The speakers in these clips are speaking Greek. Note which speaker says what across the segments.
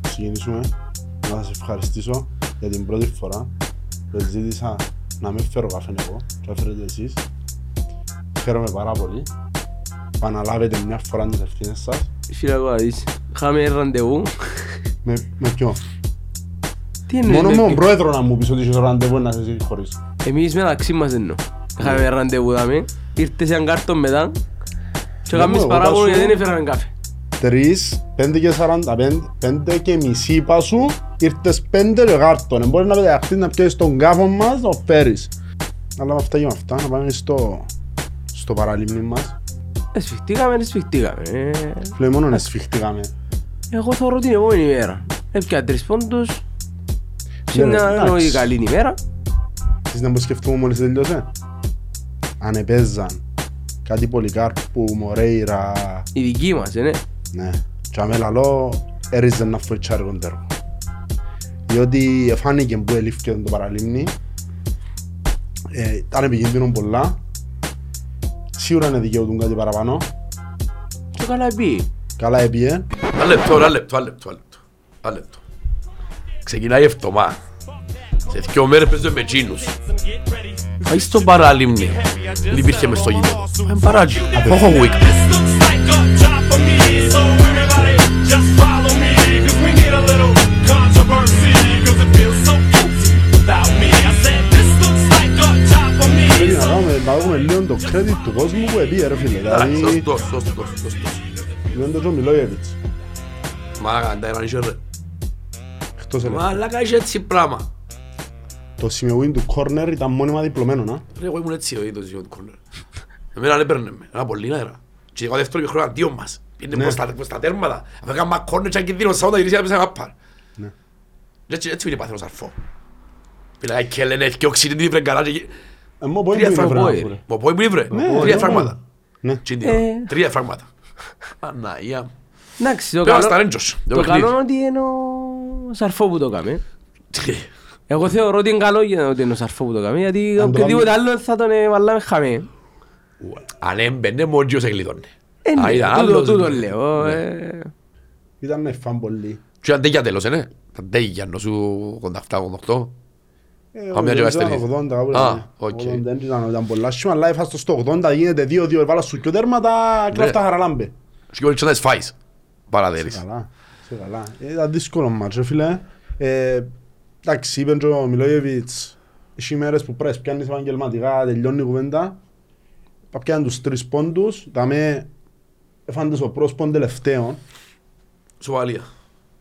Speaker 1: ξεκινήσουμε να σας ευχαριστήσω για την πρώτη φορά που ζήτησα να μην φέρω καφέ εγώ, το έφερετε εσείς. Χαίρομαι πάρα πολύ. Παναλάβετε μια φορά τις ευθύνες σας.
Speaker 2: Φίλε, ακούω, δεις. Είχαμε ραντεβού.
Speaker 1: Με, με ποιο.
Speaker 2: Τι εννοείς
Speaker 1: Μόνο με
Speaker 2: με
Speaker 1: τον
Speaker 2: ποιο-
Speaker 1: πρόεδρο να μου πεις ότι είσαι ραντεβού να σε συγχωρήσω.
Speaker 2: Εμείς μεταξύ μας εννοώ. Είχαμε ραντεβού, δάμε. Ήρθες σε έναν κάρτον μετά.
Speaker 1: Ναι,
Speaker 2: Και έκαμε
Speaker 1: εγώ τα
Speaker 2: παράπονο
Speaker 1: σου-
Speaker 2: γιατί δεν έφεραν καφέ.
Speaker 1: Τρεις, πέντε και σαράντα, πέντε, πέντε και μισή πάσου, ήρθες πέντε και γάρτον. Ε, Μπορεί να πεταχτείς να πιέσεις τον κάφο μας, να το φέρεις. Αλλά με αυτά και με αυτά, να πάμε στο, στο παραλίμνη μας.
Speaker 2: Ε, Εσφιχτήκαμε, εσφιχτήκαμε. Ε,
Speaker 1: Φίλε, μόνο να σφιχτήκαμε.
Speaker 2: Εγώ θωρώ την επόμενη μέρα. Έπια τρεις πόντους. Σε
Speaker 1: Ναι,
Speaker 2: μια
Speaker 1: εντάξει.
Speaker 2: εννοεί καλή ημέρα.
Speaker 1: Ξέρεις να μου σκεφτούμε μόλις τελειώσε. Αν επέζαν κάτι Πολυκάρπου, Μωρέιρα,
Speaker 2: Η δική μας, ε, ναι.
Speaker 1: ναι. Και αμέ λαλό, έριζε να φοητσάρει τον τέρμα. Διότι εφάνηκε που ελήφθηκε το παραλίμνη. Ε, ήταν επικίνδυνο πολλά. Σίγουρα είναι δικαιούτουν κάτι παραπάνω.
Speaker 2: Και καλά πει.
Speaker 1: Καλά έπιε.
Speaker 3: Ένα λεπτό, ένα λεπτό, ένα λεπτό, ένα λεπτό. Ένα λεπτό. Ξεκινάει η εβδομάδα. Σε δυο μέρες παίζω με τζίνους. Πάει στο παράλιμνη. Δεν υπήρχε μες στο γήπεδο. Πάει παράτζι. Από έχω week.
Speaker 4: This looks like a job for me, so everybody just follow me, 'cause we need a little controversy, 'cause it feels so empty without me. I said this looks like a job for me,
Speaker 1: Πρέπει να
Speaker 4: so
Speaker 1: κάνουμε- να δούμε λίγο το credit του κόσμου που έπιε ρε φίλε.
Speaker 3: Εντάξει,
Speaker 1: Δηλαδή,
Speaker 3: Σωστός, σωστός, σωστός.
Speaker 1: δεν το Μιλόγεβιτς.
Speaker 3: Μαλάκα, αν τα Ιρανίσιο, ρε.
Speaker 1: Εκτός ελεύθερου.
Speaker 3: Μαλάκα, είσαι έτσι πράγμα.
Speaker 1: Το σημείο του corner ήταν μόνιμα διπλωμένο, να.
Speaker 3: Ρε, εγώ ήμουν έτσι ο είδος Γιον Κόλλερ. Εμένα δεν έπαιρνε με. Ένα πολύ νερά. Και εγώ δεύτερο και χρόνο αντίον μας. Πήγαινε
Speaker 1: Ναι.
Speaker 3: προς τα- προς τα τέρματα. Αφού έκανα κόρνερ και αν κινδύνος σαν όταν γυρίσει να πέσει ένα παπάρ.
Speaker 1: Ναι.
Speaker 3: Έτσι έτσι είναι παθαίνος αρφό. Πήλαγα και λένε και οξυδίτη βρε καλά και γι-
Speaker 1: Ε, Μόνο πόη
Speaker 3: Τρία
Speaker 1: που είναι
Speaker 3: φραγμά.
Speaker 1: βράδυ,
Speaker 2: ε.
Speaker 1: ρε.
Speaker 3: Μου πω ήμουν βρε.
Speaker 1: Ναι,
Speaker 3: Τρία
Speaker 1: ναι,
Speaker 3: φράγματα.
Speaker 1: Ναι.
Speaker 3: Τι είναι,
Speaker 2: Ε.
Speaker 3: Τρία φράγματα. Παναγία μου.
Speaker 2: Εντάξει, το
Speaker 3: Πέρα στα
Speaker 2: καλό...
Speaker 3: Rangers.
Speaker 2: Το καλό είναι ότι είναι ο Σαρφό που το κάμε. Εγώ θεωρώ ότι είναι καλό για ότι είναι ο Σαρφό που το κάμε, γιατί
Speaker 1: Αν το
Speaker 2: οποιοδήποτε
Speaker 1: κάνουμε-
Speaker 2: άλλο θα τον έβαλαμε χαμέ.
Speaker 3: Αν έμπαινε μόντζιος εγλιτώνε.
Speaker 2: Ε,
Speaker 3: Α,
Speaker 2: ναι,
Speaker 3: ήταν
Speaker 2: τούτο-
Speaker 3: άλλος. Ναι.
Speaker 2: Τούτο λέω. ε.
Speaker 1: Ήταν φαν πολύ.
Speaker 3: Και ήταν τέγια τέλος, ε, ναι. Ήταν τέγια νοσού 87-88.
Speaker 1: Ε,
Speaker 3: Καμιά και
Speaker 1: ο
Speaker 3: αριστερή.
Speaker 1: Γιώργος ήταν 80 κάπου,
Speaker 3: Α,
Speaker 1: ναι.
Speaker 3: οκ.
Speaker 1: 80 ήταν- ήταν πολλά σχήμα, αλλά έφασε στο 80, γίνεται 2-2, έβαλα σου και τέρματα,
Speaker 3: Ναι.
Speaker 1: κλαφτά χαραλάμπε.
Speaker 3: Και όλοι ξένα σφάεις. Παραδέρεις.
Speaker 1: Καλά, σε καλά. Ε, Ήταν δύσκολο μάτσο, φίλε. Ε, Εντάξει, είπε και ο Μιλόγεβιτς, έχει μέρες που πρέπει, πιάνεις επαγγελματικά, τελειώνει η κουβέντα. Πα πιάνει τους τρεις πόντους, δαμε έφαντες ο πρώτος πόν τελευταίον.
Speaker 3: Σοβαλία.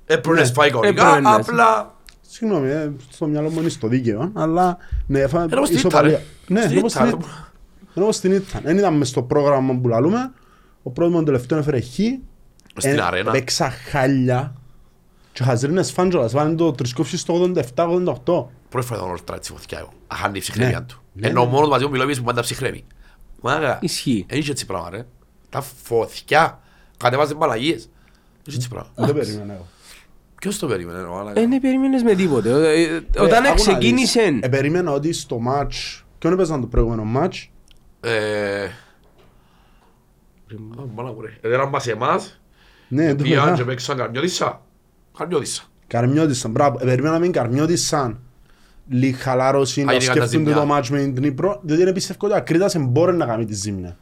Speaker 3: Έπρεπε να
Speaker 1: Ναι.
Speaker 3: σφάει
Speaker 2: Έπρεπε
Speaker 3: κανονικά,
Speaker 2: να
Speaker 3: απλά...
Speaker 1: Συγγνώμη, ε, στο μυαλό μου είναι στο δίκαιο, αλλά ναι, έφα...
Speaker 3: Ενώ στην Ήττα,
Speaker 1: ισοπαλία.
Speaker 3: ρε.
Speaker 1: Ναι,
Speaker 3: Στην
Speaker 1: ενώ
Speaker 3: Ήττα,
Speaker 1: στην
Speaker 3: ρε.
Speaker 1: Ήττα. Ενώ στην Ήττα. Δεν ήταν μες στο πρόγραμμα που λαλούμε. Ο πρώτος μου τελευταίο έφερε χ.
Speaker 3: Στην
Speaker 1: Ε,
Speaker 3: αρένα.
Speaker 1: Παίξα χάλια. Και ο Χαζρίνες φάντζολας, βάλανε το τρισκόφι στο 87-88.
Speaker 3: Πρώτη φορά τον όρθρα έτσι φωτιά εγώ. Αχάνει η ψυχραιμία
Speaker 1: Ναι.
Speaker 3: του.
Speaker 1: Ναι,
Speaker 3: Ενώ
Speaker 1: ναι.
Speaker 3: μόνο μαζί μου μιλόγεις που πάντα ψυχρέμει. Μάγα.
Speaker 2: Ισχύει.
Speaker 3: Έχει έτσι πράγμα ρε. Τα φωτιά. Κατεβάζει μπαλαγίες. Έχει έτσι πράγμα.
Speaker 1: Δεν περίμενα εγώ.
Speaker 3: Ποιος το περίμενε ρε μάγα.
Speaker 2: Δεν περίμενες με τίποτε. Ο- ε,
Speaker 1: Ε,
Speaker 2: Όταν
Speaker 1: άκου να δεις.
Speaker 2: ξεκίνησε.
Speaker 1: Ε, περίμενα ότι στο μάτς... Ποιον έπαιζαν το προηγούμενο μάτς.
Speaker 3: Ε, α, μπάλα μου, ρε. Ένα μας Ε, εμάς.
Speaker 1: Ναι, το
Speaker 3: Πήγαν και
Speaker 1: μετά.
Speaker 3: παίξαν καρμιώτισσα. Καρμιώτισσα.
Speaker 1: Καρμιώτησαν, μπράβο. Ε, Περίμενα μην καρμιώτησαν. Λίγη χαλάρωση
Speaker 3: Α,
Speaker 1: να
Speaker 3: είναι κατά
Speaker 1: σκεφτούνται
Speaker 3: ζημιά.
Speaker 1: το μάτς με την Νύπρο, διότι δεν πιστεύω ότι ακρίτας μπορεί να κάνει τη ζήμια.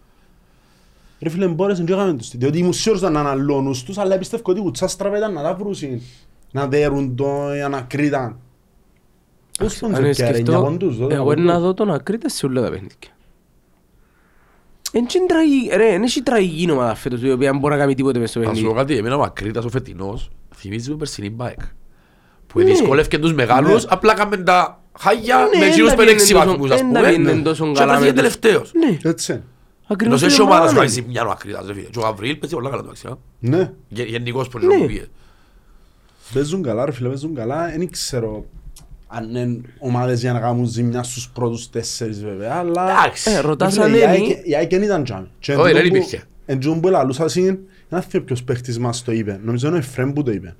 Speaker 1: Ρε φίλε, μπόρεσαν και έκαμε τους, διότι ήμουν σίγουρος να αναλώνουν τους, αλλά πιστεύω ότι κουτσά στραβά ήταν να τα βρούσουν, να δέρουν το, ή να κρύταν. Πώς τον
Speaker 2: Αν
Speaker 1: ζευγάρι, εννιά
Speaker 2: σκεφτώ,
Speaker 1: πόντους, δώδεκα
Speaker 2: εγώ
Speaker 1: πόντους.
Speaker 2: να δω τον Ακρίτα σε όλα τα παιχνίδια. Εν τσι τραγι- ρε, εν έχει τραγική ομάδα φέτος, η οποία δεν μπορεί να κάνει τίποτε μες στο
Speaker 3: Να σου πω
Speaker 2: παιχνίδι.
Speaker 3: κάτι, εμένα ο Ακρίτας ο φετινός θυμίζει την περσινή μπάεκ. Που
Speaker 2: Ναι.
Speaker 3: δυσκολεύκαν τους μεγάλους,
Speaker 1: Ναι.
Speaker 3: απλά κάμεν τα χάγια
Speaker 2: Ναι,
Speaker 3: με
Speaker 2: εν
Speaker 3: γύρους
Speaker 2: τα
Speaker 3: με
Speaker 2: πήγαινε
Speaker 3: έξι
Speaker 2: τόσο-
Speaker 3: βαθμούς ας
Speaker 2: εν τα
Speaker 3: πούμε.
Speaker 2: πήγαινε
Speaker 3: Ναι.
Speaker 2: τόσο
Speaker 3: Και
Speaker 2: καλά
Speaker 3: έφτασε
Speaker 2: με τους-
Speaker 3: τελευταίος.
Speaker 2: Ναι,
Speaker 1: Έτσι, είναι.
Speaker 2: ακριβώς.
Speaker 3: Ενώ σε έχει
Speaker 2: η
Speaker 3: ομάδα
Speaker 2: είναι.
Speaker 3: σου βάζει μια ο Ακρίτας. ρε φίλε. Και ο Αβρίλ παίζει πολλά καλά του αξιά.
Speaker 1: ναι.
Speaker 3: Γε- Γενικός που
Speaker 2: Ναι.
Speaker 3: πήγε.
Speaker 1: Παίζουν καλά ρε φίλε, παίζουν καλά. Δεν ξέρω αν είναι ομάδες για να κάνουν ζημιά στους πρώτους τέσσερις βέβαια, αλλά...
Speaker 2: Ε,
Speaker 3: Εντάξει.
Speaker 2: ρωτάς αν
Speaker 1: Ρε, ναι, η
Speaker 2: είναι.
Speaker 1: ΑΕΚ- Η ΑΕΚ δεν ήταν τζάμι. Και
Speaker 3: Όχι,
Speaker 1: εν
Speaker 3: δεν
Speaker 1: τούτο που-
Speaker 3: υπήρχε.
Speaker 1: Εν τούτο που λαλούσα συν, δεν θυμάμαι ποιος παίχτης μας το είπε. Νομίζω είναι ο Εφραίμ που το είπε.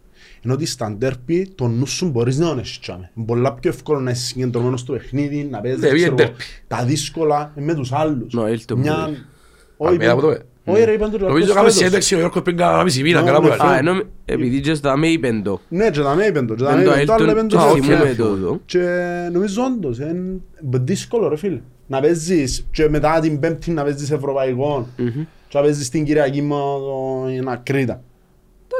Speaker 1: Ενώ ότι στα ντέρπι το νου σου μπορείς να τον έχεις τζάμι. Είναι Πολλά πιο εύκολο να είσαι συγκεντρωμένος στο παιχνίδι, να παίζεις
Speaker 3: Ναι,
Speaker 1: ξέρω,
Speaker 3: είναι ντέρπι.
Speaker 1: τα δύσκολα ε, με τους άλλους.
Speaker 2: Νοέλ το
Speaker 1: Μια-
Speaker 2: που είπε.
Speaker 1: Όχι,
Speaker 3: Αμένα που το είπε.
Speaker 1: Όχι ρε, είπαν το
Speaker 3: Νομίζω
Speaker 1: Ολυμπιακός
Speaker 3: ότι σε
Speaker 1: φέτος.
Speaker 3: ένταξη ο Γιώργος πριν κάνα μισή μήνα,
Speaker 1: Ναι,
Speaker 3: καλά που
Speaker 1: ναι,
Speaker 3: λέει.
Speaker 2: Α, ενώ επειδή και στα με είπεν το.
Speaker 1: Ναι, και τα μέιπεν το, και τα
Speaker 2: Εν το
Speaker 1: μέιπεν το,
Speaker 2: Ailton,
Speaker 1: αλλά είπεν το
Speaker 2: το
Speaker 1: σε
Speaker 2: θυμούμε
Speaker 1: όρθια.
Speaker 2: το, το.
Speaker 1: Και νομίζω όντως, είναι δύσκολο ρε φίλε. Να παίζεις και μετά την πέμπτη να παίζεις ευρωπαϊκό και να παίζεις την Κυριακή με την Ακρίτα.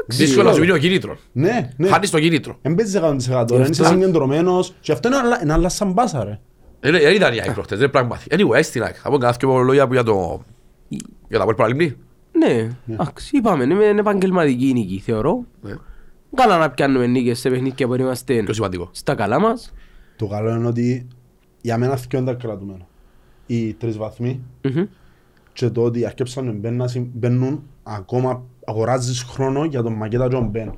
Speaker 3: Δύσκολο να σου μείνει ο κίνητρος.
Speaker 1: Ναι, ναι.
Speaker 3: Χάνεις το κίνητρο.
Speaker 1: Εν παίζεις 100% ρε, είσαι
Speaker 2: αυτό-
Speaker 1: συγκεντρωμένος και αυτό είναι άλλα- είναι άλλα σαν μπάσα ρε.
Speaker 3: Δεν δεν Ε, ήταν η ΑΕΚ προχτές, δεν πράγματι. Anyway, στην ΑΕΚ. Θα πω κανένα δυο λόγια που για το... Για τα πόλη παραλυμνή.
Speaker 2: Ναι, εντάξει, είπαμε, είναι είναι επαγγελματική νίκη, θεωρώ.
Speaker 3: Ναι.
Speaker 2: Καλά να πιάνουμε νίκες σε παιχνίδια που είμαστε
Speaker 3: Πιο σημαντικό.
Speaker 2: στα καλά μας.
Speaker 1: Το καλό είναι ότι για μένα θυκιόν τα κρατούμενα. Οι τρεις βαθμοί
Speaker 2: Μμμ.
Speaker 1: και το ότι αρκέψαν να μπαίνουν, μπαίνουν ακόμα αγοράζεις χρόνο για τον μακέτα John Ben.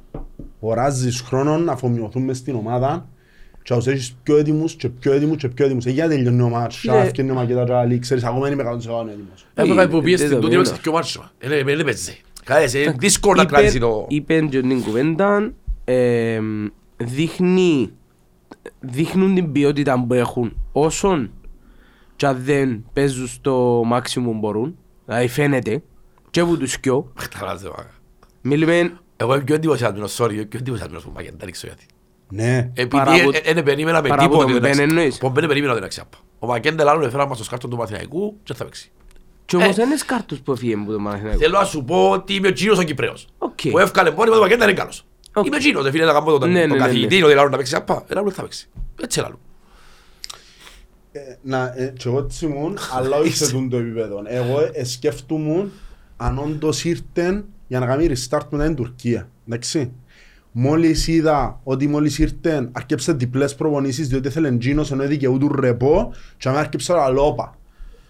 Speaker 1: Αγοράζεις χρόνο να αφομοιωθούν μες στην ομάδα και να τους έχεις πιο έτοιμους και πιο έτοιμους και πιο έτοιμους. Ε, Γιατί τελειώνει ο μάτς,
Speaker 2: Φίλε-
Speaker 1: και είναι ο μακέτα και άλλοι, ξέρεις, ακόμα είναι μεγάλος εγώ έτοιμος.
Speaker 3: Έπρεπε που πήγες
Speaker 2: δεν
Speaker 3: στην
Speaker 2: τα
Speaker 3: τούτη
Speaker 2: πήρα.
Speaker 3: έπαιξε και ο Ε, μάτσο. Δεν έπαιζε. Κάλεσε, είναι Ε, δύσκολο να
Speaker 2: ε, Είπε-
Speaker 3: κρατήσει το...
Speaker 2: Είπε και την κουβέντα, εμ, δείχνει, δείχνουν την ποιότητα που έχουν όσων και αν δεν παίζουν στο maximum που μπορούν, δηλαδή φαίνεται, και από τους δυο,
Speaker 3: Χταράζε, μάκα.
Speaker 2: μιλούμε
Speaker 3: Εγώ είμαι πιο εντυπωσιασμένος, sorry, είμαι πιο εντυπωσιασμένος που μάγει, δεν ξέρω γιατί.
Speaker 1: Ναι,
Speaker 2: Παραπο-
Speaker 3: Επειδή ε, δεν περίμενα με
Speaker 2: παραπο- τον
Speaker 3: τίποτε. δεν
Speaker 2: Μπεν
Speaker 3: αξι-
Speaker 2: εννοείς.
Speaker 3: Τον Μπεν περίμενα δεν αξιάπα. Ο Μακέντε Λάλλον έφερα μας στο σκάρτο του Μαθηναϊκού και θα παίξει.
Speaker 2: και όμως
Speaker 3: Ε.
Speaker 2: δεν είναι σκάρτος που έφυγε από το Παναθηναϊκό.
Speaker 3: Θέλω να σου πω ότι είμαι ο Τζίνος ο Κυπρέος.
Speaker 2: Οκ.
Speaker 3: Που έφκαλε πόνι, ο Μακέντε δεν είναι καλός.
Speaker 2: Οκ.
Speaker 3: Είμαι ο Τζίνος, δεν φίλε να κάνω
Speaker 2: Ναι, ναι,
Speaker 3: τον
Speaker 2: ναι,
Speaker 3: τον
Speaker 2: ναι.
Speaker 3: καθηγητή, ότι Λάλλον να παίξει απά. Ε, Λάλλον θα παίξει. Έτσι Λάλλον.
Speaker 1: Ε, να, ε, και εγώ έτσι ήμουν, αλλά όχι σε τούτο επίπεδο. Εγώ ε, σκέφτομαι αν όντως ήρθεν για να κάνει restart μετά την Τουρκία. Εντάξει. Μόλις είδα ότι μόλις ήρθεν αρκέψε διπλές προπονήσεις διότι ήθελε Τζίνος ενώ δικαιού του ρεπό και με αρκέψε όλα λόπα.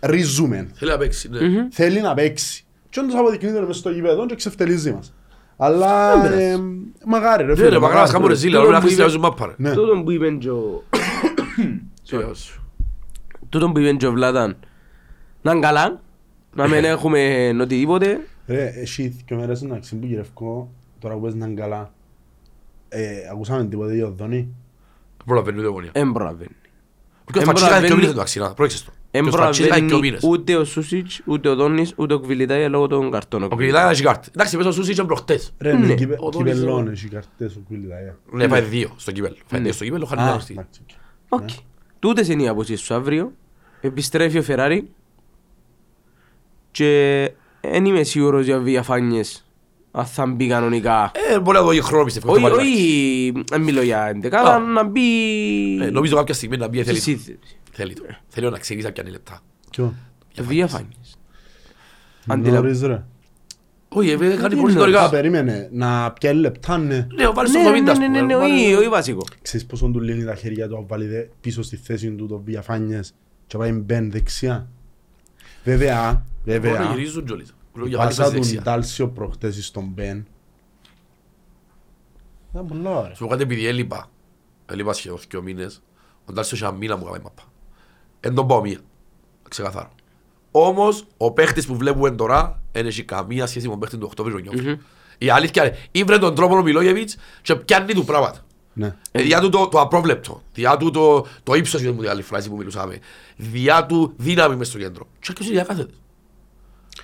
Speaker 1: Ρίζουμεν.
Speaker 3: Θέλει να παίξει, ναι.
Speaker 1: Θέλει να παίξει. Και όντως αποδεικνύεται μες στο γήπεδο και ξεφτελίζει μας. Αλλά ε, μαγάρι ρε
Speaker 3: Ναι,
Speaker 1: φίλε.
Speaker 3: ρε, μακρά να σκάμουν ρε
Speaker 1: ρε.
Speaker 3: ζήλα, ρε,
Speaker 2: Τούτο που
Speaker 3: να χτίσει
Speaker 2: είπε-
Speaker 3: να ζουν μάπα, ρε.
Speaker 1: Ναι.
Speaker 2: Τούτον που είπεν και ο-
Speaker 3: Σωρός.
Speaker 2: τούτον που είπεν και ο Βλάταν, να είναι καλά, να
Speaker 3: Ε.
Speaker 2: μην έχουμε οτιδήποτε.
Speaker 1: Ρε, εσύ και μέρες να ξεμπούγερευκώ, τώρα που παίζουν καλά. Ε, ακούσαμε τίποτε για Δόνι.
Speaker 3: Προλαβαίνει ούτε γωνία.
Speaker 2: Εμπράβαίνει.
Speaker 3: Ποιος θα τσίλα και ο
Speaker 2: προλαβαίνει-
Speaker 3: μήνες του αξινά, πρόεξες το. Ποιος θα τσίλα και ο
Speaker 2: Εμπραβαίνει
Speaker 3: μήνες.
Speaker 2: ούτε ο Σούσιτς, ούτε ο Δόνης, ούτε ο Κβιλιτάια λόγω των καρτών.
Speaker 3: Ο Κρυλάκης έχει κάρτη. Εντάξει, πες ο Σούσιτς ήταν προχτές.
Speaker 1: Ρε, είναι
Speaker 2: Ναι,
Speaker 1: κυπε-
Speaker 3: ο Δόνης
Speaker 1: κυπελών,
Speaker 3: εδώ.
Speaker 1: έχει καρτές ο Κουίλιτα. ε.
Speaker 3: Ναι, φάει δύο στο κύπελλο. Φάει
Speaker 2: Ναι.
Speaker 3: δύο στο κύπελλο, χάνει
Speaker 1: Α,
Speaker 3: ένα αυτή.
Speaker 1: εντάξει, οκ.
Speaker 2: Οκ.
Speaker 3: Ναι.
Speaker 2: Τούτες είναι οι αποσίες σου αύριο. Επιστρέφει ο Φεράρι. Και δεν είμαι σίγουρος για διαφάνειες. Αν θα μπει κανονικά.
Speaker 3: Ε, μπορεί να δω χρόνο πιστεύω.
Speaker 2: Όχι,
Speaker 3: το βάλει
Speaker 2: όχι, δεν μιλώ για εντεκάδα,
Speaker 3: Α.
Speaker 2: να μπει...
Speaker 3: να- Ε, Νομίζω κάποια στιγμή να μπει
Speaker 2: στη
Speaker 3: θέλει. το.
Speaker 2: σύνθεση.
Speaker 3: Θέλει το. Θέλει να ξεκινήσει κάποια λεπτά.
Speaker 1: Ποιο,
Speaker 2: Διαφάνειες. Αντιλα-
Speaker 1: νωρίς ρε.
Speaker 3: Όχι, ε,
Speaker 2: τι
Speaker 3: κάνει πολύ
Speaker 2: εννοείς.
Speaker 1: Α,
Speaker 3: ιστορικά.
Speaker 1: περίμενε, να πιάνει λεπτά, ναι.
Speaker 3: Ναι, ο βάλει στο
Speaker 2: Ναι,
Speaker 3: 70
Speaker 2: ναι,
Speaker 3: ας
Speaker 2: ναι, ναι,
Speaker 3: πούμε.
Speaker 2: ναι,
Speaker 3: Βάλει-
Speaker 2: όχι, όχι βασικό.
Speaker 1: Ξέρεις πόσο του λύνει τα χέρια του, αν βάλει δε- πίσω στη θέση του το διαφάνειες και πάει μπεν δεξιά. Βέβαια,
Speaker 3: Μπορεί να
Speaker 1: βέβαια,
Speaker 3: γυρίζουν κιόλις. Λέω
Speaker 1: η
Speaker 3: για βάλει
Speaker 1: πάσα
Speaker 3: πας
Speaker 1: του
Speaker 3: δεξιά.
Speaker 1: Ντάλσιο προχτές στον Μπεν. Ήταν πολύ ωραία.
Speaker 3: Σου πω κάτι επειδή έλειπα. Έλειπα σχεδόν δύο μήνες. Ο Ντάρσιος είχε ένα μήνα που κάνει μάπα. Εν τον πάω μία. Ξεκαθαρό. Όμως, ο παίχτης που βλέπουμε τώρα δεν έχει καμία σχέση με τον παίχτη του Οκτώβριου Νιόφρου. Η αλήθεια είναι, ήβρε τον τρόπο ο Μιλόγεβιτς και πιάνει του πράγματα.
Speaker 1: Ναι.
Speaker 3: Ε, Διά του το, το απρόβλεπτο, διά του το, το ύψος για την άλλη φράση που μιλούσαμε, διά του δύναμη μες στο κέντρο. Και έρχεσαι για κάθεται.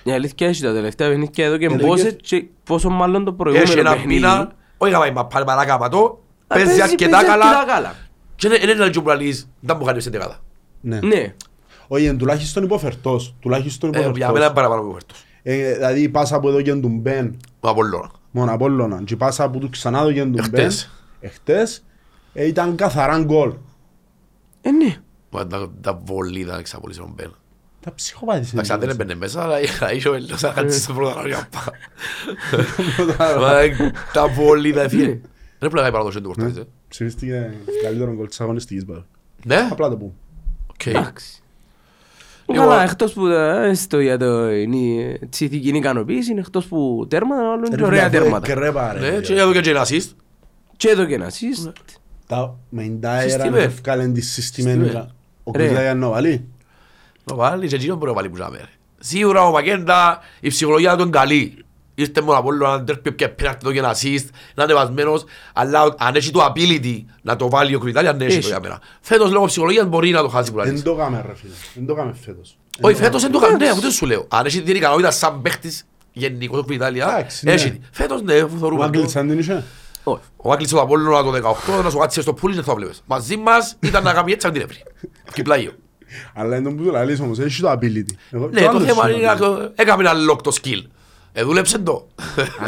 Speaker 2: Η αλήθεια έχει τα τελευταία παιχνίδια εδώ και
Speaker 1: Εδώ και-
Speaker 2: πόσες και πόσο μάλλον το
Speaker 3: Έχει
Speaker 2: προηγούμενο
Speaker 3: ένα
Speaker 2: παιχνίδι.
Speaker 3: μήνα, όχι να πάει μα- πάρε μαλάκα μα το,
Speaker 2: Α,
Speaker 3: παίζει αρκετά
Speaker 2: παίζει
Speaker 3: καλά και δεν είναι ένα που λαλείς, δεν μου κάνει στην τεγάδα.
Speaker 1: Ναι.
Speaker 2: Ναι.
Speaker 1: Όχι, εν τουλάχιστον υποφερτός. Τουλάχιστον
Speaker 3: Ε,
Speaker 1: υποφερτός.
Speaker 3: Για μένα είναι παραπάνω που φέρτος.
Speaker 1: Ε, δηλαδή η πάσα που έδωκεν του Μπεν
Speaker 3: Ο Απολλώνα.
Speaker 1: μόνο Απόλλωνα και η πάσα που του ξανά έδωκεν του Μπεν
Speaker 3: Εχθές.
Speaker 1: εχθές ε, ήταν καθαρά γκολ.
Speaker 2: Ε, ναι.
Speaker 3: Μα τα- Τα βολίδα να ξαπολύσει τον Μπέλ.
Speaker 1: Τα ψυχοπάθησες.
Speaker 3: Εντάξει, αν δεν έμπαινε μέσα, αλλά είχα- είχε ο Έλληνος να κάτσει στο πρώτο ρόλο για πά. Μα, Τα βολίδα έφυγε. Δεν πρέπει να κάνει παραδοσία του Κορτέζ, ε.
Speaker 1: Ναι, Ψηφίστηκε καλύτερο γκολ της αγωνιστικής μπα.
Speaker 3: Ναι,
Speaker 1: Απλά το πούμε.
Speaker 3: οκ.
Speaker 2: Εντάξει.
Speaker 3: Λοιπόν-
Speaker 2: Καλά, εκτός που τα- έστω για το είναι ηθική ικανοποίηση, είναι εκτός που τέρματα, άλλο είναι και ωραία τέρματα.
Speaker 1: Κρέπα ρε.
Speaker 3: Ναι, και εδώ και και ένα assist.
Speaker 2: Και εδώ και ένα assist.
Speaker 3: Ναι.
Speaker 1: Τα μεντάερα
Speaker 3: Συστημένη.
Speaker 1: να βγάλουν τη συστημένη.
Speaker 3: Συστημένη.
Speaker 1: Ο
Speaker 2: Ρε.
Speaker 1: Κουζλάγιαν να βάλει.
Speaker 3: Να βάλει και εκείνον μπορεί να βάλει που ζάμε, ρε. Σίγουρα ο Μακέντα η ψυχολογία του είναι καλή. Ήρθε μόνο από όλο έναν τρέπιο και πέρασε εδώ και ένα assist, να είναι βασμένος, αλλά ο- αν έχει το ability να το βάλει ο Κρυτάλη, αν έχει το
Speaker 2: Έχει.
Speaker 3: για μένα. Φέτος λόγω ψυχολογίας μπορεί να το χάσει που λαλείς.
Speaker 1: Δεν το κάμε ρε φίλε. Δεν το κάμε φέτος.
Speaker 3: Όχι, φέτος δεν το έκανε, ναι, ούτε σου λέω. Αν έχει την ικανότητα σαν παίχτης γενικός στην Ιταλία,
Speaker 1: Εντάξει, ναι.
Speaker 3: έχει. την. Φέτος ναι,
Speaker 1: Ο
Speaker 3: θεωρούμε. το.
Speaker 1: Μάγκλητς αν την είχε.
Speaker 2: Όχι.
Speaker 3: Ο Μάκλης τον Απόλλωνα το 18, να σου κάτσει στο πουλί και θα βλέπεις. Μαζί μας ήταν να κάνει έτσι αν την έβρει. Και πλάγιο.
Speaker 1: Αλλά είναι το που το λαλείς όμως, έχει το ability. Εγώ-
Speaker 3: Ναι, το
Speaker 1: άλλος
Speaker 3: θέμα
Speaker 1: σου
Speaker 3: είναι να το- έκαμε ένα lock το skill. Ε, δούλεψε το.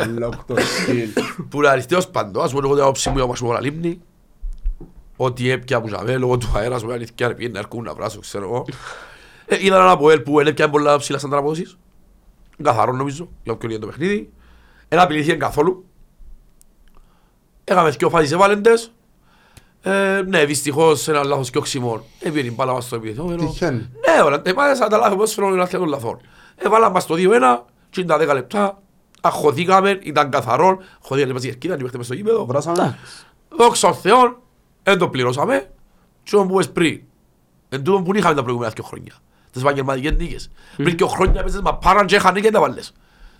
Speaker 1: Unlock το skill.
Speaker 3: Που είναι αριστείος παντός, ας πούμε εγώ την άποψη μου, όπως μου όλα λίμνη. Ό,τι έπια που ζαβέ, λόγω του αέρας, μου κάνει και πήγαινε να έρχομαι να βράσω, ξέρω εγώ. Ε, Είδα ένα από ελ που δεν έπιανε πολλά ψηλά σαν τραπόσεις. Καθαρό νομίζω, για όποιον είναι το παιχνίδι. Δεν απειλήθηκε καθόλου. Έκαμε δυο φάσεις ευάλεντες. Ε, ναι, δυστυχώς ένα λάθος και όξιμο. Έπιανε η μπάλα μας στο επιθόμενο.
Speaker 1: Τυχαίνει.
Speaker 3: Ναι, ωραία, εμάς σαν τα λάθη μας φέρνουν λάθη των λαθών. Έβαλα μας το 2-1, και τα 10 λεπτά, αχωθήκαμε, ήταν καθαρό, χωθήκαμε μας η ερκίδα, είμαστε μες στο γήπεδο.
Speaker 1: Βράσαμε.
Speaker 3: Δόξα τω Θεώ, δεν το πληρώσαμε, και όμως που είπες πριν, εν τούτο που είχαμε τα προηγούμενα δύο χρόνια, τις επαγγελματικές νίκες. Πριν δύο χρόνια έπαιζες μα πάραν και έχανε και τα βάλες.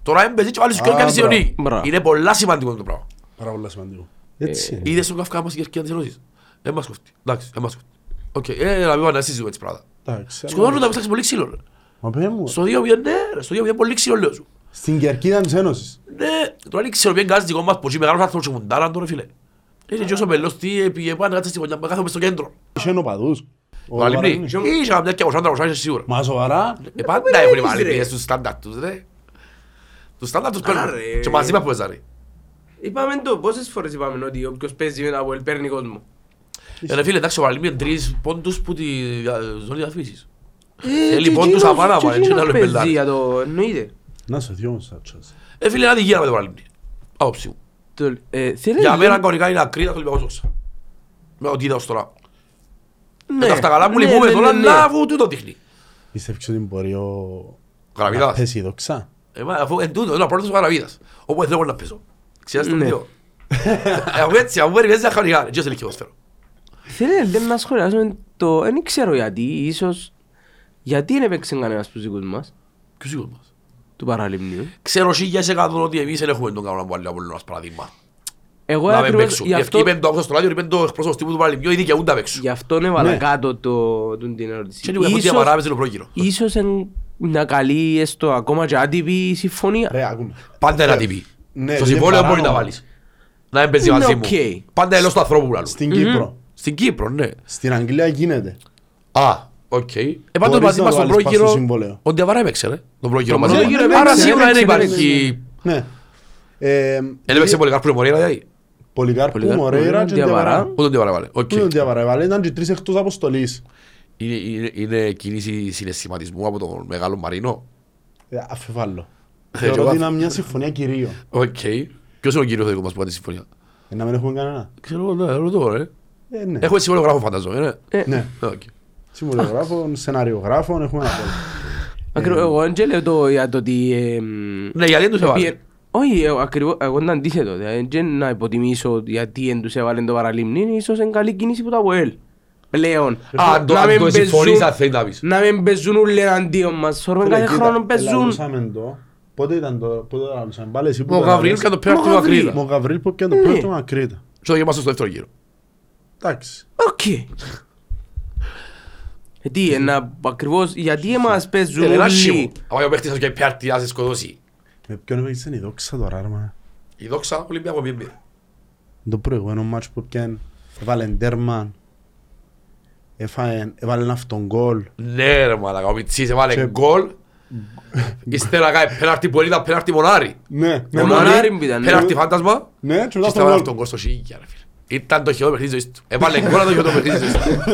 Speaker 3: Τώρα έμπαιζε και βάλεις και
Speaker 1: Α,
Speaker 3: κάνεις τη
Speaker 1: μπράβο,
Speaker 3: νίκη.
Speaker 2: μπράβο.
Speaker 3: Είναι πολλά σημαντικό το πράγμα.
Speaker 1: Πάρα πολλά σημαντικό. Έτσι. είναι.
Speaker 3: Είδες τον καυκά μας η ερκίδα της Ενώσης. Δεν μας κοφτεί. Εντάξει, δεν μας κοφτεί. Οκ, ε, να μην πάνε να συζητούμε έτσι πράγματα.
Speaker 1: Εντάξει,
Speaker 3: Σκοτώνουν τα μεταξύ πολύ ξύλο. ρε.
Speaker 1: Μα πέ μου,
Speaker 3: Στο 2-0, ναι, ρε, στο 2-0 πολύ ξύλο λέω σου.
Speaker 1: στην κερκίδα της Ένωσης.
Speaker 3: Ναι, τώρα δεν ξέρω ποιον κάνεις δικό μας που είναι μεγάλος άνθρωπος και μουντάραν τώρα φίλε. Είναι και όσο μελός τι επίγε πάνε κάτσε στη γωνιά μου, κάθομαι στο κέντρο.
Speaker 1: Είχε νοπαδούς. Ο
Speaker 3: Βαλιμπνή,
Speaker 1: Βαρανίνης.
Speaker 3: είχε καμιά και 200-300 είσαι σίγουρα.
Speaker 1: Μα σοβαρά.
Speaker 3: Ε, Πάντα έχουν οι βαλιμπνίες τους στάνταρτ τους ρε. Τους στάνταρτ τους παίρνουν
Speaker 2: ρε.
Speaker 3: και μαζί μας που παίζανε.
Speaker 2: Είπαμε το, πόσες φορές είπαμε ότι όποιος παίζει με τα Well παίρνει κόσμο.
Speaker 3: Ε, Ρε φίλε, εντάξει ο Βαλιμπνή είναι τρεις πόντους που τη ε, ζώνη διαφύσης.
Speaker 2: Ε,
Speaker 3: λοιπόν, τους αμάνα, μα, έτσι να λέμε λάδι.
Speaker 2: παίζει, το εννοείται.
Speaker 1: Να σε δυο όμως σάτσας.
Speaker 3: Ε φίλε, να τη γίναμε το Βαλιμπνή. Άποψη μου.
Speaker 2: Το- ε, θέλει
Speaker 3: Για
Speaker 2: λίγο-
Speaker 3: μένα κανονικά είναι ακρίτα το Ολυμπιακός Όξα. Με ό,τι είδα ως τώρα.
Speaker 2: Ναι.
Speaker 3: Με τα αυτά καλά που
Speaker 2: Ναι,
Speaker 3: λυπούμε
Speaker 2: ναι,
Speaker 3: τώρα,
Speaker 2: ναι, ναι.
Speaker 3: να αφού τούτο δείχνει.
Speaker 1: Πιστεύεις ότι μπορεί ο... να
Speaker 3: Καραβίδας.
Speaker 1: πέσει η δοξά.
Speaker 3: Ε, μα, Αφού εν τούτο, να πρώτος ο Καραβίδας. Όπου δεν θέλω να παίζω. Ξέρεις τον
Speaker 2: Ναι.
Speaker 3: δύο. Αφού έτσι, αφού παίρνει μέσα χαρικά, δεν ξέρω και ποδοσφαίρο.
Speaker 2: Θέλει λίγο να σχολιάσουμε το, δεν ξέρω γιατί, ίσως, γιατί δεν έπαιξε κανένας τους δικούς μας,
Speaker 3: Ποιος είναι μας.
Speaker 2: του παραλυμνίου.
Speaker 3: Ξέρω σίγια σε κάτω ότι εμείς δεν έχουμε τον κανόνα που άλλοι από όλους παραδείγμα.
Speaker 2: Εγώ
Speaker 3: Να μην
Speaker 2: ακριβώς
Speaker 3: παίξουν.
Speaker 2: γι' αυτό,
Speaker 3: Είπε το άκουσα στο ράδιο, είπε το εκπρόσωπος τύπου του Παραλυμπιού, ήδη και ούτε παίξουν.
Speaker 2: γι' αυτό έβαλα
Speaker 1: Ναι.
Speaker 2: κάτω το, τον την ερώτηση.
Speaker 3: Και λίγο έχουν διαπαράβεζε το πρόκειρο.
Speaker 2: ίσως εν- να καλεί έστω ακόμα και άτυπη συμφωνία.
Speaker 1: Ρε, ακούμε.
Speaker 3: Πάντα ένα
Speaker 1: Ε,
Speaker 3: τύπη.
Speaker 1: ναι,
Speaker 3: Στο
Speaker 1: είναι
Speaker 3: συμβόλαιο μπορεί
Speaker 1: παράνομο.
Speaker 3: να βάλεις. Να εμπαιζεί
Speaker 2: Είναι
Speaker 3: μαζί μου.
Speaker 2: οκ.
Speaker 3: Πάντα ελώς του ανθρώπου που λαλούν.
Speaker 1: Στην Κύπρο.
Speaker 3: Στην Κύπρο, ναι.
Speaker 1: Στην Αγγλία γίνεται.
Speaker 3: Α, οκ. Ε, πάντως
Speaker 1: Μπορείς
Speaker 3: μαζί
Speaker 1: να
Speaker 3: μας τον
Speaker 1: βάλεις πάνω στο
Speaker 3: πρόκειρο,
Speaker 1: συμβόλαιο.
Speaker 3: ο Διαβάρα έπαιξε, ρε, τον πρόκειρο
Speaker 2: Τον
Speaker 3: μαζί
Speaker 2: πρόκειρο
Speaker 3: μας.
Speaker 2: έπαιξε,
Speaker 3: Άρα σίγουρα δεν
Speaker 2: έπαιξε,
Speaker 3: υπάρχει...
Speaker 1: Ναι. Ε,
Speaker 3: Δεν έπαιξε πολύ καρπούλη Μωρέιρα, δηλαδή.
Speaker 1: Πολυκάρπου,
Speaker 2: Πολυκάρπου,
Speaker 1: Μωρέιρα και
Speaker 2: Διαβαρά.
Speaker 1: Διαβαρά.
Speaker 3: Ούτε τον Διαβάρα βάλε. Οκ.
Speaker 1: Ούτε ο Διαβαρά, ε, έβαλε, ήταν και τρεις εκτός αποστολής.
Speaker 3: Είναι- Είναι είναι κίνηση συναισθηματισμού από τον μεγάλο Μαρίνο.
Speaker 1: Ε, Αφιβάλλω.
Speaker 3: και
Speaker 1: Θεωρώ
Speaker 3: Ε, εγώ
Speaker 1: ότι είναι μια συμφωνία κυρίω.
Speaker 3: Οκ. Ποιος είναι ο κύριος δικός μας που κάνει τη συμφωνία.
Speaker 1: Ε, Να μην έχουμε κανένα.
Speaker 3: Ξέρω, εγώ, ναι, ρωτώ, ρε.
Speaker 1: Ε, ναι.
Speaker 3: Έχω συμβολιογράφο φανταζόμαι, ρε.
Speaker 2: Ε,
Speaker 1: Ναι.
Speaker 3: Οκ.
Speaker 1: Συμβολιογράφων, σεναριογράφων, έχουμε ένα πόλο.
Speaker 2: Ακριβώς, εγώ δεν και λέω το, για το ότι... ε, μ,
Speaker 3: Ναι, γιατί Ε, ναι. δεν τους έβαλε.
Speaker 2: πιε- Όχι, εγώ ακριβώς, εγώ είναι αντίθετο. Δηλαδή, δεν να υποτιμήσω γιατί δεν τους έβαλε το παραλυμνή, είναι ίσως είναι καλή κίνηση που τα ΒΟΕΛ. Πλέον.
Speaker 3: Αν το-
Speaker 2: Να
Speaker 3: αν
Speaker 2: μην
Speaker 3: το
Speaker 2: παίζουν-
Speaker 3: συμφωνείς, θα θέλει να πεις.
Speaker 2: Να μην παίζουν όλοι εναντίον μας. Σόρμα κάθε χρόνο παίζουν.
Speaker 1: Ελαλούσαμε το. Πότε ήταν το, πότε το λαλούσαμε. Πάλι εσύ που
Speaker 3: Ο
Speaker 1: το
Speaker 3: Γαβρίλ
Speaker 1: λαλούσες.
Speaker 3: και το πέρα του
Speaker 2: Ο Γαβρίλ.
Speaker 3: Ακρίδα.
Speaker 1: Μα Ο Γαβρίλ που πιάνε το
Speaker 2: Ναι.
Speaker 1: πρώτο με ακρίτα.
Speaker 3: Και το γεμάσω στο δεύτερο γύρο.
Speaker 1: Εντάξει.
Speaker 2: Οκ. Ε, Τι, ένα ακριβώς, γιατί εμάς παίζουν
Speaker 3: Είναι ένα
Speaker 2: όλοι.
Speaker 3: σίμω. Άμα ο παίχτης σας και πιάρτη, να σε σκοτώσει.
Speaker 1: Με ποιον έπαιξαν η δόξα τώρα, ρε μα.
Speaker 3: Η δόξα Ολυμπιακό μήνυμα.
Speaker 1: Το προηγούμενο μάτς που πιάνε, έβαλε τέρμαν. Έφαεν- Έβαλε αυτόν γκολ.
Speaker 3: Ναι, ρε μαλακά, ο Μιτσής έβαλε
Speaker 1: Και-
Speaker 3: γκολ. Ύστερα κάνει πέναρτη που ήταν πέναρτη μονάρι.
Speaker 1: Ναι, ναι,
Speaker 2: Ο
Speaker 3: Μονάρι,
Speaker 2: Μονάρι μου ήταν, ναι.
Speaker 3: Πέναρτη φάντασμα.
Speaker 1: ναι, και
Speaker 3: Και
Speaker 1: μετά
Speaker 3: ύστερα έβαλε
Speaker 1: αυτόν
Speaker 3: τον
Speaker 1: γκολ.
Speaker 3: γκολ στο Σίγια, ρε φίλε. Ήταν το χειρότερο παιχνίδι της ζωής του. Έβαλε γκολ ήταν το χειρότερο παιχνίδι της ζωής του.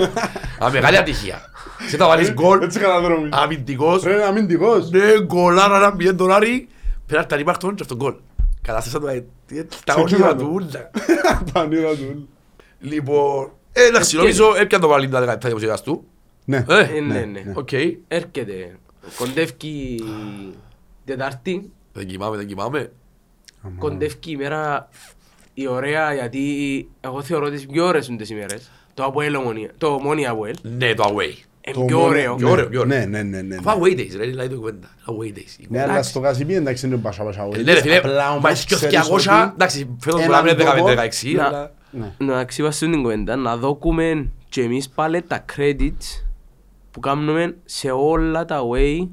Speaker 3: Α, μεγάλη ατυχία. Σε τα βάλεις γκολ,
Speaker 1: Έτσι καταδρόμη.
Speaker 3: αμυντικός,
Speaker 1: Ρε, αμυντικός.
Speaker 3: ναι, γκολάρα να μπει τον Άρη, πέναρτη ανήμαρτον και αυτόν γκολ. Καταστήσαν το, ε, ε, τα όνειρα
Speaker 1: Ξεκίναμε.
Speaker 3: του ούλα.
Speaker 1: Τα νύρα του.
Speaker 3: Λοιπόν, ε, εντάξει, νομίζω έπιαν το βάλει τα 17 δημοσιογράφης του.
Speaker 1: Ναι.
Speaker 3: Ε,
Speaker 2: Ε, Ναι, ναι.
Speaker 3: οκ.
Speaker 2: Έρχεται. Κοντεύει Τετάρτη.
Speaker 3: Δεν κοιμάμαι, δεν κοιμάμαι.
Speaker 1: Αμά.
Speaker 2: Κοντεύει η μέρα η ωραία γιατί εγώ θεωρώ τις πιο ωραίες είναι τις ημέρες. Το Αποέλ Ομονία. Το Ομονία Αποέλ.
Speaker 3: Ναι, το away.
Speaker 2: Είναι
Speaker 1: Το
Speaker 2: πιο
Speaker 1: μόνο-
Speaker 2: ωραίο.
Speaker 3: πιο ωραίο, πιο ωραίο.
Speaker 1: Ναι, ναι, ναι, ναι. ναι.
Speaker 3: Αφού away days, ρε, δηλαδή το κουβέντα. Away days.
Speaker 1: Ναι, αλλά στο Κασιπί εντάξει είναι πάσα πάσα όλοι.
Speaker 3: Ναι, ρε φίλε,
Speaker 1: Απλά
Speaker 3: μα
Speaker 1: όμως
Speaker 3: είσαι και ο
Speaker 1: ξέρεις
Speaker 3: 200,
Speaker 1: ότι-
Speaker 3: εντάξει, φέτος μπορεί να
Speaker 1: έναν
Speaker 3: μην
Speaker 1: τόπο-
Speaker 3: είναι 15-16,
Speaker 2: Να-
Speaker 3: αλλά...
Speaker 1: Ναι.
Speaker 2: Να ξυπάσουμε την κουβέντα, να δούμε και εμείς πάλι τα credits που κάνουμε σε όλα τα way.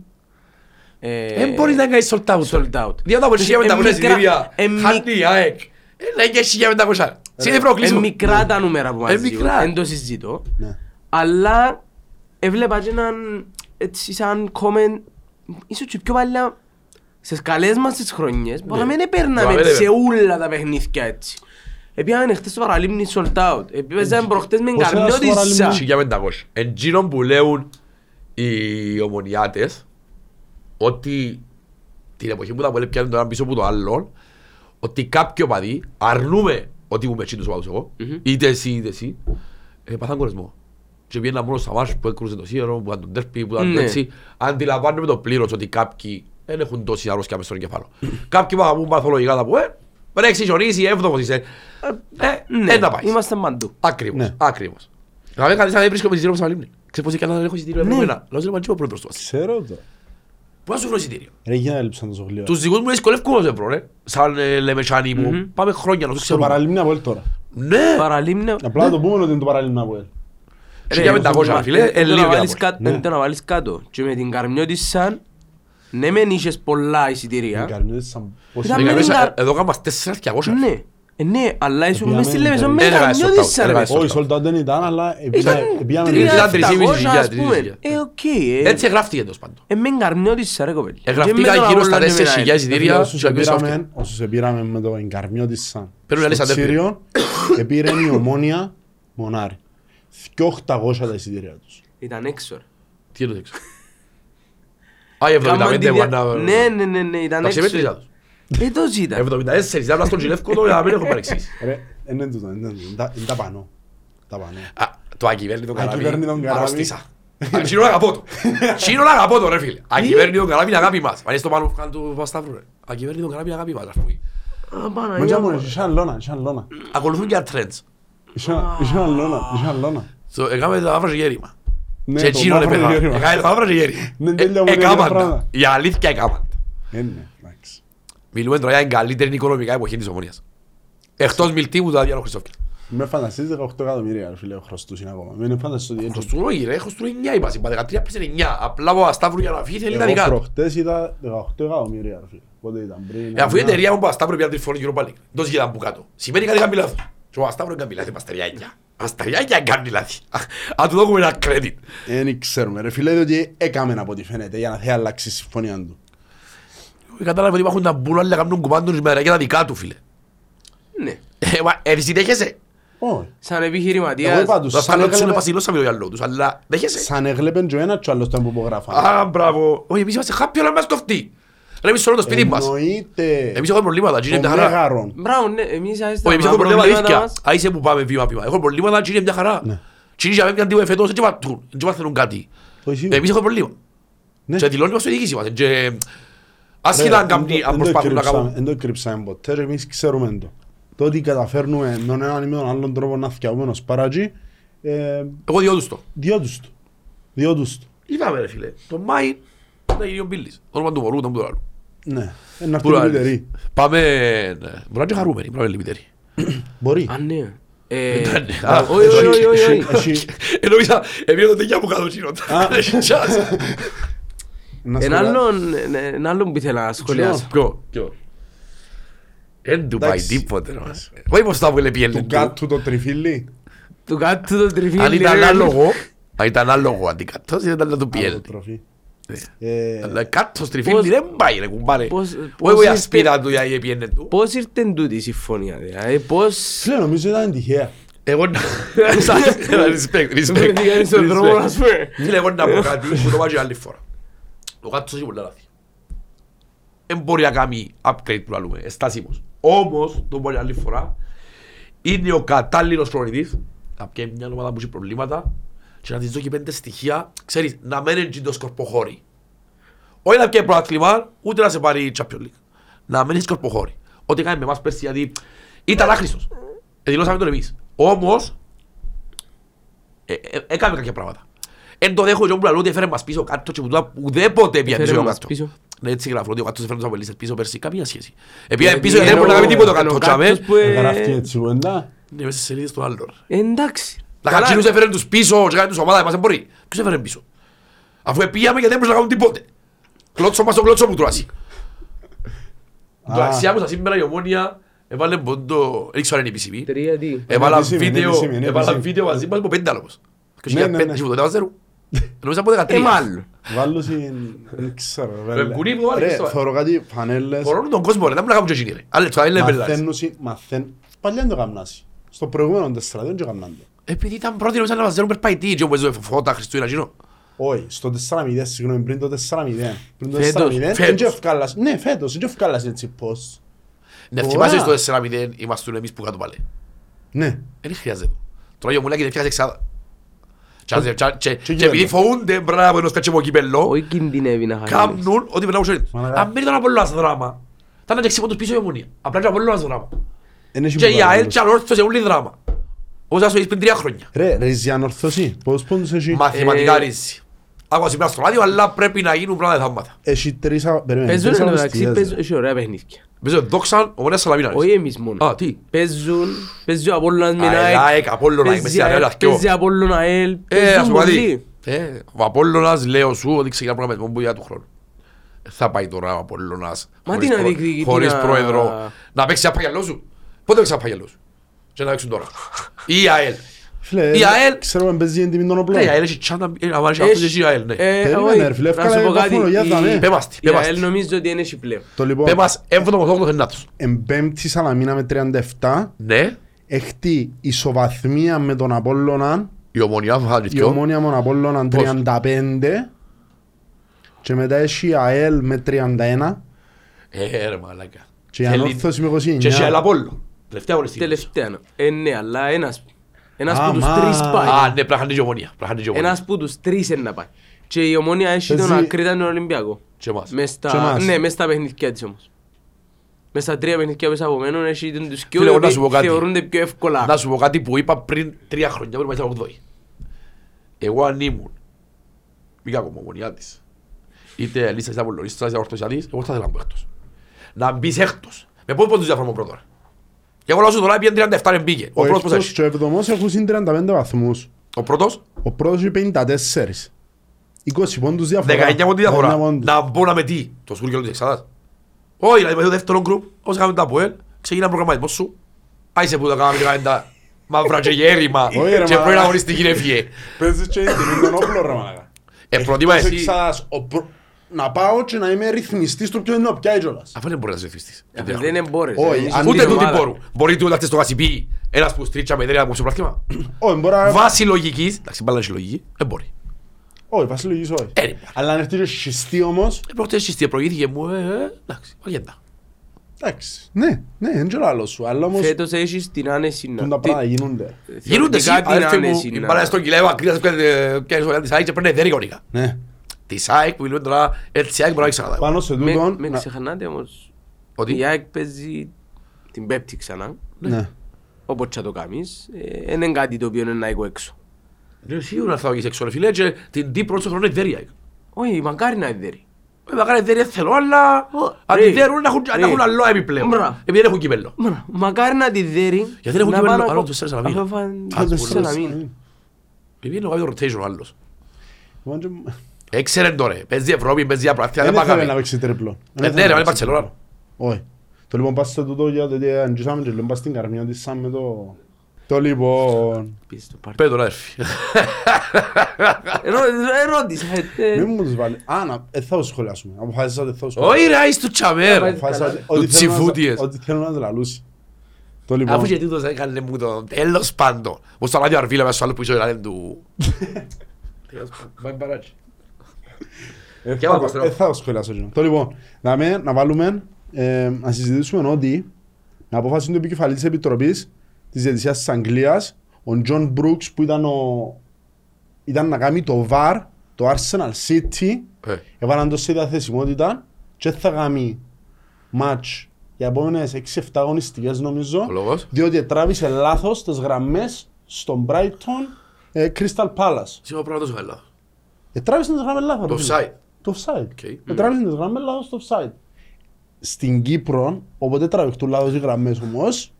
Speaker 2: ε,
Speaker 3: Δεν μπορείς να κάνεις sold out.
Speaker 2: sold out.
Speaker 3: Διότι από τις
Speaker 2: Ε,
Speaker 3: 1500
Speaker 2: μικρά-
Speaker 3: εισιτήρια,
Speaker 2: ε, μικ-
Speaker 3: χάνει, ΑΕΚ. Έλα και έχεις 1500. Συνήθως
Speaker 2: Είναι
Speaker 3: προκλήσιμο.
Speaker 2: μικρά τα νούμερα που
Speaker 3: Ε,
Speaker 2: μας
Speaker 3: μικρά.
Speaker 2: δίνουν, δεν το συζητώ.
Speaker 1: Ναι.
Speaker 2: Αλλά έβλεπα και έναν έτσι σαν comment, ίσως και πιο παλιά, στις καλές μας τις χρονιές,
Speaker 1: Ναι.
Speaker 2: μπορεί να μην
Speaker 3: Μπορεί
Speaker 2: έπαιρναμε
Speaker 3: να μην
Speaker 2: σε όλα τα παιχνίδια έτσι. Επίαμε χτες το παραλίμνη sold out, επίπαιζαμε προχτές με
Speaker 1: Ε, Πόσα στο
Speaker 2: καρμιώτισσα.
Speaker 1: Παραλίμνη?
Speaker 3: 1500. Εν τζίνον που λέουν οι ομονιάτες ότι την εποχή που τα πολλοί πιάνουν το ένα πίσω από το άλλο ότι κάποιο παδί αρνούμε ότι μου μετσί τους ομάδους εγώ είτε εσύ είτε εσύ ε, πάθαν κορεσμό. Και πήγαινα μόνο στα μάτς που έκρουσε το σύγχρονο, που ήταν το τέρπι, που ήταν
Speaker 2: Ναι.
Speaker 3: έτσι. Αντιλαμβάνομαι το πλήρως ότι κάποιοι δεν έχουν τόση αρρώσκια μες στον κεφάλο. Κάποιοι που αγαπούν παθολογικά θα πω, ε, πρέπει να εξισορίσει, έβδομος είσαι. Ε,
Speaker 2: Ναι,
Speaker 3: δεν τα πάει.
Speaker 2: είμαστε παντού.
Speaker 3: Ακριβώς,
Speaker 1: Ναι.
Speaker 3: ακριβώς. Να μην καθίσεις να μην βρίσκομαι εισιτήριο προς Μαλίμνη. Ξέρεις πως έκανα να έχω εισιτήριο
Speaker 2: Ναι.
Speaker 3: επόμενα. Λάζω ρε μαντζίμα πρόεδρος του.
Speaker 1: Ξέρω το.
Speaker 3: Πού να σου βρω εισιτήριο.
Speaker 1: Ρε γίνεται έλειψαν τόσο γλυόρα.
Speaker 3: Τους δικούς μου δυσκολεύκουν να σε βρω, ρε. Σαν ε, λεμεσάνι μου. Πάμε χρόνια να τους
Speaker 1: Στο
Speaker 3: ξέρουμε.
Speaker 1: παραλίμνη από τώρα.
Speaker 3: Ναι,
Speaker 2: Παραλίμνη,
Speaker 1: Απλά να το πούμε ότι είναι το παραλίμνη από ελ.
Speaker 3: 1500 φίλε, ε, λίγο ήταν πολύ.
Speaker 1: Ναι.
Speaker 2: Δεν το να βάλεις κάτω. Και με την καρμιώτισσα, ναι μεν είχες πολλά
Speaker 3: Ναι.
Speaker 2: εισιτήρια, Ήταν
Speaker 3: Δεκαπέσια-
Speaker 2: μερικά-
Speaker 3: Ε, Εδώ κάνουμε τέσσερα και αγόσα.
Speaker 2: Ναι, ε, ναι, αλλά ήσουν
Speaker 1: Πήγαμε
Speaker 2: μες στη Λεμεσό με
Speaker 3: Έλεγα,
Speaker 2: καρμιώτισσα
Speaker 3: sold out,
Speaker 2: ρε.
Speaker 3: έλεγα,
Speaker 2: παιδί.
Speaker 3: sold
Speaker 1: Όχι, sold out δεν ήταν, αλλά
Speaker 3: Ναι,
Speaker 1: επί-
Speaker 2: Ήταν
Speaker 1: επίαμε
Speaker 3: τρία-
Speaker 1: λίγο.
Speaker 3: 3.500,
Speaker 2: 3.700 ας
Speaker 3: χιλιάδες.
Speaker 2: πούμε. Ε, οκ. ε.
Speaker 3: Έτσι εγγράφτηκε εντός πάντων.
Speaker 2: Ε, μεν καρμιώτισσα ρε κοπέλη.
Speaker 3: Εγγραφτήκα γύρω στα 4.000
Speaker 1: Φίλε,
Speaker 3: εισιτήρια.
Speaker 1: όσους
Speaker 3: και ο οποίος
Speaker 1: επήραμε-
Speaker 3: άφηκε.
Speaker 1: Όσους επήραμε με το εγκαρμιό της Σαν
Speaker 3: Παίρνουν άλλες
Speaker 1: στο
Speaker 3: αδέρφια.
Speaker 1: Τσίριο, επήρε η Ομόνια Μονάρι. 2.800 τα εισιτήρια τους.
Speaker 2: Ε, Ήταν έξω ρε.
Speaker 3: Τι είναι το έξω. Α, η 75
Speaker 2: Κάμαν
Speaker 3: εγώ
Speaker 2: τη δια-
Speaker 3: να-
Speaker 2: Ναι, ναι, ναι, ναι, ήταν
Speaker 3: Τα ξεμέτρησα
Speaker 2: έξω.
Speaker 3: τους.
Speaker 2: Ε, το ζήτα.
Speaker 3: 74, ήταν στον Τζιλεύκο το για να μην έχω παρεξής.
Speaker 1: Ρε, εν εν τούτο, εν εν τούτο, εν τα- εν τα πάνω. Τα πάνω.
Speaker 3: Α, Το ακυβέρνητο
Speaker 1: Ακυβέρνητο
Speaker 3: καράβι,
Speaker 1: καράβι.
Speaker 3: αρρωστήσα. Τσίνον αγαπώ το. Τσίνον αγαπώ το ρε φίλε. Ακυβέρνητο καράβι είναι αγάπη μας. Αν είσαι στο πάνω φκάν του Παπασταύρου ρε. Ακυβέρνητο καράβι είναι αγάπη μας. ας πούμε.
Speaker 2: Α,
Speaker 1: Μα
Speaker 2: Παναγία
Speaker 1: τζιά
Speaker 2: μου.
Speaker 1: μόνο, είχε έναν λόνα, είχε έναν λόνα.
Speaker 3: Ακολουθούν και trends.
Speaker 1: Είχε ένα- είχε έναν λόνα, είχε έναν λόνα.
Speaker 3: Στο- Έκαμε το μαύρο γέρημα.
Speaker 1: Ναι,
Speaker 3: Σε
Speaker 1: το
Speaker 3: εκείνον
Speaker 1: μαύρο
Speaker 3: έπαιχα.
Speaker 1: γέρημα.
Speaker 3: Έκαμε το μαύρο γέρημα.
Speaker 1: Ναι, τέλεια
Speaker 3: Ε,
Speaker 1: μου, τέλεια
Speaker 3: έκαμαν τα.
Speaker 1: πράγματα.
Speaker 3: Η αλήθεια έκαμαν τα.
Speaker 1: Ε, ναι, εντάξει.
Speaker 3: Μιλούμε τώρα για την καλύτερη οικονομικά εποχή της Ομόνοιας. Εκτός μιλτή που τα διάλογο Χριστόφια.
Speaker 1: Με φανταστείς 18 εκατομμύρια, ρε φίλε, ο Χρωστούς είναι ακόμα. Μην φανταστείς ότι έτσι-
Speaker 3: Χρωστούν όχι ρε, χρωστούν 9 είπα, είπα 13 πλήσε 9. Απλά ο Παπασταύρου για να φύγει θέλει τα
Speaker 1: Εγώ
Speaker 3: δικά του.
Speaker 1: προχτές είδα 18 εκατομμύρια, ρε φίλε. Πότε ήταν πριν.
Speaker 3: Ε, Αφού η
Speaker 1: ένα-
Speaker 3: εταιρεία μου Παπασταύρου πήρε τριφώνη γύρω πάλι. Δεν τους γυρνάμε που κάτω. Σημαίνει κάτι κάνει λάθος. Και ο Παπασταύρου κάνει λάθη, μας τα ριάκια. Μας τα ριάκια κάνει λάθη. Αν του δώσουμε ένα credit.
Speaker 1: Δεν ξέρουμε ρε φίλε διότι έκαμε από ό,τι φαίνεται για να θέλει αλλάξει η συμφωνία του.
Speaker 3: Ε, Κατάλαβε ότι υπάρχουν τα μπουλά, αλλά κάνουν κουμάντων με τα ριάκια τα δικά του, φίλε.
Speaker 2: Ναι.
Speaker 3: Ε, μα, ε, συνέχεσαι.
Speaker 1: Όχι.
Speaker 2: Σαν
Speaker 1: Εγώ είπα
Speaker 2: επιχειρηματίας.
Speaker 1: τους,
Speaker 3: Θα
Speaker 1: σαν
Speaker 3: σαν ότι είναι
Speaker 1: έκλεπε-
Speaker 3: πασιλός αμύριο για λόγω τους, αλλά δέχεσαι.
Speaker 1: σαν έκλεπεν και ο ένας και ο άλλος ήταν που υπογράφανε.
Speaker 3: Α, μπράβο. Όχι, εμείς είμαστε happy, αλλά μας κοφτεί. Ρε, εμείς σωρούμε το σπίτι μας.
Speaker 1: Εννοείται.
Speaker 3: Εμείς έχουμε προβλήματα, και είναι
Speaker 1: Το
Speaker 3: μια χαρά.
Speaker 1: μέγαρον.
Speaker 2: Μπράβο, ναι, εμείς άιστα
Speaker 3: Όχι, εμείς έχουμε
Speaker 2: τα
Speaker 3: προβλήματα
Speaker 2: προβλήματα
Speaker 3: αλήθεια.
Speaker 2: μας.
Speaker 3: Α, είσαι που πάμε βήμα-βήμα. Έχουμε προβλήματα, και είναι μια χαρά. Και είναι για μένα μια δύο εφετός, έτσι πατούν, έτσι μαθαίνουν κάτι.
Speaker 1: Το εσύ.
Speaker 3: Ε, Εμείς έχουμε προβλήμα.
Speaker 1: Ναι.
Speaker 3: Και δηλώνει μας το διοίκηση μας. Ε, Και
Speaker 1: Ρε,
Speaker 3: Άσχετα αν
Speaker 1: εν το-
Speaker 3: καμπνί,
Speaker 1: εν
Speaker 3: αν
Speaker 1: το
Speaker 3: προσπαθούν να
Speaker 1: κρύψαμε-
Speaker 3: κάνουν.
Speaker 1: εν το κρύψαμε ποτέ ρε, εμείς ξέρουμε το. Το ότι καταφέρνουμε με τον έναν ή με τον άλλον τρόπο να θυκιαβούμε ως παράτζι, ε,
Speaker 3: Εγώ διόδους το.
Speaker 1: δυο τους του. Δυο τους του.
Speaker 3: Είδαμε ρε φίλε, το Μάη να γίνει ο Μπίλης. Το όνομα του μωρού ήταν που το άλλο.
Speaker 1: Ναι. Ε, να
Speaker 3: Πού
Speaker 1: έρθουν
Speaker 3: το άλλο.
Speaker 1: λιτεροί.
Speaker 3: Πάμε, ναι. μπορεί να είναι χαρούμενοι, μπορεί να είναι λυπητεροί.
Speaker 1: Μπορεί.
Speaker 2: Α, ναι. Ε,
Speaker 3: Ήταν-
Speaker 2: α,
Speaker 3: α,
Speaker 2: όχι, όχι,
Speaker 1: Εσύ-
Speaker 2: όχι, όχι,
Speaker 1: εσύ-
Speaker 2: όχι.
Speaker 1: εσύ-
Speaker 3: Ε, νόμιζα, επειδή το τέτοια μου κάτω τσινότα.
Speaker 1: να
Speaker 2: Ένα
Speaker 1: σχολιά-
Speaker 2: άλλον- ναι, Ένα άλλο που ήθελα να σχολιάσω.
Speaker 3: Ποιο, ποιο. Εν του πάει
Speaker 1: Εντάξει.
Speaker 3: τίποτε. ρε, μας. Όχι πως θα βγάλε πιέλη
Speaker 1: Του
Speaker 3: του.
Speaker 1: κάτου το τριφύλι.
Speaker 2: Του κάτω το τριβίλι.
Speaker 3: Αν ήταν
Speaker 2: ρε.
Speaker 3: άλογο, αν ήταν άλογο αντικατός, δεν ήταν να του πιέλη.
Speaker 1: Αποτροφή.
Speaker 3: Ναι.
Speaker 1: Ε,
Speaker 3: Αλλά κάτω τριφύλι
Speaker 2: Πώς-
Speaker 3: δεν πάει ρε κουμπάρε.
Speaker 2: πώς-
Speaker 3: Όχι
Speaker 2: πώς
Speaker 3: η
Speaker 2: είστε-
Speaker 3: ασπίδα του για η πιέλη του.
Speaker 2: Πώς ήρθε τούτη η συμφωνία, δηλαδή, πώς...
Speaker 1: Φίλε, νομίζω ήταν τυχαία.
Speaker 3: Εγώ να... Respect, respect.
Speaker 2: Βρεθήκαν στον δρόμο,
Speaker 3: respect.
Speaker 2: ας πούμε.
Speaker 3: Φίλε, εγώ να πω κάτι που το βάζει άλλη φορά. Ο κάτω έχει πολλά λάθη. Δεν μπορεί να κάνει upgrade που λέμε, εστάσιμος. Όμως, το μπορεί άλλη φορά, είναι ο κατάλληλος προπονητής να πιάνει μια ομάδα που έχει προβλήματα και να της δώσει πέντε στοιχεία, ξέρεις, να μένει το σκορποχώρι. Όχι να πιάνει πρωτάθλημα, ούτε να σε πάρει Champions League. Να μένει σκορποχώρι. Ό,τι κάνει με εμάς πέρσι, γιατί ήταν άχρηστος. Ε, δηλώσαμε τον εμείς. Όμως, ε, ε, έκαμε κάποια πράγματα. Εν το δέχομαι και όμως λέω ότι έφερε μας πίσω κάτω και που τούτα ουδέποτε έπιανε
Speaker 2: Έφερε
Speaker 3: πίσω
Speaker 2: μας
Speaker 3: κάτω.
Speaker 2: πίσω.
Speaker 3: Ναι, έτσι γράφω ότι ο κάτω έφερε τους απελίστες πίσω πέρσι, καμία σχέση.
Speaker 2: Γιατί
Speaker 3: Επειδή πίσω δεν
Speaker 2: είναι
Speaker 3: μπορεί να
Speaker 2: ο-
Speaker 3: κάνει τίποτα
Speaker 2: ήταν ο
Speaker 3: κάτω.
Speaker 2: Κάτος
Speaker 3: τσάμε.
Speaker 2: που, ε,
Speaker 1: Γράφτηκε έτσι κουβέντα.
Speaker 3: Είναι μέσα σε σελίδες των άλλων.
Speaker 2: Εντάξει.
Speaker 3: Τα
Speaker 2: Καλά.
Speaker 3: χατζίνους έφερε τους πίσω και κάνει τους ομάδα, εμάς δεν μπορεί. Ποιος έφερε πίσω. Αφού πήγαμε γιατί δεν μπορούσαμε να κάνουμε τίποτε. Κλώτσο μας το κλώτσο που τρώασε.
Speaker 1: Ah.
Speaker 3: Το αξιά μου σήμερα η ομόνια έβαλε πόντο, δεν ξέρω αν είναι επισημή.
Speaker 2: Τρία τι.
Speaker 3: Έβαλα
Speaker 1: επίσημη, είναι
Speaker 3: βίντεο,
Speaker 1: επίσημη, είναι
Speaker 3: έβαλα
Speaker 1: επίσημη.
Speaker 3: βίντεο μαζί μας από πέντε άλλος.
Speaker 1: Ναι, ναι, ναι.
Speaker 3: το έβαζε Νομίζω από 13.
Speaker 2: Ε, μάλλον.
Speaker 1: Βάλω στην... Δεν ξέρω,
Speaker 3: Ρε,
Speaker 1: ρε.
Speaker 3: κουνή Ε, μου, βάλε
Speaker 1: Ρε,
Speaker 3: στο-
Speaker 1: θωρώ κάτι φανέλες.
Speaker 3: Φορώνουν τον κόσμο, ρε, δεν μπορούν να κάνουν και εκείνοι, ρε. Άλλε, τώρα, είναι πελάτες.
Speaker 1: Μαθαίνουν, συ- μαθαίν- Παλιά δεν το γαμνάσει. Στο προηγούμενο τεσσαρά δεν το γαμνάνε.
Speaker 3: Επειδή ήταν πρώτοι, νομίζω, να μας δέρουν περπαϊτή, και όπως εδώ, φώτα, Χριστούγεννα, εκείνο.
Speaker 1: Όχι, στο 4-0, συγγνώμη, πριν το 4-0. Πριν το
Speaker 2: Φέτος,
Speaker 1: 4-0, δεν
Speaker 3: φέτος.
Speaker 1: και ευκάλας- Ναι, φέτος, δεν και ευκάλας έτσι πώς.
Speaker 3: Ναι,
Speaker 1: Ωραία.
Speaker 3: θυμάσαι στο 4-0 ήμασταν εμείς που κάτω πάλι.
Speaker 1: Ναι.
Speaker 3: Δεν χρειάζεται. Τώρα η ομουλάκη δεν φτιάχνει εξάδα. Και αν δεν- και- και- Και
Speaker 1: γίνεται.
Speaker 3: επειδή φοβούνται, μπράβο, ενός κάτσε από κυπέλλο,
Speaker 2: Όχι κινδυνεύει να χάσει.
Speaker 3: κάνουν ότι περνάω ξέρεις.
Speaker 1: Μαλάκα.
Speaker 3: Αν μην ήταν από λάς δράμα, θα ήταν και ξυπόντος πίσω η ομονία. Απλά ήταν από λάς δράμα.
Speaker 1: Εν έχει
Speaker 3: Και η
Speaker 1: μπουκάλα,
Speaker 3: ΑΕΛ
Speaker 1: ρε.
Speaker 3: και ανόρθωσε όλη δράμα. Όπως θα σου είπες πριν τρία χρόνια.
Speaker 1: Ρε, ρε, ζιανορθωσή, πόσους πόντους έχει.
Speaker 3: Μαθηματικά ρίζει. Άκουα σήμερα στο ράδιο, αλλά πρέπει να γίνουν πράγματα θαύματα.
Speaker 1: Έχει τρεις α- περίμενε,
Speaker 2: Παίζουν
Speaker 1: τρεις
Speaker 2: εν τω μεταξύ,
Speaker 1: αγωνιστικές,
Speaker 2: παίζουν-
Speaker 1: ρε.
Speaker 2: έχει ωραία παιχνίδια.
Speaker 3: Παίζω δόξαν, ο μόνος Σαλαμίνας.
Speaker 2: Όχι εμείς μόνο.
Speaker 3: Α, τι.
Speaker 2: Παίζουν, παίζει ο Απόλλωνας με
Speaker 3: Α, ε,
Speaker 2: ΑΕΚ.
Speaker 3: ΑΕΚ, Απόλλωνα,
Speaker 2: παίζει
Speaker 3: μες η
Speaker 2: ΑΕΚ,
Speaker 3: αρένα, δυο.
Speaker 2: Παίζει Απόλλωνα ΑΕΛ.
Speaker 3: Ε, ας
Speaker 2: Παίζουν
Speaker 3: πούμε
Speaker 2: πολλοί.
Speaker 3: κάτι. Ε, ο Απόλλωνας λέω σου ότι ξεκινά προγραμματισμό που για του χρόνου. Ε, Θα πάει τώρα ο Απόλλωνας
Speaker 2: Μα
Speaker 3: χωρίς
Speaker 2: τι να
Speaker 3: προ-
Speaker 2: διεκδικεί, τι
Speaker 3: χωρίς
Speaker 2: να-
Speaker 3: πρόεδρο. Να παίξει απαγιαλό σου. Πότε παίξει απαγιαλό σου. Και να παίξουν τώρα. Ή η ΑΕլ.
Speaker 1: Φίλε,
Speaker 3: Η
Speaker 1: ρε,
Speaker 3: ΑΕΛ-
Speaker 1: ξέρω αν παίζει εν τιμή των
Speaker 3: Ναι,
Speaker 1: όπλων.
Speaker 3: η ΑΕΛ έχει τσάντα, ε, άμα έχει αυτός,
Speaker 2: Έχει-
Speaker 3: έχει η ΑΕΛ, ναι.
Speaker 2: Ε,
Speaker 1: Περίμενε,
Speaker 2: όχι,
Speaker 1: ρε φίλε,
Speaker 2: να
Speaker 1: εύκολα
Speaker 2: σου πω
Speaker 1: είναι
Speaker 2: κάτι,
Speaker 1: βαθμό, για
Speaker 2: η-
Speaker 1: τα, ναι.
Speaker 2: η
Speaker 3: Πέμαστε,
Speaker 2: ΑΕΛ
Speaker 3: πέμαστε.
Speaker 2: νομίζω ότι είναι πλέον.
Speaker 1: Το λοιπόν,
Speaker 3: Πέμας έβδομος, όγδοος, ενάτος.
Speaker 1: εμπέμπτη Σαλαμίνα με 37,
Speaker 3: Ναι,
Speaker 1: έχει ισοβαθμία με τον Απόλλωνα,
Speaker 3: η Ομόνια θα χάνει
Speaker 1: η
Speaker 3: δυο.
Speaker 1: Ομόνια με τον Απόλλωνα
Speaker 3: Πώς?
Speaker 1: 35 και μετά έχει η ΑΕΛ με 31
Speaker 3: Ε, ρε μαλάκα.
Speaker 1: και η
Speaker 3: Θέλει-
Speaker 1: Ανόρθωση με 29.
Speaker 3: Και έχει η ΑΕΛ Απόλλων. Τελευταία αγωνιστική.
Speaker 2: Τελευταία. ναι. Ε, ναι, αλλά ένας, ένας
Speaker 1: Α,
Speaker 2: που τους
Speaker 1: μα.
Speaker 2: τρεις
Speaker 3: Α,
Speaker 2: πάει.
Speaker 3: ναι, πρέπει να χάνει και η Ομόνια, πρέπει να χάνει και η Ομόνια.
Speaker 2: Ένας που τους τρεις είναι να πάει. Και η Ομόνια έχει τον
Speaker 1: Παίζει-
Speaker 2: Ακρίτα τον Ολυμπιακό.
Speaker 3: Και εμάς.
Speaker 2: Μες
Speaker 1: Και
Speaker 2: στα,
Speaker 1: εμάς.
Speaker 2: ναι, μες στα παιχνιδιά της όμως. Μες στα τρία παιχνιδιά μέσα από μένουν έχει τον τους
Speaker 3: Φίλε, εγώ να
Speaker 2: κοιόδες
Speaker 3: σου πω κάτι.
Speaker 2: θεωρούνται πιο
Speaker 3: Να
Speaker 2: εύκολα.
Speaker 3: σου πω κάτι που είπα πριν τρία χρόνια πριν μέσα από όγδοη. Εγώ αν ήμουν πήγα κομμονιάτης, είτε λίστα είτε απολωρίστα είτε ορθοσιατής, εγώ θα ήθελα να μπω έκτος. Να μπεις έκτος. Με πόσο πόντους διαφορά μου πρώτα. Και εγώ λάζω τώρα πήγαινε 37 δεν πήγε. Ο
Speaker 1: Ο
Speaker 3: πρώτος πώς
Speaker 1: έκτος
Speaker 3: έχει.
Speaker 1: και ο εβδομός έχουν συν 35 βαθμούς.
Speaker 3: Ο πρώτος
Speaker 1: Ο πρώτος έχει 54. 20 πόντους διαφορά.
Speaker 3: 19 πόντους διαφορά.
Speaker 1: 19 πόντους.
Speaker 3: Να μπω να με τι. Το σκούργιο του εξάδας. Όχι, δηλαδή με το δεύτερο γκρουπ, όσοι είχαμε τα ΑΠΟΕΛ, ξεκίνα προγραμματισμός σου. Άισε που τα κάναμε και κάναμε τα μαύρα και γέρημα
Speaker 1: Όχι, ρε,
Speaker 3: και
Speaker 1: μαλάκα.
Speaker 3: πρώην αγωνιστική έφυγε.
Speaker 1: Παίζεις και εν τιμή των όπλων ρε μαλάκα.
Speaker 3: Ε, προτιμά
Speaker 1: Εκτός
Speaker 3: εσύ.
Speaker 1: εξάς, ο πρω- Να πάω και να είμαι ρυθμιστής του ποιον είναι ο πιάει κιόλας.
Speaker 3: Αφού δεν μπορείς να ζωηθείς.
Speaker 2: Ε, Δεν είναι μπόρες.
Speaker 1: Όχι,
Speaker 2: Εμείς
Speaker 1: αν
Speaker 2: είμαστε
Speaker 3: Ούτε
Speaker 1: την
Speaker 3: τούτοι
Speaker 2: ομάδα.
Speaker 3: μπορούν. Μπορεί του να χτίσει το κασιπί ένας που στρίτσα με δέρια από το πράθυμα.
Speaker 2: Ε,
Speaker 1: Όχι, μπορεί να-
Speaker 3: Βάσει λογικής, εντάξει μπάλα έχει λογική, δεν μπορεί.
Speaker 1: όχι, βασιλογής όχι.
Speaker 3: Ε, ρε.
Speaker 1: Αλλά αν έρθει και σχιστή όμως,
Speaker 3: Ε, Προχτές στις τι προηγήθηκε μου, ε, ε, εντάξει, αγέντα.
Speaker 1: εντάξει. Ναι, ναι, δεν ξέρω άλλο σου. Αλλά όμως,
Speaker 2: Φέτος έχεις την άνεση να...
Speaker 1: τούν τα
Speaker 2: τι-
Speaker 1: πράγματα γίνονται.
Speaker 3: Γίνονται εσύ,
Speaker 2: Θεωρητικά την
Speaker 3: αδερφέ μου,
Speaker 2: άνεση
Speaker 3: η
Speaker 2: να- ναι.
Speaker 3: μπάλα στον κυλαίο, ακρίδας πιάνεις όλα της ΑΕΚ και παίρνει δέρι γονικά.
Speaker 1: Ναι.
Speaker 3: Της ΑΕΚ που μιλούμε τώρα, έτσι ΑΕΚ μπορεί να έχει ξαναδάει.
Speaker 1: Πάνω σε
Speaker 2: Με-
Speaker 1: τούτον...
Speaker 2: Με
Speaker 1: να-
Speaker 2: ξεχνάτε όμως, η
Speaker 3: Ότι,
Speaker 2: ΑΕΚ παίζει την Πέμπτη ξανά,
Speaker 1: Ναι.
Speaker 2: όπως και να το κάνεις, ε, είναι κάτι το οποίο είναι να έχω έξω.
Speaker 3: ναι, σίγουρα θα βγεις έξω ρε φίλε και την τι πρώτη χρόνο είναι δέρι ΑΕΚ.
Speaker 2: Όχι, μακάρι να δέρει.
Speaker 3: Ε, Μακάρι δέρι δεν θέλω, αλλά αν
Speaker 2: ρε,
Speaker 3: τη δέρουν να έχουν- να
Speaker 2: ρε.
Speaker 3: έχουν άλλο επιπλέον.
Speaker 2: Μπράβο.
Speaker 3: Επειδή δεν έχουν κύπελλο.
Speaker 2: Μα- Μακάρι να τη δέρει.
Speaker 3: Γιατί δεν έχουν
Speaker 2: να
Speaker 3: κύπελλο,
Speaker 2: πάνε
Speaker 3: άλλο
Speaker 2: ακο-
Speaker 3: το τέσσερα να μείνει.
Speaker 2: αφού φάνε
Speaker 3: Α,
Speaker 2: το
Speaker 3: το
Speaker 2: τέσσερα να
Speaker 1: Ε,
Speaker 2: μείνει.
Speaker 3: Επειδή είναι ο κάποιος rotation ο άλλος.
Speaker 1: λοιπόν, και-
Speaker 3: Έξερε το ρε. Παίζει Ευρώπη, παίζει
Speaker 2: Ε,
Speaker 3: Απράθεια, δεν
Speaker 1: Δεν ήθελε να
Speaker 3: πάγαμε.
Speaker 1: παίξει τρίπλο. Δεν
Speaker 3: Ε,
Speaker 1: ήθελε
Speaker 3: Ναι
Speaker 1: να
Speaker 3: ρε, πάλι
Speaker 1: παίξει
Speaker 3: Παρσελόνα.
Speaker 1: τρίπλο. Όχι. Το λοιπόν πας σε τούτο για το ε, ότι αντζήσαμε και λέμε πας στην καρμιά της σαν με το... Το λοιπόν...
Speaker 2: Πήγες στο πάρτι.
Speaker 3: Πέτω να έρθει.
Speaker 2: Ερώ- Ερώτησα. ε, ε,
Speaker 1: Μην μου τους βάλει... Α, να... Ε, θα το σχολιάσουμε. Αποφάσισα ότι θα το σχολιάσουμε.
Speaker 3: Όχι ρε, είσαι του τσαμέρ.
Speaker 1: Αποφάσισα
Speaker 2: καλά.
Speaker 1: ότι
Speaker 3: Του
Speaker 1: θέλω να-
Speaker 3: τσιφούτιες.
Speaker 1: Ότι θέλω να τραλούσει. Το λοιπόν...
Speaker 3: Αφού και τούτος έκανε μου το τέλος πάντων. Όπως το ράδιο αρβίλα μέσα στο άλλο που είσαι ο Ιρανέν του. Τέλος πάντων, πάει μπαράτσι.
Speaker 1: Ε,
Speaker 3: Και
Speaker 1: θα-
Speaker 3: εγώ, Παστρό.
Speaker 1: ε, θα το σχολιάσω εκείνο. Το λοιπόν, να, με, να βάλουμε, ε, να συζητήσουμε ότι να αποφάσισε το επικεφαλής της Επιτροπής της Διατησίας της Αγγλίας, ο Τζον Μπρούξ που ήταν, ο, ήταν να κάνει το VAR, το Arsenal City,
Speaker 3: Ε.
Speaker 1: έβαλαν το σε διαθεσιμότητα και θα κάνει match για επόμενες 6-7 αγωνιστικές νομίζω,
Speaker 3: Ο λόγος.
Speaker 1: διότι τράβησε λάθος τις γραμμές στον Brighton ε, Crystal Palace.
Speaker 3: Σήμερα πρέπει να το σου καλά.
Speaker 1: Ετράβησε τις γραμμές λάθος.
Speaker 3: Το
Speaker 1: ρε φίλε.
Speaker 3: offside.
Speaker 1: Το offside.
Speaker 3: Οκ.
Speaker 1: Okay. Τράβησαν τις γραμμές λάθος το offside. Στην Κύπρο, όποτε τραβηχτούν λάθος οι γραμμές όμως,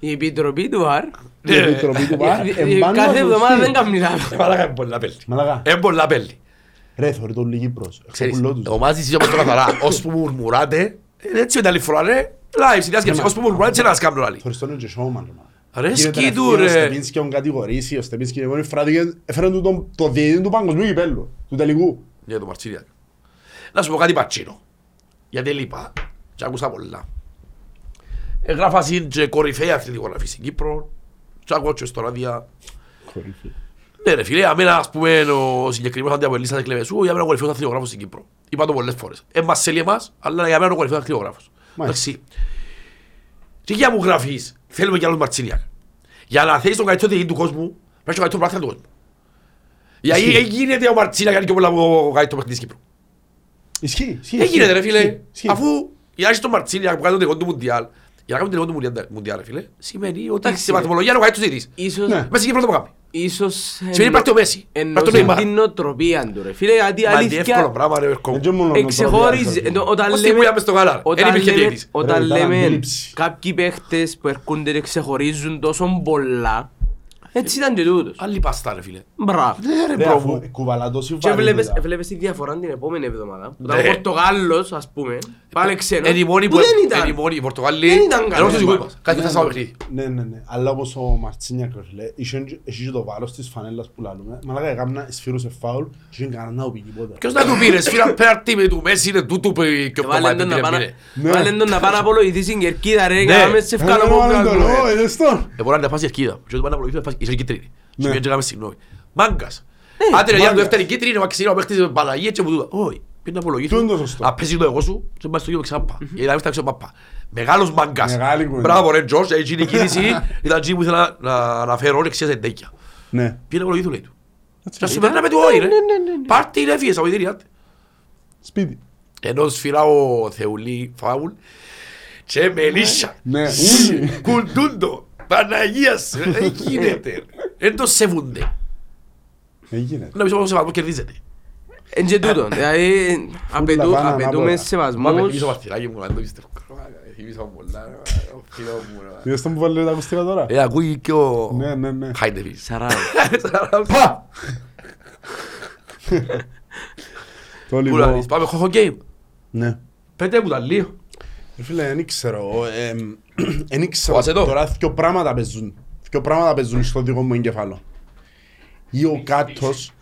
Speaker 2: Η επιτροπή του ΒΑΡ.
Speaker 1: η
Speaker 3: Ναι.
Speaker 1: Επιτροπή του ΒΑΡ
Speaker 2: ε, ε,
Speaker 1: εμπάνω
Speaker 2: Κάθε
Speaker 1: να
Speaker 2: εβδομάδα
Speaker 1: σωστεί.
Speaker 2: δεν κάνει λάθος.
Speaker 3: Ε, μαλάκα, είναι πολλά πέλτη.
Speaker 1: Μαλάκα,
Speaker 3: Είναι πολλά πέλτη.
Speaker 1: Ρε, θεωρεί τον λίγη Κύπρος.
Speaker 3: Ε. Ξέρεις,
Speaker 1: Εξοπουλό τους.
Speaker 3: ονομάζεις εσύ όμως τώρα καθαρά. Ως που μουρμουράτε, είναι έτσι όταν άλλη φορά, ρε. Λάι, συνδυάς και ως που μουρμουράτε, έτσι να σας κάνουν άλλοι.
Speaker 1: Θεωρείς τον είναι και showman, ρε, μα.
Speaker 3: Ρε,
Speaker 1: Γίνεται
Speaker 3: σκύτου,
Speaker 1: να φύγει
Speaker 3: ρε.
Speaker 1: Ο Στεπίνσκι τον κατηγορήσει, ο Στεπίνσκι εγώ είναι φράδι, έφεραν του τον- το διαιτητή του παγκοσμίου κυπέλλου, του τελικού.
Speaker 3: Για το Μαρτσίνιακ. Να σου πω κάτι πατσίνο. Γιατί λείπα και άκουσα πολλά. Εγγράφα συν και κορυφαία αθλητικογραφή στην Κύπρο. Και ακούω και στο ράδια. Ναι ρε φίλε, αμένα ας πούμε ο συγκεκριμένος αντιαπολίτης σαν εκλεβεσού, για μένα ο κορυφαίος αθλητογράφος στην Κύπρο. Είπα το πολλές φορές. Ε, μας θέλει εμάς, αλλά για μένα ο κορυφαίος αθλητογράφος.
Speaker 1: Μάλιστα.
Speaker 3: Εντάξει. Τι για μου γράφεις, θέλουμε κι άλλος Μαρτσίνιακ. Για να θέλεις τον καλύτερο διαιτητή του κόσμου, πρέπει να είσαι ο καλύτερος πράθυνας του κόσμου. Γιατί
Speaker 1: Ισχύει.
Speaker 3: δεν γίνεται ο Μαρτσίνιακ να είναι και πολλά από ο καλύτερος πράθυνας της Κύπρου.
Speaker 1: Ισχύει, ισχύει.
Speaker 3: Δεν γίνεται ρε
Speaker 1: ισχύει,
Speaker 3: φίλε,
Speaker 1: ισχύει, ισχύει.
Speaker 3: αφού για να έχεις τον Μαρτσίνιακ που κάνει τον τεκόντου Μουντιάλ, για να κάνει τον τεκόντου Μουντιάλ- Μουντιάλ ρε φίλε, σημαίνει ότι
Speaker 2: Εντάξει,
Speaker 3: σε
Speaker 2: ρε.
Speaker 3: βαθμολογία είναι ο καλύτερος διαιτητής.
Speaker 2: Ίσως,
Speaker 1: Ναι.
Speaker 3: Μέσα στην Κύπρο δεν το κάνει.
Speaker 2: ίσως
Speaker 3: Σημαίνει πάρτε ο Μέση,
Speaker 2: εννοούσε
Speaker 3: πάρτε ο Νεϊμάρ.
Speaker 2: την νοοτροπία του ρε. Φίλε, γιατί
Speaker 3: Μα είναι εύκολο
Speaker 2: αλήθεια
Speaker 3: πράγμα ρε,
Speaker 1: Δεν
Speaker 3: κομμάτι.
Speaker 1: και μόνο τον
Speaker 2: εξεχώριζε.
Speaker 3: ε,
Speaker 1: Ρόμπερτ
Speaker 2: ενώ Όταν
Speaker 3: Πώς τη
Speaker 2: λέμε
Speaker 3: βουλιά μες στο γάλα. ρε. Δεν
Speaker 2: Όταν
Speaker 3: υπήρχε
Speaker 2: λέμε,
Speaker 3: διαιτητής.
Speaker 1: Ρε,
Speaker 2: όταν
Speaker 1: ήταν
Speaker 2: λέμε
Speaker 1: αντίληψη.
Speaker 2: κάποιοι παίχτες που έρχονται και ξεχωρίζουν τόσο πολλά, έτσι ήταν και τούτος.
Speaker 3: Άλλη παστά ρε φίλε.
Speaker 2: Μπράβο.
Speaker 3: Ναι ρε
Speaker 1: Ρε,
Speaker 3: μπρο
Speaker 1: αφού
Speaker 3: μου.
Speaker 1: κουβαλά τόση
Speaker 2: Και βλέπεις,
Speaker 1: βαρύτητα.
Speaker 2: βλέπεις τη διαφορά την επόμενη εβδομάδα. Που ήταν ο
Speaker 3: Ναι.
Speaker 2: Πορτογάλος, ας πούμε, πάλι ξένος,
Speaker 3: Είναι η μόνη
Speaker 2: που
Speaker 3: που
Speaker 2: δεν
Speaker 3: Είναι η
Speaker 2: ήταν.
Speaker 3: μόνη, οι Πορτογάλοι.
Speaker 2: Δεν ήταν
Speaker 3: Ενώ
Speaker 2: κανένας.
Speaker 3: στους γούπας. Κάτι
Speaker 1: Ναι,
Speaker 3: θα σαν
Speaker 1: ναι.
Speaker 3: παιχνίδι.
Speaker 1: Ναι, ναι, ναι. Αλλά όπως ο Μαρτσίνιακ, ρε φίλε, είχε και- είχε και το βάρος της φανέλας που λαλούμε. Μαλάκα, έκαμνα, σφύρουσε φάουλ και δεν κανένα να του πει τίποτα.
Speaker 3: Ποιος να του πει ρε, σφύρα πέρτη με του Μέση είναι τούτου που η- και ο
Speaker 2: Βάλε
Speaker 3: Παπαδόπουλος
Speaker 2: τον να
Speaker 3: πήρε,
Speaker 2: πάνε-
Speaker 3: πήρε.
Speaker 1: Ναι.
Speaker 2: βάλε τον να πάνε απολογηθεί στην κερκίδα ρε,
Speaker 3: Ναι.
Speaker 2: κάμε σε
Speaker 1: Ε, ρε,
Speaker 2: ευκαλώ
Speaker 1: μάλλον
Speaker 2: που
Speaker 1: το
Speaker 2: κάνω,
Speaker 1: λέω,
Speaker 2: ρε.
Speaker 1: ε, δεστόν.
Speaker 3: Ε, μπορεί να είναι φάση ευκίδα. Και όταν πάνε να προηγηθούν, φάση- είσαι κίτρινη.
Speaker 1: Ναι. Ε,
Speaker 3: Σημαίνει και έκαμε συγγνώμη. Μάγκας. Άντε, ρε, για να του
Speaker 1: μάγκας.
Speaker 3: έφτανε η κίτρινη, ο Μαξιλίνο, ο παίχτης με Παναγία και μου του- Όχι, πήγαινε να απολογηθούν.
Speaker 1: Τού είναι το σωστό.
Speaker 3: Αν παίζει το εγώ σου, σε πάει στο γήπεδο ξανά πά. Γιατί να μην φτάξει ο Παπά. Μεγάλος μάγκας.
Speaker 1: Μεγάλη κουβέντα.
Speaker 3: Μπράβο, ρε, Τζορτζ, εκείνη η κίνηση ήταν εκείνη που ήθελα να αναφέρω, ρε, ξέρεις, εντέκια.
Speaker 1: Ναι.
Speaker 3: Πήγαινε να απολογηθούν, λέει του. Και ας συμμετράμε του όλοι, ρε. Πάρτε, ρε, έφυγες από την ιδρύα.
Speaker 1: Σπίτι.
Speaker 3: Ενώ σφυρά ο Θεουλή φάουλ και μελίσσα.
Speaker 1: Ναι,
Speaker 3: Σι,
Speaker 1: ούλοι.
Speaker 3: Κουντούντο. Παναγίας σου. ρε, Δεν γίνεται. ρε. Δεν το σεβούνται.
Speaker 1: Δεν Ε, γίνεται.
Speaker 3: Να πεις όμως σε βαθμό κερδίζεται.
Speaker 2: Εν και
Speaker 1: Ναι.
Speaker 2: τούτον, δηλαδή, απαιτού-
Speaker 1: πάνε ανάποδα.
Speaker 2: απαιτούμε
Speaker 3: Μα με
Speaker 2: σεβασμούς.
Speaker 3: θυμίσω παρτιράκι μου, να το πιστεύω. Ε, θυμίζω πολλά, ρε, ο φίλος μου, ρε.
Speaker 1: Είδες τον που βάλε τα ακουστικά τώρα.
Speaker 3: Ε, ακούει και ο...
Speaker 1: Ναι, ναι, ναι.
Speaker 3: Χάιντεβις.
Speaker 2: Σαράι.
Speaker 1: Πα! Το
Speaker 3: Πού να δεις,
Speaker 1: λοιπόν.
Speaker 3: Πάμε, χωχο γκέιμ.
Speaker 1: Ναι.
Speaker 3: Πέντε μου τα λίγο.
Speaker 1: Ρε Φίλε, δεν ξέρω. Δεν ξέρω.
Speaker 3: Φοβάσαι το?
Speaker 1: Τώρα δυο πράγματα παίζουν. Δυο πράγματα παίζουν στο δικό μου εγκεφάλαιο. Ή ο κάτος,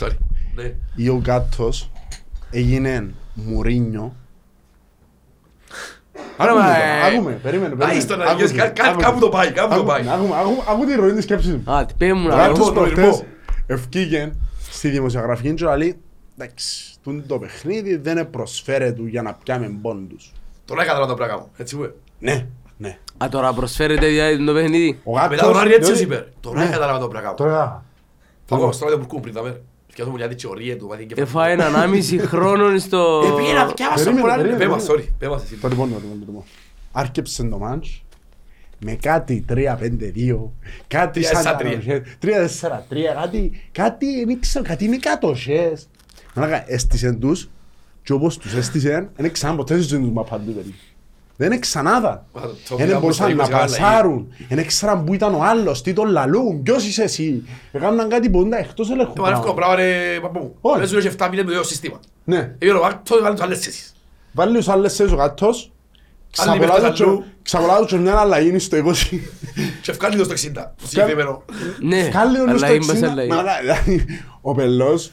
Speaker 3: Sorry. Ναι.
Speaker 1: ή ο κάτος έγινε Μουρίνιο. Άκουμε,
Speaker 3: μα,
Speaker 1: τώρα,
Speaker 3: ε,
Speaker 1: άκουμε, περίμενε, περίμενε.
Speaker 3: Άιστο να
Speaker 1: Άκουσε,
Speaker 3: γίνεις, κα- κα-
Speaker 1: άκουσε.
Speaker 3: κάπου το πάει, κάπου το
Speaker 1: Άκουμε,
Speaker 3: πάει.
Speaker 1: άκουμε, άκουμε, Άκου τη ροή της σκέψης μου.
Speaker 2: Α, τι πέ μου,
Speaker 1: Ο
Speaker 2: να
Speaker 1: Γάτος
Speaker 3: εγώ το
Speaker 1: προχτές
Speaker 3: ηρμό.
Speaker 1: ευκήγεν στη δημοσιογραφική και λέει εντάξει, τούτο το παιχνίδι δεν προσφέρεται του για να πιάμε πόντους.
Speaker 3: Τώρα καταλάβω το πράγμα μου. Έτσι μου. ε.
Speaker 1: Ναι, ναι.
Speaker 2: Α, τώρα προσφέρεται δηλαδή το παιχνίδι.
Speaker 1: Ο Γάτος...
Speaker 3: Μετά τον Άρη έτσι
Speaker 1: διότι-
Speaker 3: είπε. Τώρα
Speaker 1: Ναι.
Speaker 3: καταλάβα το πράγμα μου.
Speaker 1: Τώρα...
Speaker 3: Θα πάω στο ράδιο που πριν, ρε. Φτιάχνω μου λιάδι τσιωρία του, βάθει κεφάλι.
Speaker 2: Έφα Ε, έναν άμιση χρόνο στο...
Speaker 3: Ε, πήγε να πιάβασε
Speaker 1: Περίμενε,
Speaker 3: πολλά, ρε.
Speaker 1: περίμενε,
Speaker 3: Πέμα, sorry,
Speaker 1: περίμενε.
Speaker 3: πέμα σε εσύ.
Speaker 1: Το λοιπόν, το λοιπόν, το λοιπόν. Άρκεψε το μάτς με κάτι 3-5-2, κάτι
Speaker 3: Τρία,
Speaker 1: σαν τα
Speaker 3: σαν τρία.
Speaker 1: ροχές, 3-4-3, κάτι, κάτι, δεν ξέρω, κάτι είναι κατοχές. Μαλάκα, έστησεν τους και όπως τους έστησεν, δεν ξανά ποτέ στη ζωή τους μα παντού περίπου. Δεν ξανάδα.
Speaker 3: Μα, το
Speaker 1: Δεν
Speaker 3: μιλάμε
Speaker 1: μπορούσαν
Speaker 3: στο
Speaker 1: να
Speaker 3: 20 γάλα,
Speaker 1: πασάρουν. Δεν ξέραν που ήταν ο άλλος, τι τον λαλούν, ποιος είσαι εσύ. Έκαναν κάτι ποντά εκτός ελεγχού.
Speaker 3: Το εύκολο πράγμα ρε παππού μου.
Speaker 1: Όλοι.
Speaker 3: Παίζουν και 7 μήνες με το ίδιο σύστημα.
Speaker 1: Ναι.
Speaker 3: Έβγαινε ο Βάρτος, έβγαλε τους άλλες θέσεις.
Speaker 1: Βάλει τους άλλες θέσεις ο γάτος,
Speaker 3: Άλλοι παίκτες αλλού.
Speaker 1: ξαπολάζουν και μια αλλαγή στο 20.
Speaker 3: Και ευκάλλει το στο 60. Το συγκεκριμένο.
Speaker 2: Ναι,
Speaker 1: Κάλλει όλους
Speaker 2: αλλά
Speaker 1: το
Speaker 2: είμαι σε
Speaker 1: 60.
Speaker 2: λέει.
Speaker 1: Μαλάκα, δηλαδή, Ο πελός.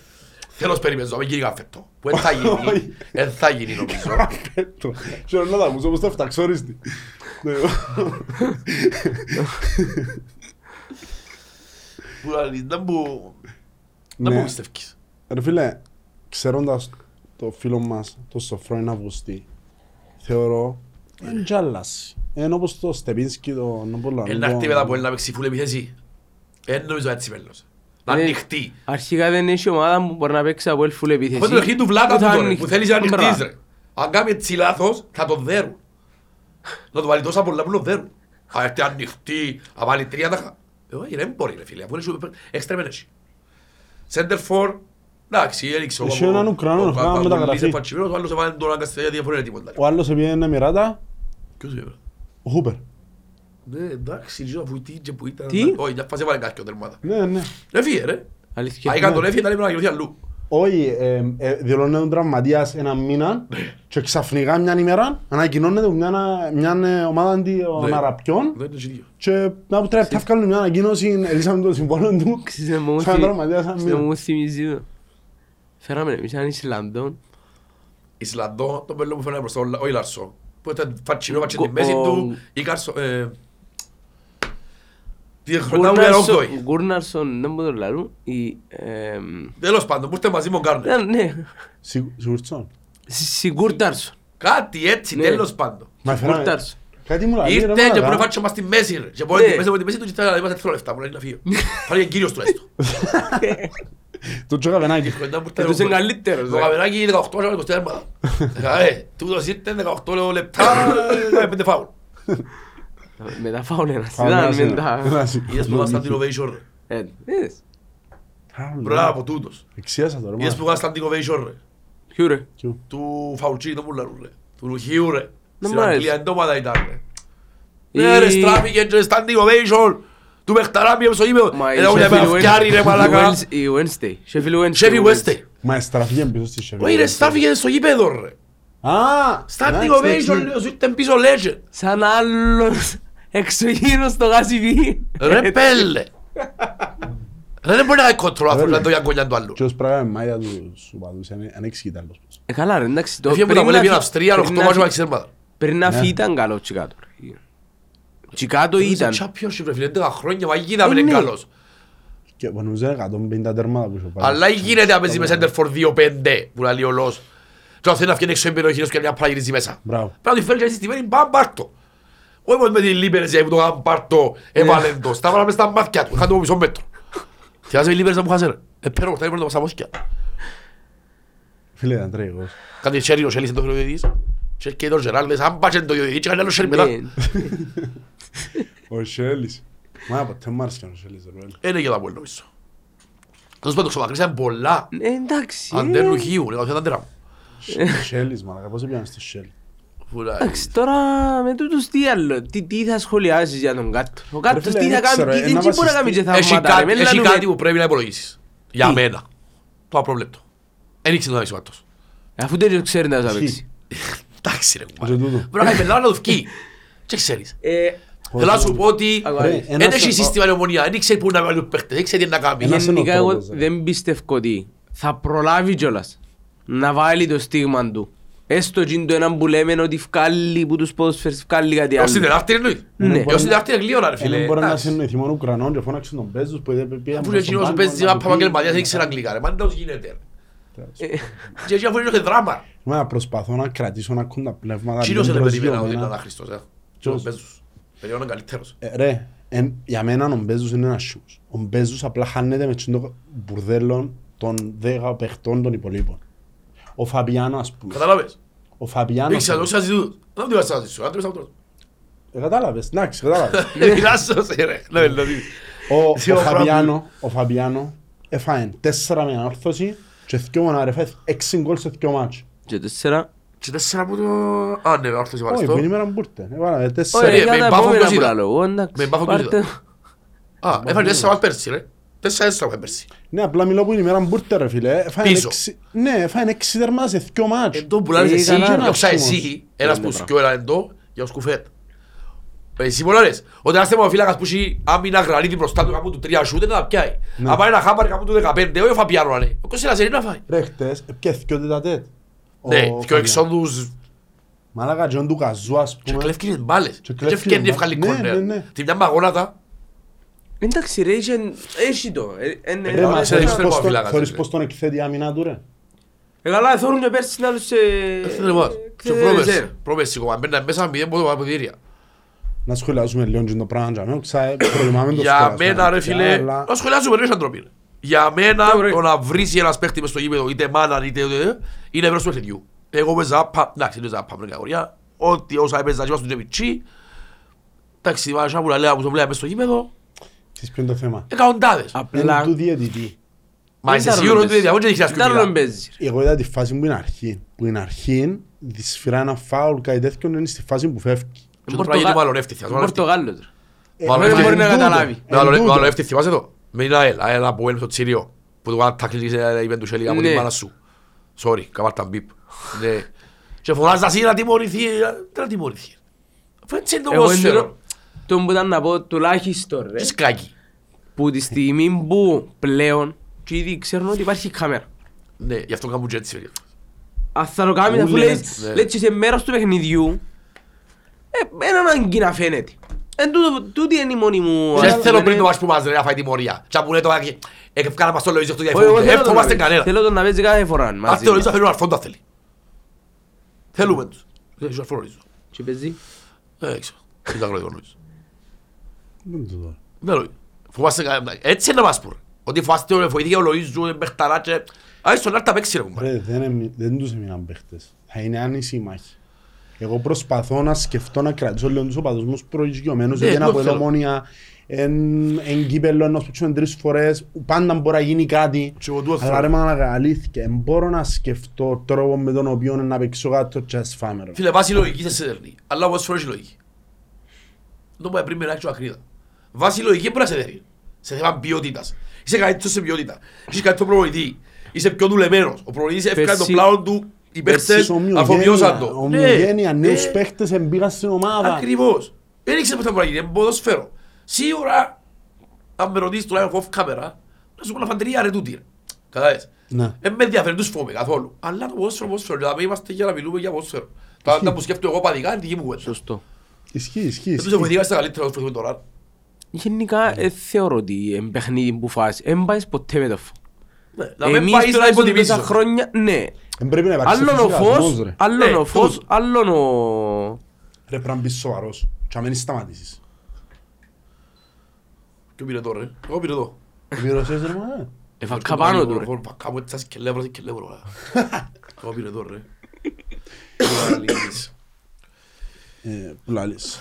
Speaker 3: Θέλω περίμενες, μην γίνει καφετό. Που εν θα γίνει.
Speaker 1: Όχι.
Speaker 3: Εν θα γίνει νομίζω.
Speaker 1: το- Και ο Νόδαμος όπως το εφταξόριστη. Ναι.
Speaker 3: Που να λες, Δεν μου... Δεν
Speaker 1: Ναι.
Speaker 3: μου πιστεύεις.
Speaker 1: Ρε φίλε, ξέροντας το φίλο μας, το Σοφρόνιν Αυγουστή, θεωρώ εν τζ' άλλασει. Εν όπως το Στεπίνσκι, το Νόπολα.
Speaker 3: Εν να έρθει μετά από ένα παίξει full επιθέση. Εν νομίζω έτσι μέλος. Να
Speaker 1: Ε,
Speaker 2: Ναι.
Speaker 3: ανοιχτεί.
Speaker 2: Αρχικά δεν έχει ομάδα που μπορεί να παίξει από ελφούλ επιθέση.
Speaker 3: Οπότε το αρχή του βλάτα
Speaker 2: Που
Speaker 3: του
Speaker 2: θα
Speaker 3: τώρα,
Speaker 2: ανοιχτεί.
Speaker 3: που θέλεις να ανοιχτείς
Speaker 2: Μπράβο.
Speaker 3: ρε. Αν κάνει έτσι λάθος, θα τον δέρουν. Να του βάλει τόσα πολλά που τον δέρουν. Αν έρθει ανοιχτή, αν βάλει τρία τάχα. Ε, όχι, δεν μπορεί ρε φίλε, αφού είναι σου έξτρα μεν έχει. Center for, εντάξει, έριξε ο
Speaker 1: Εσύ έναν Ουκρανό, να κάνουμε
Speaker 3: Παπαγουλής,
Speaker 1: μεταγραφή.
Speaker 3: ο Πατσιμένος, ο άλλος έβαλε τον Αγκαστρέα, διαφορά είναι τίποτα.
Speaker 1: Ο άλλος επειδή είναι Εμμυράτα,
Speaker 3: Ποιος έβαλε.
Speaker 1: ο Χούπερ.
Speaker 3: Ναι, εντάξει, λίγο αφού τι και που ήταν.
Speaker 2: Τι?
Speaker 3: Όχι, μια φάση έβαλε κάποιον τερμάτα.
Speaker 1: Ναι, ναι.
Speaker 3: Ρε φύγε ρε.
Speaker 2: Αλήθεια.
Speaker 3: Α, η Καντονέθη ήταν έπρεπε να γεννηθεί αλλού.
Speaker 1: Όχι, ε, ε, δηλώνεται τραυματίας ένα μήνα και ξαφνικά μια ημέρα ανακοινώνεται μια, μια ε, ομάδα αντιοναραπιών
Speaker 3: Δεν είναι το ίδιο.
Speaker 1: και να που τρέπει θα βγάλουν μια ανακοίνωση, ελύσαμε το συμβόλαιο του.
Speaker 2: Ξέρεις, να μου
Speaker 1: σαν
Speaker 2: θυ-
Speaker 1: τραυματίας ένα
Speaker 2: ξέρεις, να
Speaker 1: μήνα.
Speaker 2: μου θυμίζει. Φέραμε εμείς έναν Ισλανδό.
Speaker 3: Ισλανδό, το πέλο μου φαίνεται προς το λα- όχι Λαρσό. Που ήταν φατσινό, φατσινό τη
Speaker 2: Γκο-
Speaker 3: μέση
Speaker 2: ο-
Speaker 3: του. Ή Καρσό, ε, Τη χρονιά μου
Speaker 2: Γκούρναρσον-
Speaker 3: era 8η.
Speaker 2: Γκούρναρσον, δεν μου το λαλούν. Η, εμ,
Speaker 3: Τέλος πάντων, που είστε μαζί μου Γκάρνερ.
Speaker 2: ήταν, Ναι,
Speaker 1: Σι- Σιγουρτσόν.
Speaker 2: Σιγκούρταρσον.
Speaker 3: Κάτι έτσι,
Speaker 2: Ναι.
Speaker 3: τέλος πάντων.
Speaker 1: Μα φέραμε-
Speaker 2: Σιγκούρταρσον.
Speaker 1: Κάτι μου λέει,
Speaker 3: Ήρθε
Speaker 1: ρε
Speaker 3: και
Speaker 1: μαλακά.
Speaker 3: μπορεί να φάτσε μας τη μέση ρε. Και μπορεί
Speaker 2: Ναι.
Speaker 3: να μέσα από τη μέση του και θα λέει, «Μας έρθουν λεφτά, μπορεί να είναι να φύγει». Θα είναι κύριος του έστω.
Speaker 1: ε. Το Τζοκαβενάκη.
Speaker 3: Κοντά μου
Speaker 2: Ε, τους είναι καλύτερος,
Speaker 3: Το
Speaker 2: ρε.
Speaker 3: καβεράκι 18 και 20 έμαθα. Ε, τούτος ήρθε 18 λεπτά, ε, πέντε φάουλ.
Speaker 2: Μετά φάουλ ένας.
Speaker 1: Φαουλάς
Speaker 2: Ήταν
Speaker 1: είναι.
Speaker 2: μετά.
Speaker 1: Φαουλάς είναι.
Speaker 3: Είδες που ήμασταν την ovation ρε.
Speaker 2: Ε, είδες.
Speaker 1: Φαουλάς.
Speaker 3: Μπράβο τούτος.
Speaker 1: Εξίασα το ρε
Speaker 3: Είδες
Speaker 1: μάνα.
Speaker 3: που ήμασταν την ovation ρε.
Speaker 2: Ποιο ρε.
Speaker 1: Κιού.
Speaker 3: Του Φαουτσί το πουλαρού ρε. Του Χίου ρε.
Speaker 2: Να
Speaker 3: Στην
Speaker 2: μ' αρέσει.
Speaker 3: Αγγλία εντόματα ήταν ρε.
Speaker 2: Η-
Speaker 3: Ε, ρε, στράφηκε και standing ovation. Του Μπεχταρά πήγε στο γήπεδο.
Speaker 2: Μα η
Speaker 3: Ένα ούλια με
Speaker 2: Sheffield
Speaker 3: αυτιάρι ρε
Speaker 2: Wednesday-
Speaker 3: μαλακά.
Speaker 2: η Wednesday. Sheffield Wednesday.
Speaker 3: Σέφι Westy.
Speaker 1: Μα εστραφήκε πίσω στη Σεβίλη.
Speaker 3: Όχι ρε, στράφηκε στο γήπεδο ρε.
Speaker 1: Α!
Speaker 3: Standing
Speaker 1: εντάξει,
Speaker 3: ovation,
Speaker 1: ναι.
Speaker 3: λέω, σου ήρθε πίσω legend.
Speaker 2: Σαν άλλος εξωγήινος στο γάσι βι.
Speaker 3: Ρε πέλε. Ρε, Δεν μπορεί να κάνει κοντρόλ αυτό,
Speaker 1: Ρε,
Speaker 3: να
Speaker 1: ρε.
Speaker 3: το γιαγκολιά του άλλου.
Speaker 1: Και ως πράγμα η μάγια τους οπαδούς είναι ανέξι άλλος.
Speaker 2: Ε, καλά ρε, εντάξει. το-
Speaker 3: Έφυγε που τα
Speaker 2: πριν να
Speaker 3: βλέπει
Speaker 2: φυ-
Speaker 3: η Αυστρία,
Speaker 2: πριν
Speaker 3: 8
Speaker 2: να
Speaker 3: μάτς
Speaker 2: φυ-
Speaker 3: με ξέρματα.
Speaker 2: Πριν να φύγει
Speaker 1: Ναι.
Speaker 2: ήταν καλός ο Τσικάτο. ρε. Τσικάτο
Speaker 3: Ήταν
Speaker 2: ήταν.
Speaker 3: championship ρε φίλε, 11 χρόνια, μα γίνεται
Speaker 2: Ε,
Speaker 3: είναι
Speaker 2: ναι.
Speaker 3: καλός.
Speaker 1: Και νομίζω είναι 150 τερμάτα που είχε πάρει.
Speaker 3: Αλλά γίνεται να παίζει με center for 2-5, που λέει ο Λος. Τώρα θέλει να βγαίνει έξω η περιοχή τους και μια πράγη γυρίζει μέσα.
Speaker 1: Μπράβο.
Speaker 3: Πρέπει να τη φέρει και στη μέρη, μπαμ πάρτο. Όχι μόνο με τη Λίπερες που το κάνουν πάρτο, έβαλε το. Στάβαλα μες στα μάτια του, είχαν το μισό μέτρο. Θυμάσαι η Λίπερες να μου χάσε ρε. Ε, πέρα, ορτάρι, πρέπει να το στα μόσια.
Speaker 1: Φίλε ήταν τρέχος.
Speaker 3: Κάτι χέρι ο Σέλης, δεν το χέρι ο Ιωδητής. Χέρι και τον Γεράλδες, αν πάτσε το Ιωδητή, και κάνει άλλο χέρι μετά.
Speaker 2: Ναι.
Speaker 1: Ο Σέλης. Μα ποτέ μ' άρεσε ο Σέλης. ρε, πέλε.
Speaker 3: Είναι για τα πόλη, νομίζω. Τέλος πάντων, ξομακρύσαν πολλά.
Speaker 2: Ε, Εντάξει. ε.
Speaker 3: Αντέρνου χείου, λέγαμε, ήταν τέρα. Ε.
Speaker 1: Ο Σέλης, μαλακα, πώς έπιανες στο Σέλ.
Speaker 3: Φουλά,
Speaker 2: Εντάξει, τώρα με τούτους τι άλλο, τι, τι θα σχολιάζεις για τον Κάττο. Ο Κάττος
Speaker 1: φίλε,
Speaker 2: τι θα
Speaker 1: δεν ξέρω,
Speaker 2: κάνει,
Speaker 1: ε,
Speaker 2: τι-
Speaker 1: να
Speaker 2: τι μπορεί να κάνει
Speaker 1: βασιστεί-
Speaker 2: και
Speaker 3: Έχει
Speaker 2: θαύματα.
Speaker 3: κάτι-
Speaker 2: ρε, με
Speaker 3: Έχει
Speaker 2: λαλούμε.
Speaker 3: κάτι που πρέπει να υπολογίσεις. Για
Speaker 2: Τι?
Speaker 3: μένα. Το απρόβλεπτο. Εν ήξερε το αίσθηματος.
Speaker 2: Αφού δεν ξέρεις να θα παίξει.
Speaker 3: Εντάξει ρε κουμπάρε.
Speaker 1: Και τούτο.
Speaker 3: Μπορεί να κάνεις πελάρα να το βγει. Τι ξέρεις.
Speaker 2: Ε,
Speaker 3: Θέλω να σου πω ότι
Speaker 2: Αγόρι.
Speaker 1: Ρε,
Speaker 3: δεν
Speaker 1: ένας-
Speaker 3: έχει σύστημα η ομονία. Δεν ξέρεις πού να βάλει παίχτες. Δεν ξέρεις τι να κάνει.
Speaker 1: Ένας- είναι ο
Speaker 2: Γενικά εγώ
Speaker 1: τρόπος, ρε.
Speaker 2: δεν πιστεύω ότι θα προλάβει κιόλας να βάλει το στίγμα του. Έστω και το έναν που λέμε ότι βγάλει που τους ποδοσφαιριστές βγάλει κάτι
Speaker 3: Ο στην
Speaker 2: άλλο.
Speaker 3: Τετάρτη εννοεί.
Speaker 2: Ναι.
Speaker 3: Ο στην Τετάρτη είναι γλίωρα, ρε Ε, φίλε.
Speaker 1: Έναν Ε, μπορεί να
Speaker 3: Εντάξει.
Speaker 1: συνοηθεί μόνο Ουκρανών και φώναξε τον Μπέζος που δεν πήγαν
Speaker 3: Αφού είναι
Speaker 1: προς τον
Speaker 3: εκείνος που
Speaker 1: πάγκο
Speaker 3: παίζει
Speaker 1: να
Speaker 3: ένα
Speaker 1: του
Speaker 3: επαγγελματίας,
Speaker 1: πει- Ε,
Speaker 3: δεν ξέρει αγγλικά. Ρε, μα δεν γίνεται. ρε.
Speaker 1: Εντάξει.
Speaker 2: Ε,
Speaker 3: Και έτσι αφού είναι και δράμα.
Speaker 1: Μα προσπαθώ να κρατήσω να ακούν τα πνεύματα.
Speaker 3: Εκείνος
Speaker 1: λίγο
Speaker 3: δεν περίμενα ότι
Speaker 1: προσγειωμένα.
Speaker 3: ήταν Χριστός. ε.
Speaker 1: ναι. Ποιος?
Speaker 3: Ο Μπέζος. Περίμενα καλύτερος.
Speaker 1: Ε, Ρε, εν- για μένα ο Μπέζος είναι ένας σιούς. Ο Μπέζος απλά χάνεται με το μπουρδέλο των 10 παιχτών των υπολείπων. Ο Φαμπιάνο ας πούμε.
Speaker 3: Κατάλαβες.
Speaker 1: Ο Φαμπιάνο.
Speaker 3: Ήξερα το, ήξερα το. Δεν μου τη βάζεις να ζήσω, άντρες άντρες.
Speaker 1: Κατάλαβες, εντάξει, κατάλαβες.
Speaker 3: Ε, Γυράσω σε, ρε. Ναι, δηλαδή.
Speaker 1: Ο-
Speaker 3: Εσύ
Speaker 1: ο
Speaker 3: ο
Speaker 1: Φαμπιάνο, ο Φαμπιάνο έφαγε 4 με ανόρθωση και δυο μονάρε, έφαγε 6 γκολ σε δυο μάτς.
Speaker 2: Και τέσσερα.
Speaker 3: Και τέσσερα από το... Α, ναι, όρθος
Speaker 1: Όχι,
Speaker 3: ευχαριστώ.
Speaker 1: που είναι η μέρα που ήρθε. Έβαλα
Speaker 2: Ωραία,
Speaker 1: 4.
Speaker 3: Ωραία,
Speaker 2: για
Speaker 3: με
Speaker 2: τα
Speaker 3: μπάφο
Speaker 2: επόμενα
Speaker 3: ποιος
Speaker 2: που
Speaker 3: είδα.
Speaker 2: λαλώ, εντάξει,
Speaker 3: Με μπάφο ποιος
Speaker 2: πάρτε-
Speaker 3: είδα. Α, έφαγε τέσσερα μας πέρσι, ρε. Τέσσερα έσσερα μας πέρσι.
Speaker 1: Ναι, απλά μιλώ που είναι η μέρα που ήρθε ρε φίλε. Έφαγε
Speaker 3: Πίσω.
Speaker 1: έξι- Ναι, έφαγε 6 τερμά σε δυο μάτς.
Speaker 3: Εν τω πουλάρες
Speaker 2: Ε,
Speaker 3: εσύ,
Speaker 2: καλά,
Speaker 1: ρε.
Speaker 3: διώξα εσύ,
Speaker 1: Άσχημος.
Speaker 3: ένας που
Speaker 2: Ναι,
Speaker 3: σκιώ, έναν εντό, για ως κουφέτ. Εσύ πουλάρες, ότι ένας θερμοφύλακας που έχει άμυνα γρανίτη μπροστά του, κάπου του τρία σούτ, δεν τα πιάει.
Speaker 1: Ναι.
Speaker 3: Αν πάρει ένα χάμπαρ κάπου του 15, όχι ο Φαπιάνο, να λέει. Ο Κωσέλας είναι να φάει.
Speaker 1: Ρε χτες, έπιασε δυο τετατέτ. Ο
Speaker 3: Ναι, και ο
Speaker 1: Φαμπιάνο.
Speaker 3: εξόδους
Speaker 1: Μαλάκα τζον του καζού ας
Speaker 3: και
Speaker 1: πούμε.
Speaker 3: κλέφκινες μπάλες.
Speaker 1: Και
Speaker 3: Και
Speaker 1: κλέφκινες
Speaker 3: ευκαινή
Speaker 1: μπάλες.
Speaker 3: ευκαλή
Speaker 1: Ναι, ναι, ναι.
Speaker 3: κόρνερ. Τη μια μαγόνατα,
Speaker 2: Εντάξει ρε, είχε- έχει το. Ε, ε, ε,
Speaker 1: Ρε
Speaker 3: Ε,
Speaker 1: μα
Speaker 3: ε,
Speaker 1: ξέρεις
Speaker 3: ε,
Speaker 1: πως
Speaker 3: ε,
Speaker 1: τον-
Speaker 3: ε,
Speaker 1: θεωρείς
Speaker 3: ε,
Speaker 1: πως τον εκθέτει η άμυνα του ρε.
Speaker 2: Ε, καλά, θόρουν και πέρσι την άλλη σε...
Speaker 3: Έρθει να μας. Ε, Και
Speaker 2: ξέρεις,
Speaker 3: πρόπερση.
Speaker 2: ε.
Speaker 3: Πρόπερση κόμμα. Μπαίναν μέσα μηδέν πόντο αποδητήρια.
Speaker 1: Να σχολιάσουμε λίγο τζιν το πράγμα τζαμί, όχι, ξα- προτιμάμε το
Speaker 3: Για
Speaker 1: σχολιάσμα.
Speaker 2: ναι.
Speaker 3: μένα ρε φίλε,
Speaker 1: Αλλά-
Speaker 3: να σχολιάσουμε ρε ντροπή. ρε. Για μένα
Speaker 2: Ωραία.
Speaker 3: το να βρεις ένας παίχτης μες στο γήπεδο είτε μάναν είτε είτε είναι ευρώς του παιχνιδιού. Εγώ με ζάπα, εντάξει είναι ζάπα πριν κακοριά, ό,τι όσα έπαιζα και ήμασταν και πιτσί, εντάξει βάζα που λέει που το βλέπαμε στο γήπεδο,
Speaker 1: Ξέρεις ποιο είναι το θέμα.
Speaker 3: εκατοντάδες.
Speaker 1: Είναι
Speaker 2: Απλά...
Speaker 1: του διαιτητή.
Speaker 3: Μα
Speaker 2: δεν
Speaker 3: είσαι
Speaker 2: τα
Speaker 3: σίγουρος ότι
Speaker 2: ρολέμπες.
Speaker 3: δεν έχεις
Speaker 2: Δεν τα
Speaker 3: ασκουμιλά.
Speaker 2: ρολέμπες, ρε.
Speaker 1: Εγώ είδα τη φάση που είναι αρχή. Που είναι αρχή, τη σφυρά ένα φάουλ, κάτι τέτοιο είναι στη φάση που φεύγει.
Speaker 3: Και το πράγμα
Speaker 2: Πορτογα-
Speaker 3: είναι μαλλονεύτη, θυμάσαι, μαλλονεύτη.
Speaker 2: Πορτογάλος, ρε.
Speaker 1: Ε,
Speaker 3: Μάλλον
Speaker 1: μα
Speaker 3: δεν μπορεί
Speaker 1: εν
Speaker 2: να
Speaker 1: τούτο,
Speaker 3: Ε,
Speaker 2: καταλάβει.
Speaker 1: εν
Speaker 3: Μάλλον-
Speaker 1: τούτο.
Speaker 3: μάλλον, εύτη, θυμάσαι το. Με την ΑΕΛ, ΑΕΛ από Έλ στο Τσίριο. που του κάναν τάκλι και σε- ε, είπε του Σέλικα από
Speaker 2: Ναι.
Speaker 3: την μάνα σου. Sorry, καβάρτα μπιπ. Ναι. Και φωνάζεις να σύνα τιμωρηθεί, ε, δεν τιμωρηθεί. Αφού έτσι είναι το
Speaker 2: Εγώ Ε. είναι
Speaker 3: ποδόσφαιρο.
Speaker 2: το- το που ήταν να πω τουλάχιστον ρε.
Speaker 3: Είσαι κάκι.
Speaker 2: Που τη στιγμή που πλέον και ήδη ξέρουν ότι υπάρχει κάμερα.
Speaker 3: Ναι, γι' αυτό κάνουν και έτσι. ρε.
Speaker 2: Αν θα το κάνει, αφού
Speaker 1: Ούλε,
Speaker 2: λες,
Speaker 3: ναι.
Speaker 2: λες και σε μέρος του παιχνιδιού, ε, εν αναγκεί να φαίνεται. Εν τούτο, τούτη είναι η μόνη μου.
Speaker 3: Και Δεν
Speaker 2: ας
Speaker 3: θέλω
Speaker 2: πούμε,
Speaker 3: πριν το
Speaker 2: ναι.
Speaker 3: μάτς που μας ρε να φάει τιμωρία. Και αν που λέει το «Ε, ευκάλα μας το Λοΐζο του για
Speaker 2: Όχι, εγώ
Speaker 3: εφόδου».
Speaker 2: θέλω
Speaker 3: Δεν
Speaker 2: τον
Speaker 3: φοβάστε
Speaker 2: να παίζει.
Speaker 3: κανένα.
Speaker 2: Θέλω τον να παίζει κάθε φορά μαζί
Speaker 3: Αν το
Speaker 2: μου.
Speaker 3: Λοΐζο θέλει να έρθουν, τα θέλει. Θέλουμε τους. Δεν ξέρω, θέλω Λοΐζο.
Speaker 2: Και παίζει.
Speaker 3: Δεν Ε, ξέρω. Δεν τα γνωρίζω τον Λοΐζο.
Speaker 1: Δεν το δω.
Speaker 3: Δεν λέω. Φοβάστε κανένα. Έτσι είναι να μας πούνε. Ότι φοβάστε ότι βοηθήκε ο Λοΐζο, μπεχταρά και... Άι, στον άρτα παίξει ρε κουμπάρε.
Speaker 1: Ρε, δεν, εμει- δεν τους έμειναν παίχτες. Θα είναι άνηση η μάχη. Εγώ προσπαθώ να σκεφτώ να κρατήσω λίγο τους οπαδούς μου προηγιωμένους
Speaker 3: Ναι,
Speaker 1: γιατί
Speaker 3: το
Speaker 1: ένα από εδώ
Speaker 3: θέλω.
Speaker 1: μόνια εν, εν κύπελλο ενός που ξέρουν τρεις φορές πάντα μπορεί να γίνει κάτι
Speaker 3: Και εγώ το
Speaker 1: αλλά
Speaker 3: θέλω.
Speaker 1: ρε μάνα αλήθεια δεν μπορώ να σκεφτώ τρόπο με τον οποίο να παίξω κάτι το just family
Speaker 3: Φίλε, βάση λογική σε σεδερνεί. Αλλά όπως φορές η λογική. Το είπα πριν με ράξω ακρίδα. Βάση λογική μπορεί να σε δερνεί. Σε θέμα ποιότητας. Είσαι καλύτερος σε ποιότητα. Είσαι καλύτερο προπονητή. Είσαι πιο δουλεμένος. Ο προπονητής έφυγε το
Speaker 2: Πέρσι-
Speaker 3: πλάνο του. Οι παίχτες
Speaker 1: Πέρσι
Speaker 3: αφομοιώσαν
Speaker 1: ομοιογένεια,
Speaker 3: το.
Speaker 1: ομοιογένεια,
Speaker 3: Ναι,
Speaker 1: νέους
Speaker 3: ναι.
Speaker 1: παίχτες εμπήγαν στην ομάδα
Speaker 3: Ακριβώς. Δεν ήξερα πώς θα μπορεί να γίνει. Είναι ποδοσφαίρο. Σίγουρα, αν με ρωτήσεις τουλάχιστον off camera, να σου πω να φαντρία ρε τούτη. ρε. Κατάλαβες.
Speaker 1: Ναι.
Speaker 3: Δεν με ενδιαφέρει, τους φοβούμαι καθόλου. Αλλά το ποδόσφαιρο, ποδόσφαιρο. Δηλαδή είμαστε για να μιλούμε για ποδόσφαιρο. Τα τα που σκέφτομαι εγώ παδικά είναι δική μου κουβέντα.
Speaker 2: Σωστό.
Speaker 1: Ισχύει, ισχύει,
Speaker 3: Δεν τους έχω
Speaker 1: ισχύει.
Speaker 3: ειδικά στα καλύτερα όπως φοβούμε τώρα.
Speaker 2: Γενικά, ε, θεωρώ ότι εν παιχνίδι που φας, εν πάεις ποτέ με το φω.
Speaker 3: Ναι, Να μην
Speaker 2: Εμείς
Speaker 3: πάεις να
Speaker 2: τουλάχιστον μέσα
Speaker 3: υποτιμήσεις.
Speaker 2: χρόνια, ναι.
Speaker 1: Δεν πρέπει να υπάρξει
Speaker 2: Άλλον ο
Speaker 1: φυσικασμός,
Speaker 2: φως,
Speaker 1: ρε.
Speaker 2: άλλον
Speaker 3: Ναι,
Speaker 2: ο φως,
Speaker 3: τούτο.
Speaker 2: άλλον ο...
Speaker 1: Ρε πρέπει να μπεις σοβαρός και να μην σταματήσεις.
Speaker 3: Και πήρε τώρα, ρε. Εγώ πήρε εδώ.
Speaker 1: Επιρροσές, ρε, μα, ε.
Speaker 2: Εφακά πάνω του, ρε.
Speaker 3: Κάπου έτσι σαν σκελεύρο, σαν σκελεύρο. ε. Εγώ πήρε εδώ, ρε.
Speaker 1: Ε, Που λαλείς.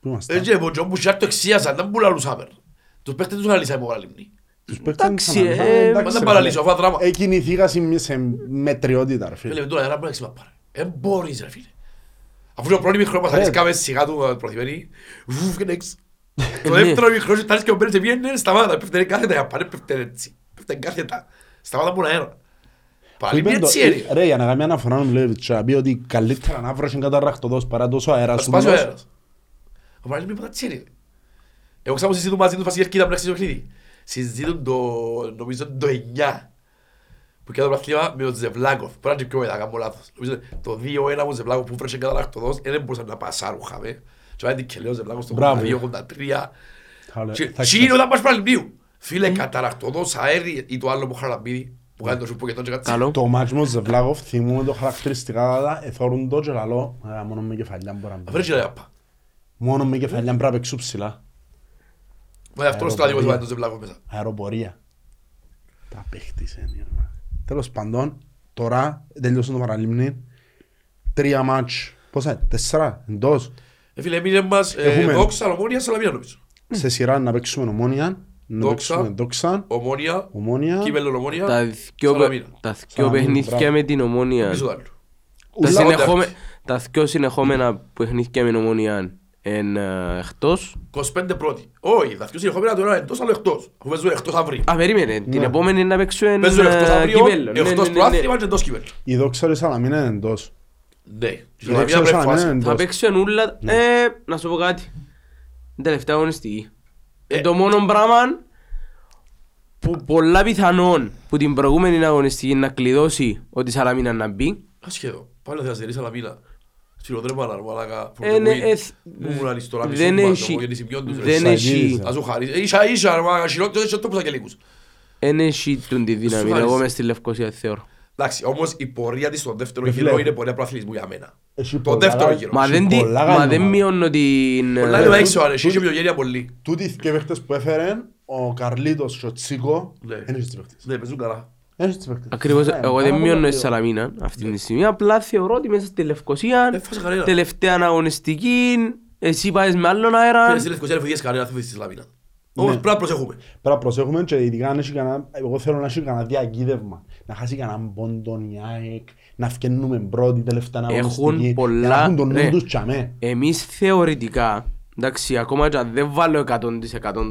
Speaker 1: Πού είμαστε.
Speaker 3: Έτσι, Ε, εγώ τζόμπου σιάρ το εξίασαν, δεν μπουλαλούσαμε. Τους παίχτες τους αναλύσαμε όλα λίμνη.
Speaker 1: Τους παίκτες
Speaker 2: Εντάξει,
Speaker 1: είναι ξανά,
Speaker 2: ε,
Speaker 1: εντάξει,
Speaker 3: Μα
Speaker 1: ρε,
Speaker 3: δεν παραλύσω,
Speaker 1: φίλε.
Speaker 3: αφού Ε, δράμα.
Speaker 1: Ε, κινηθήκα σε μια- σε μετριότητα, ρε φίλε.
Speaker 3: Φίλε, τώρα ένα πράγμα ξύπα πάρε. Ε, μπορείς ρε φίλε. Αφού το πρώτος μικρός μας
Speaker 1: Ρε.
Speaker 3: αρισκάμε σιγά του ε, προθυμένη, βουφ και νέξ.
Speaker 1: Ε, ναι.
Speaker 3: Το δεύτερο μικρός και τάρεις και ο Μπέρνς επήγαινε, σταμάτα, πέφτανε κάθετα, πάνε πέφτανε έτσι. Πέφτανε κάθετα, σταμάτα μου
Speaker 1: Που
Speaker 3: αέρα.
Speaker 1: είπε
Speaker 3: Παραλύμνη
Speaker 1: το-
Speaker 3: έτσι είναι.
Speaker 1: Ρε, για να κάνει αναφορά ο Μιλόγεβιτς, να πει ότι καλύτερα να βρω κατά ραχτοδός παρά τόσο αέρας
Speaker 3: Θα
Speaker 1: σου
Speaker 3: σπάσει ο
Speaker 1: δίνω.
Speaker 3: αέρας. Ο Μαρίνης είπε «Πατσί, ρε». Εγώ ξέρω που συζητούν μαζί τους βασικές κοίτα πριν να αρχίσει το παιχνίδι. Συζητούν το, νομίζω το 9. Που κάνει το πράθλημα με τον Ζεβλάκοφ. Μπορεί να είναι και πιο μετά, κάνω λάθος. Νομίζω το 2-1 από τον Ζεβλάκοφ που βρέσε κατά λακτοδός, δεν μπορούσαν να πασάρουν, χαμε. Και βάλε την κελέ ο Ζεβλάκοφ στο
Speaker 1: Μπράβο.
Speaker 3: 82-83.
Speaker 1: Θα λέω,
Speaker 3: Και-
Speaker 1: θα
Speaker 3: και είναι όταν πας παραλυμνίου. Φίλε, κατά λακτοδός, αέρι ή το άλλο που χαραμπίδι, που κάνει το σουπ και τον και κάτι.
Speaker 2: Καλό.
Speaker 1: Το μάτς με τον Ζεβλάκοφ, θυμούμαι το χαρακτηριστικά, αλλά εθώρουν το και λαλώ, «Α, μόνο με κεφαλιά μπορώ να μπω».
Speaker 3: Βρέσε ρε, απα.
Speaker 1: Μόνο με κεφαλιά πρέπει να παίξω ψηλά.
Speaker 3: Μα αυτό είναι στο άδικο
Speaker 1: Αεροπορία.
Speaker 3: που βάλε τον Ζεβλάκοφ μέσα.
Speaker 1: αεροπορία. Τα παίχτησε. Τέλος πάντων, τώρα τελειώσαν το παραλίμνη. Τρία μάτς. Πόσα είναι, τέσσερα, εντός.
Speaker 3: Ε, Φίλε, έμεινε μας ε,
Speaker 1: Έχουμε.
Speaker 3: δόξα, Ομόνοια, Σαλαμίνα, νομίζω.
Speaker 1: Σε σειρά να παίξουμε ομόνια, να
Speaker 3: Δόξα.
Speaker 1: παίξουμε δόξα,
Speaker 3: Ομόνια,
Speaker 1: ομόνια.
Speaker 3: κύπελλο ομόνια,
Speaker 2: Τα δυο,
Speaker 3: Σαλαμίνα.
Speaker 2: τα δυο
Speaker 1: Σαλαμίνα,
Speaker 2: παιχνίδια
Speaker 1: μπράβο.
Speaker 2: με την ομόνια.
Speaker 3: Πίσω το άλλο.
Speaker 2: Τα,
Speaker 1: Ουλά,
Speaker 3: συνεχ-
Speaker 2: συνεχόμε...
Speaker 3: εντάξει.
Speaker 2: τα δυο συνεχόμενα παιχνίδια με την ομόνια εν ε, εκτός.
Speaker 3: 25 πρώτη. Όχι, τα δυο συνεχόμενα τώρα εντός αλλά εκτός. Αφού παίζουν εκτός αύριο.
Speaker 2: Α, περίμενε.
Speaker 1: Ναι.
Speaker 2: Την επόμενη να παίξω εν
Speaker 3: Παίζουν εκτός
Speaker 2: ε,
Speaker 3: αύριο,
Speaker 2: κύπελλο. Ναι, ναι,
Speaker 3: εκτός
Speaker 2: ναι, ναι.
Speaker 3: προάθλημα και εντός κύπελλο.
Speaker 1: η δόξα του Σαλαμίνα είναι εντός.
Speaker 3: Ναι, η
Speaker 1: δόξα
Speaker 3: Σαλαμίνα
Speaker 1: του
Speaker 3: πρέπει
Speaker 1: Σαλαμίνα
Speaker 3: φάση.
Speaker 1: είναι
Speaker 2: Θα
Speaker 1: εντός.
Speaker 2: παίξω εν ούλα...
Speaker 3: Ναι.
Speaker 2: Ε, να σου πω κάτι. Είναι τελευταία αγωνιστική. Ε, το μόνο πράγμα που πολλά πιθανόν που την προηγούμενη αγωνιστική να κλειδώσει ότι η Σαλαμίνα να μπει.
Speaker 3: Άσχετο. Πάλι θα στερεί Σαλαμίνα. Σιλοδρέμα, να μαλάκα,
Speaker 2: Ε, ναι,
Speaker 3: φορτοκουί.
Speaker 2: ε, θ-
Speaker 3: Μου μου λαλείς τώρα, μισό
Speaker 2: Δεν
Speaker 3: μπάτο,
Speaker 2: έχει...
Speaker 3: εγώ γεννήσει ποιόν τους, ρε.
Speaker 2: Δεν
Speaker 3: Σαν-
Speaker 2: έχει...
Speaker 1: Σαγγίζα.
Speaker 3: Να σου χαρίσει. Ε, Ίσα ίσα, ρε, μαλάκα, χειρότερο, δεν ξέρω το που θα κελίκους.
Speaker 2: Δεν έχει τον τη δύναμη.
Speaker 3: Σου
Speaker 2: Εγώ
Speaker 3: άρεσε.
Speaker 2: μες στη Λευκοσία θεωρώ.
Speaker 3: Εντάξει, όμως η πορεία της στο
Speaker 2: Ε,
Speaker 3: δεύτερο
Speaker 1: Ρε,
Speaker 3: γύρο
Speaker 1: φίλε.
Speaker 3: είναι πορεία προαθλητισμού για μένα.
Speaker 1: Έχει
Speaker 3: Το
Speaker 1: πολλά-
Speaker 3: δεύτερο γύρο.
Speaker 2: Μα
Speaker 1: Έχει
Speaker 2: δεν, τη,
Speaker 1: πολλά
Speaker 2: μα
Speaker 1: γάλα,
Speaker 2: δεν
Speaker 1: μα.
Speaker 2: μειώνω την...
Speaker 3: Πολλά
Speaker 2: ε,
Speaker 3: είναι έξω, αρέσει, είχε ποιογένεια πολύ.
Speaker 1: Τούτοι οι δύο παίχτες που έφερε, ο Καρλίτος και ο Τσίκο,
Speaker 3: Ναι.
Speaker 1: δεν έχει τις παίχτες.
Speaker 3: Ναι, παίζουν καλά.
Speaker 1: Δεν έχει τις παίχτες.
Speaker 2: Ακριβώς,
Speaker 1: Ναι,
Speaker 2: εγώ δεν
Speaker 1: πάρα
Speaker 2: μειώνω
Speaker 1: πολύ
Speaker 2: τη Σαλαμίνα αυτή τη στιγμή, απλά θεωρώ ότι μέσα στη
Speaker 3: Δεν
Speaker 2: Λευκοσία,
Speaker 3: φάσε κανένα.
Speaker 2: τελευταία αγωνιστική, εσύ πάες με άλλον αέρα,
Speaker 3: Φίλε, στη Λευκοσία δεν βοηθείς κανένα, θα βοηθήσεις τη Σαλαμίνα.
Speaker 2: Ναι.
Speaker 3: Όμως πρέπει να προσέχουμε.
Speaker 1: Πρέπει να προσέχουμε και ειδικά αν έχει κανένα, εγώ θέλω να έχει κανένα διακύβευμα. Να χάσει κανένα μποντον η ΑΕΚ, να φκαινούμε πρώτη τελευταία
Speaker 2: Έχουν
Speaker 1: αγωνιστική,
Speaker 2: πολλά- ναι.
Speaker 1: να Ε, έχουν τον νου
Speaker 2: ρε.
Speaker 1: τους τσαμέ.
Speaker 2: εμείς θεωρητικά, εντάξει ακόμα και αν δεν βάλω 100%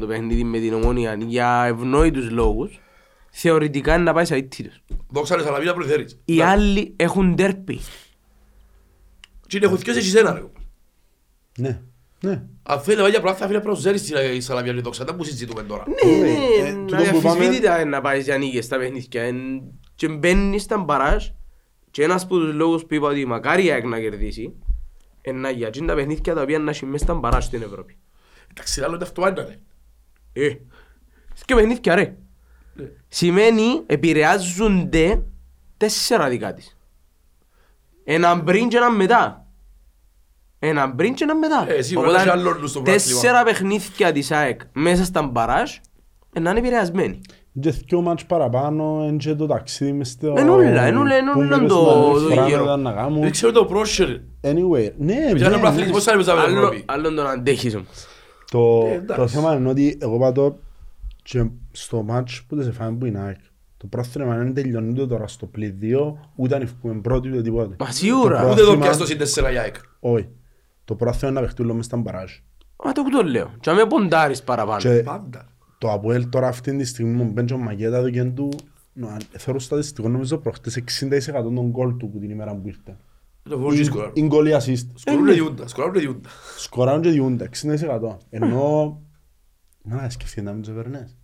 Speaker 2: το παιχνίδι με την ομόνια για ευνόητους λόγους, θεωρητικά είναι να πάει σε αίτητος.
Speaker 3: Δόξα ρε Σαλαβίνα προηθέρεις.
Speaker 2: Οι άλλοι έχουν τέρπι.
Speaker 3: Τι είναι χωθηκές έχεις ένα ρε.
Speaker 1: Ναι. Ναι.
Speaker 3: Αν θέλει να πάει για προάθλια φίλε πρέπει να ζέρεις την Σαλαβιανή δόξα. Δεν μου συζητούμε τώρα.
Speaker 1: Ε,
Speaker 2: Ναι,
Speaker 1: τούτο
Speaker 2: να
Speaker 1: που
Speaker 2: διαφυσβήτητα είναι να πάει για νίκες στα παιχνίδια. Εν- Και μπαίνεις στα μπαράζ και ένας από τους λόγους που είπα ότι μακάρι η ΑΕΚ να κερδίσει είναι να για τζιν τα παιχνίδια τα οποία να έχει μέσα στα μπαράζ στην Ευρώπη.
Speaker 3: Εντάξει άλλο είναι αυτό άντρα ρε.
Speaker 2: Ε, και παιχνίδια
Speaker 3: Ε.
Speaker 2: ρε. Σημαίνει επηρεάζονται τέσσερα δικά της. Έναν πριν και έναν μετά. Έναν πριν και έναν μετά.
Speaker 3: Ε, σίγουρα,
Speaker 2: Οπότε,
Speaker 3: έχει άλλο νου στο πρωτάθλημα.
Speaker 2: τέσσερα παιχνίδια της ΑΕΚ μέσα στα μπαράζ ε, να είναι επηρεασμένοι.
Speaker 1: Και δυο μάτς παραπάνω, εν και το ταξίδι μες στο...
Speaker 2: Εν όλα, εν όλα, εν
Speaker 1: που
Speaker 2: όλα
Speaker 1: μες
Speaker 2: το-
Speaker 1: στο
Speaker 2: το
Speaker 1: πράγμα
Speaker 2: γύρο.
Speaker 1: ήταν να κάνουν.
Speaker 3: Δεν ξέρω το πρόσχερ. Ήταν
Speaker 1: Anyway, ναι, ναι,
Speaker 3: ένα προαθλητισμό
Speaker 1: ναι.
Speaker 3: σαν έπαιζα με την
Speaker 2: Άλλο-
Speaker 3: Ευρώπη.
Speaker 2: Άλλον τον αντέχεις όμως.
Speaker 1: Το,
Speaker 3: Ε, εντάξει.
Speaker 1: το θέμα είναι ότι εγώ πάτω και στο μάτς που δεν σε φάμε που είναι ΑΕΚ. Το πρόθυμα δεν τελειώνει το τώρα στο πλήν δύο, ούτε αν ευκούμε πρώτοι ούτε τίποτε.
Speaker 2: Μα σίγουρα.
Speaker 1: Το
Speaker 3: Ούτε το
Speaker 1: πρόθυμα-
Speaker 3: πιάστος είναι τέσσερα για ΑΕΚ.
Speaker 1: Όχι. Το πρόθυμα είναι να παιχτούν λόγω μες στα μπαράζ.
Speaker 2: Μα το που το λέω. Και αν με ποντάρεις παραπάνω.
Speaker 1: Και
Speaker 3: Πάντα.
Speaker 1: το Αποέλ τώρα αυτή τη στιγμή μου μπαίνει ο Μαγέτα εδώ και του... νο, αν- Θεωρώ στατιστικό νομίζω προχτές 60% των γκολ του που την ημέρα που ήρθε.
Speaker 3: Ε, Το βόλιο και σκοράρουν. Ε, ναι.
Speaker 1: Είναι γκολ ή assist.
Speaker 3: Σκοράρουνε διούντα, σκοράρουνε διούντα.
Speaker 1: Σκοράρουν και διούντα, 60%. Ενώ... Μα να σκεφτείτε να μην τους επερνές.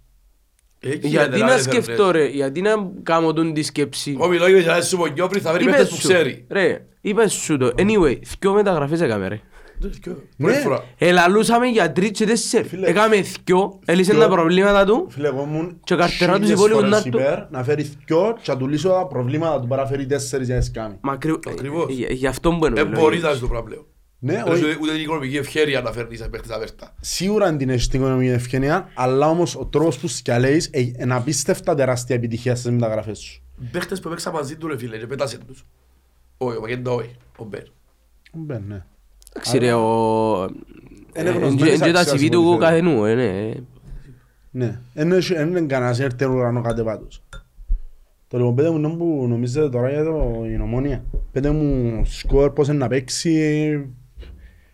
Speaker 3: Έχει
Speaker 2: Γιατί
Speaker 3: γενεράλες
Speaker 2: να
Speaker 3: ερευνές.
Speaker 2: σκεφτώ ρε, γιατί να κάνω τον τη σκέψη.
Speaker 3: Ο Μιλόγιος θα σου πω νιώπρι, θα βρει παίχτες που ξέρει.
Speaker 2: Ρε, είπες σου το. Anyway, δυο μεταγραφές έκαμε ρε.
Speaker 3: Πρώτη φορά.
Speaker 2: Ελαλούσαμε για τρεις και τέσσερις.
Speaker 1: Φίλε,
Speaker 2: Έκαμε δυο, έλυσε τα προβλήματα του.
Speaker 1: Φίλε, εγώ ήμουν
Speaker 2: Και ο καρτερά τους
Speaker 1: χίλιες
Speaker 2: υπόλοιπους
Speaker 1: φορές
Speaker 2: να του-
Speaker 1: υπέρ να φέρει δυο και να του λύσω τα προβλήματα του παραφέρει τέσσερις για να σκάμει.
Speaker 2: Μα ακριβ-
Speaker 3: Ακριβώς.
Speaker 2: ε, για- Γι' αυτό που εννοώ.
Speaker 3: Δεν μπορείς να ζεις το πράγμα πλέον.
Speaker 2: Ε,
Speaker 1: Ναι,
Speaker 3: Δεν
Speaker 1: όχι,
Speaker 3: σου- Ούτε την οικονομική ευχαίρεια να φέρνεις σε παίχτες αβέρτα.
Speaker 1: σίγουρα την έχεις την οικονομική ευκαινία, αλλά όμως ο τρόπος που σκιαλέεις ε, είναι απίστευτα τεράστια επιτυχία στις μεταγραφές σου.
Speaker 3: Παίχτες που παίξα μαζί τους ρε φίλε και πέτασε τους. Όχι, ο Μαγέντα όχι, ο Μπέρ.
Speaker 1: Μπε, ναι.
Speaker 2: Εντάξει ρε, ο...
Speaker 1: Είναι
Speaker 2: ε,
Speaker 1: γνωσμένης
Speaker 2: εν- εν- εν- τα
Speaker 1: αξίας
Speaker 2: CV
Speaker 1: η
Speaker 2: του
Speaker 1: πολυθέρεια.
Speaker 2: καθενού, ε, ναι.
Speaker 1: Ναι, δεν έχει- δεν είναι κανένας έρθεν ουρανό κάτι πάντως. Το λοιπόν πέντε μου νόμου που νομίζετε τώρα για το η νομόνια. Πέντε μου σκορ πώς είναι να παίξει.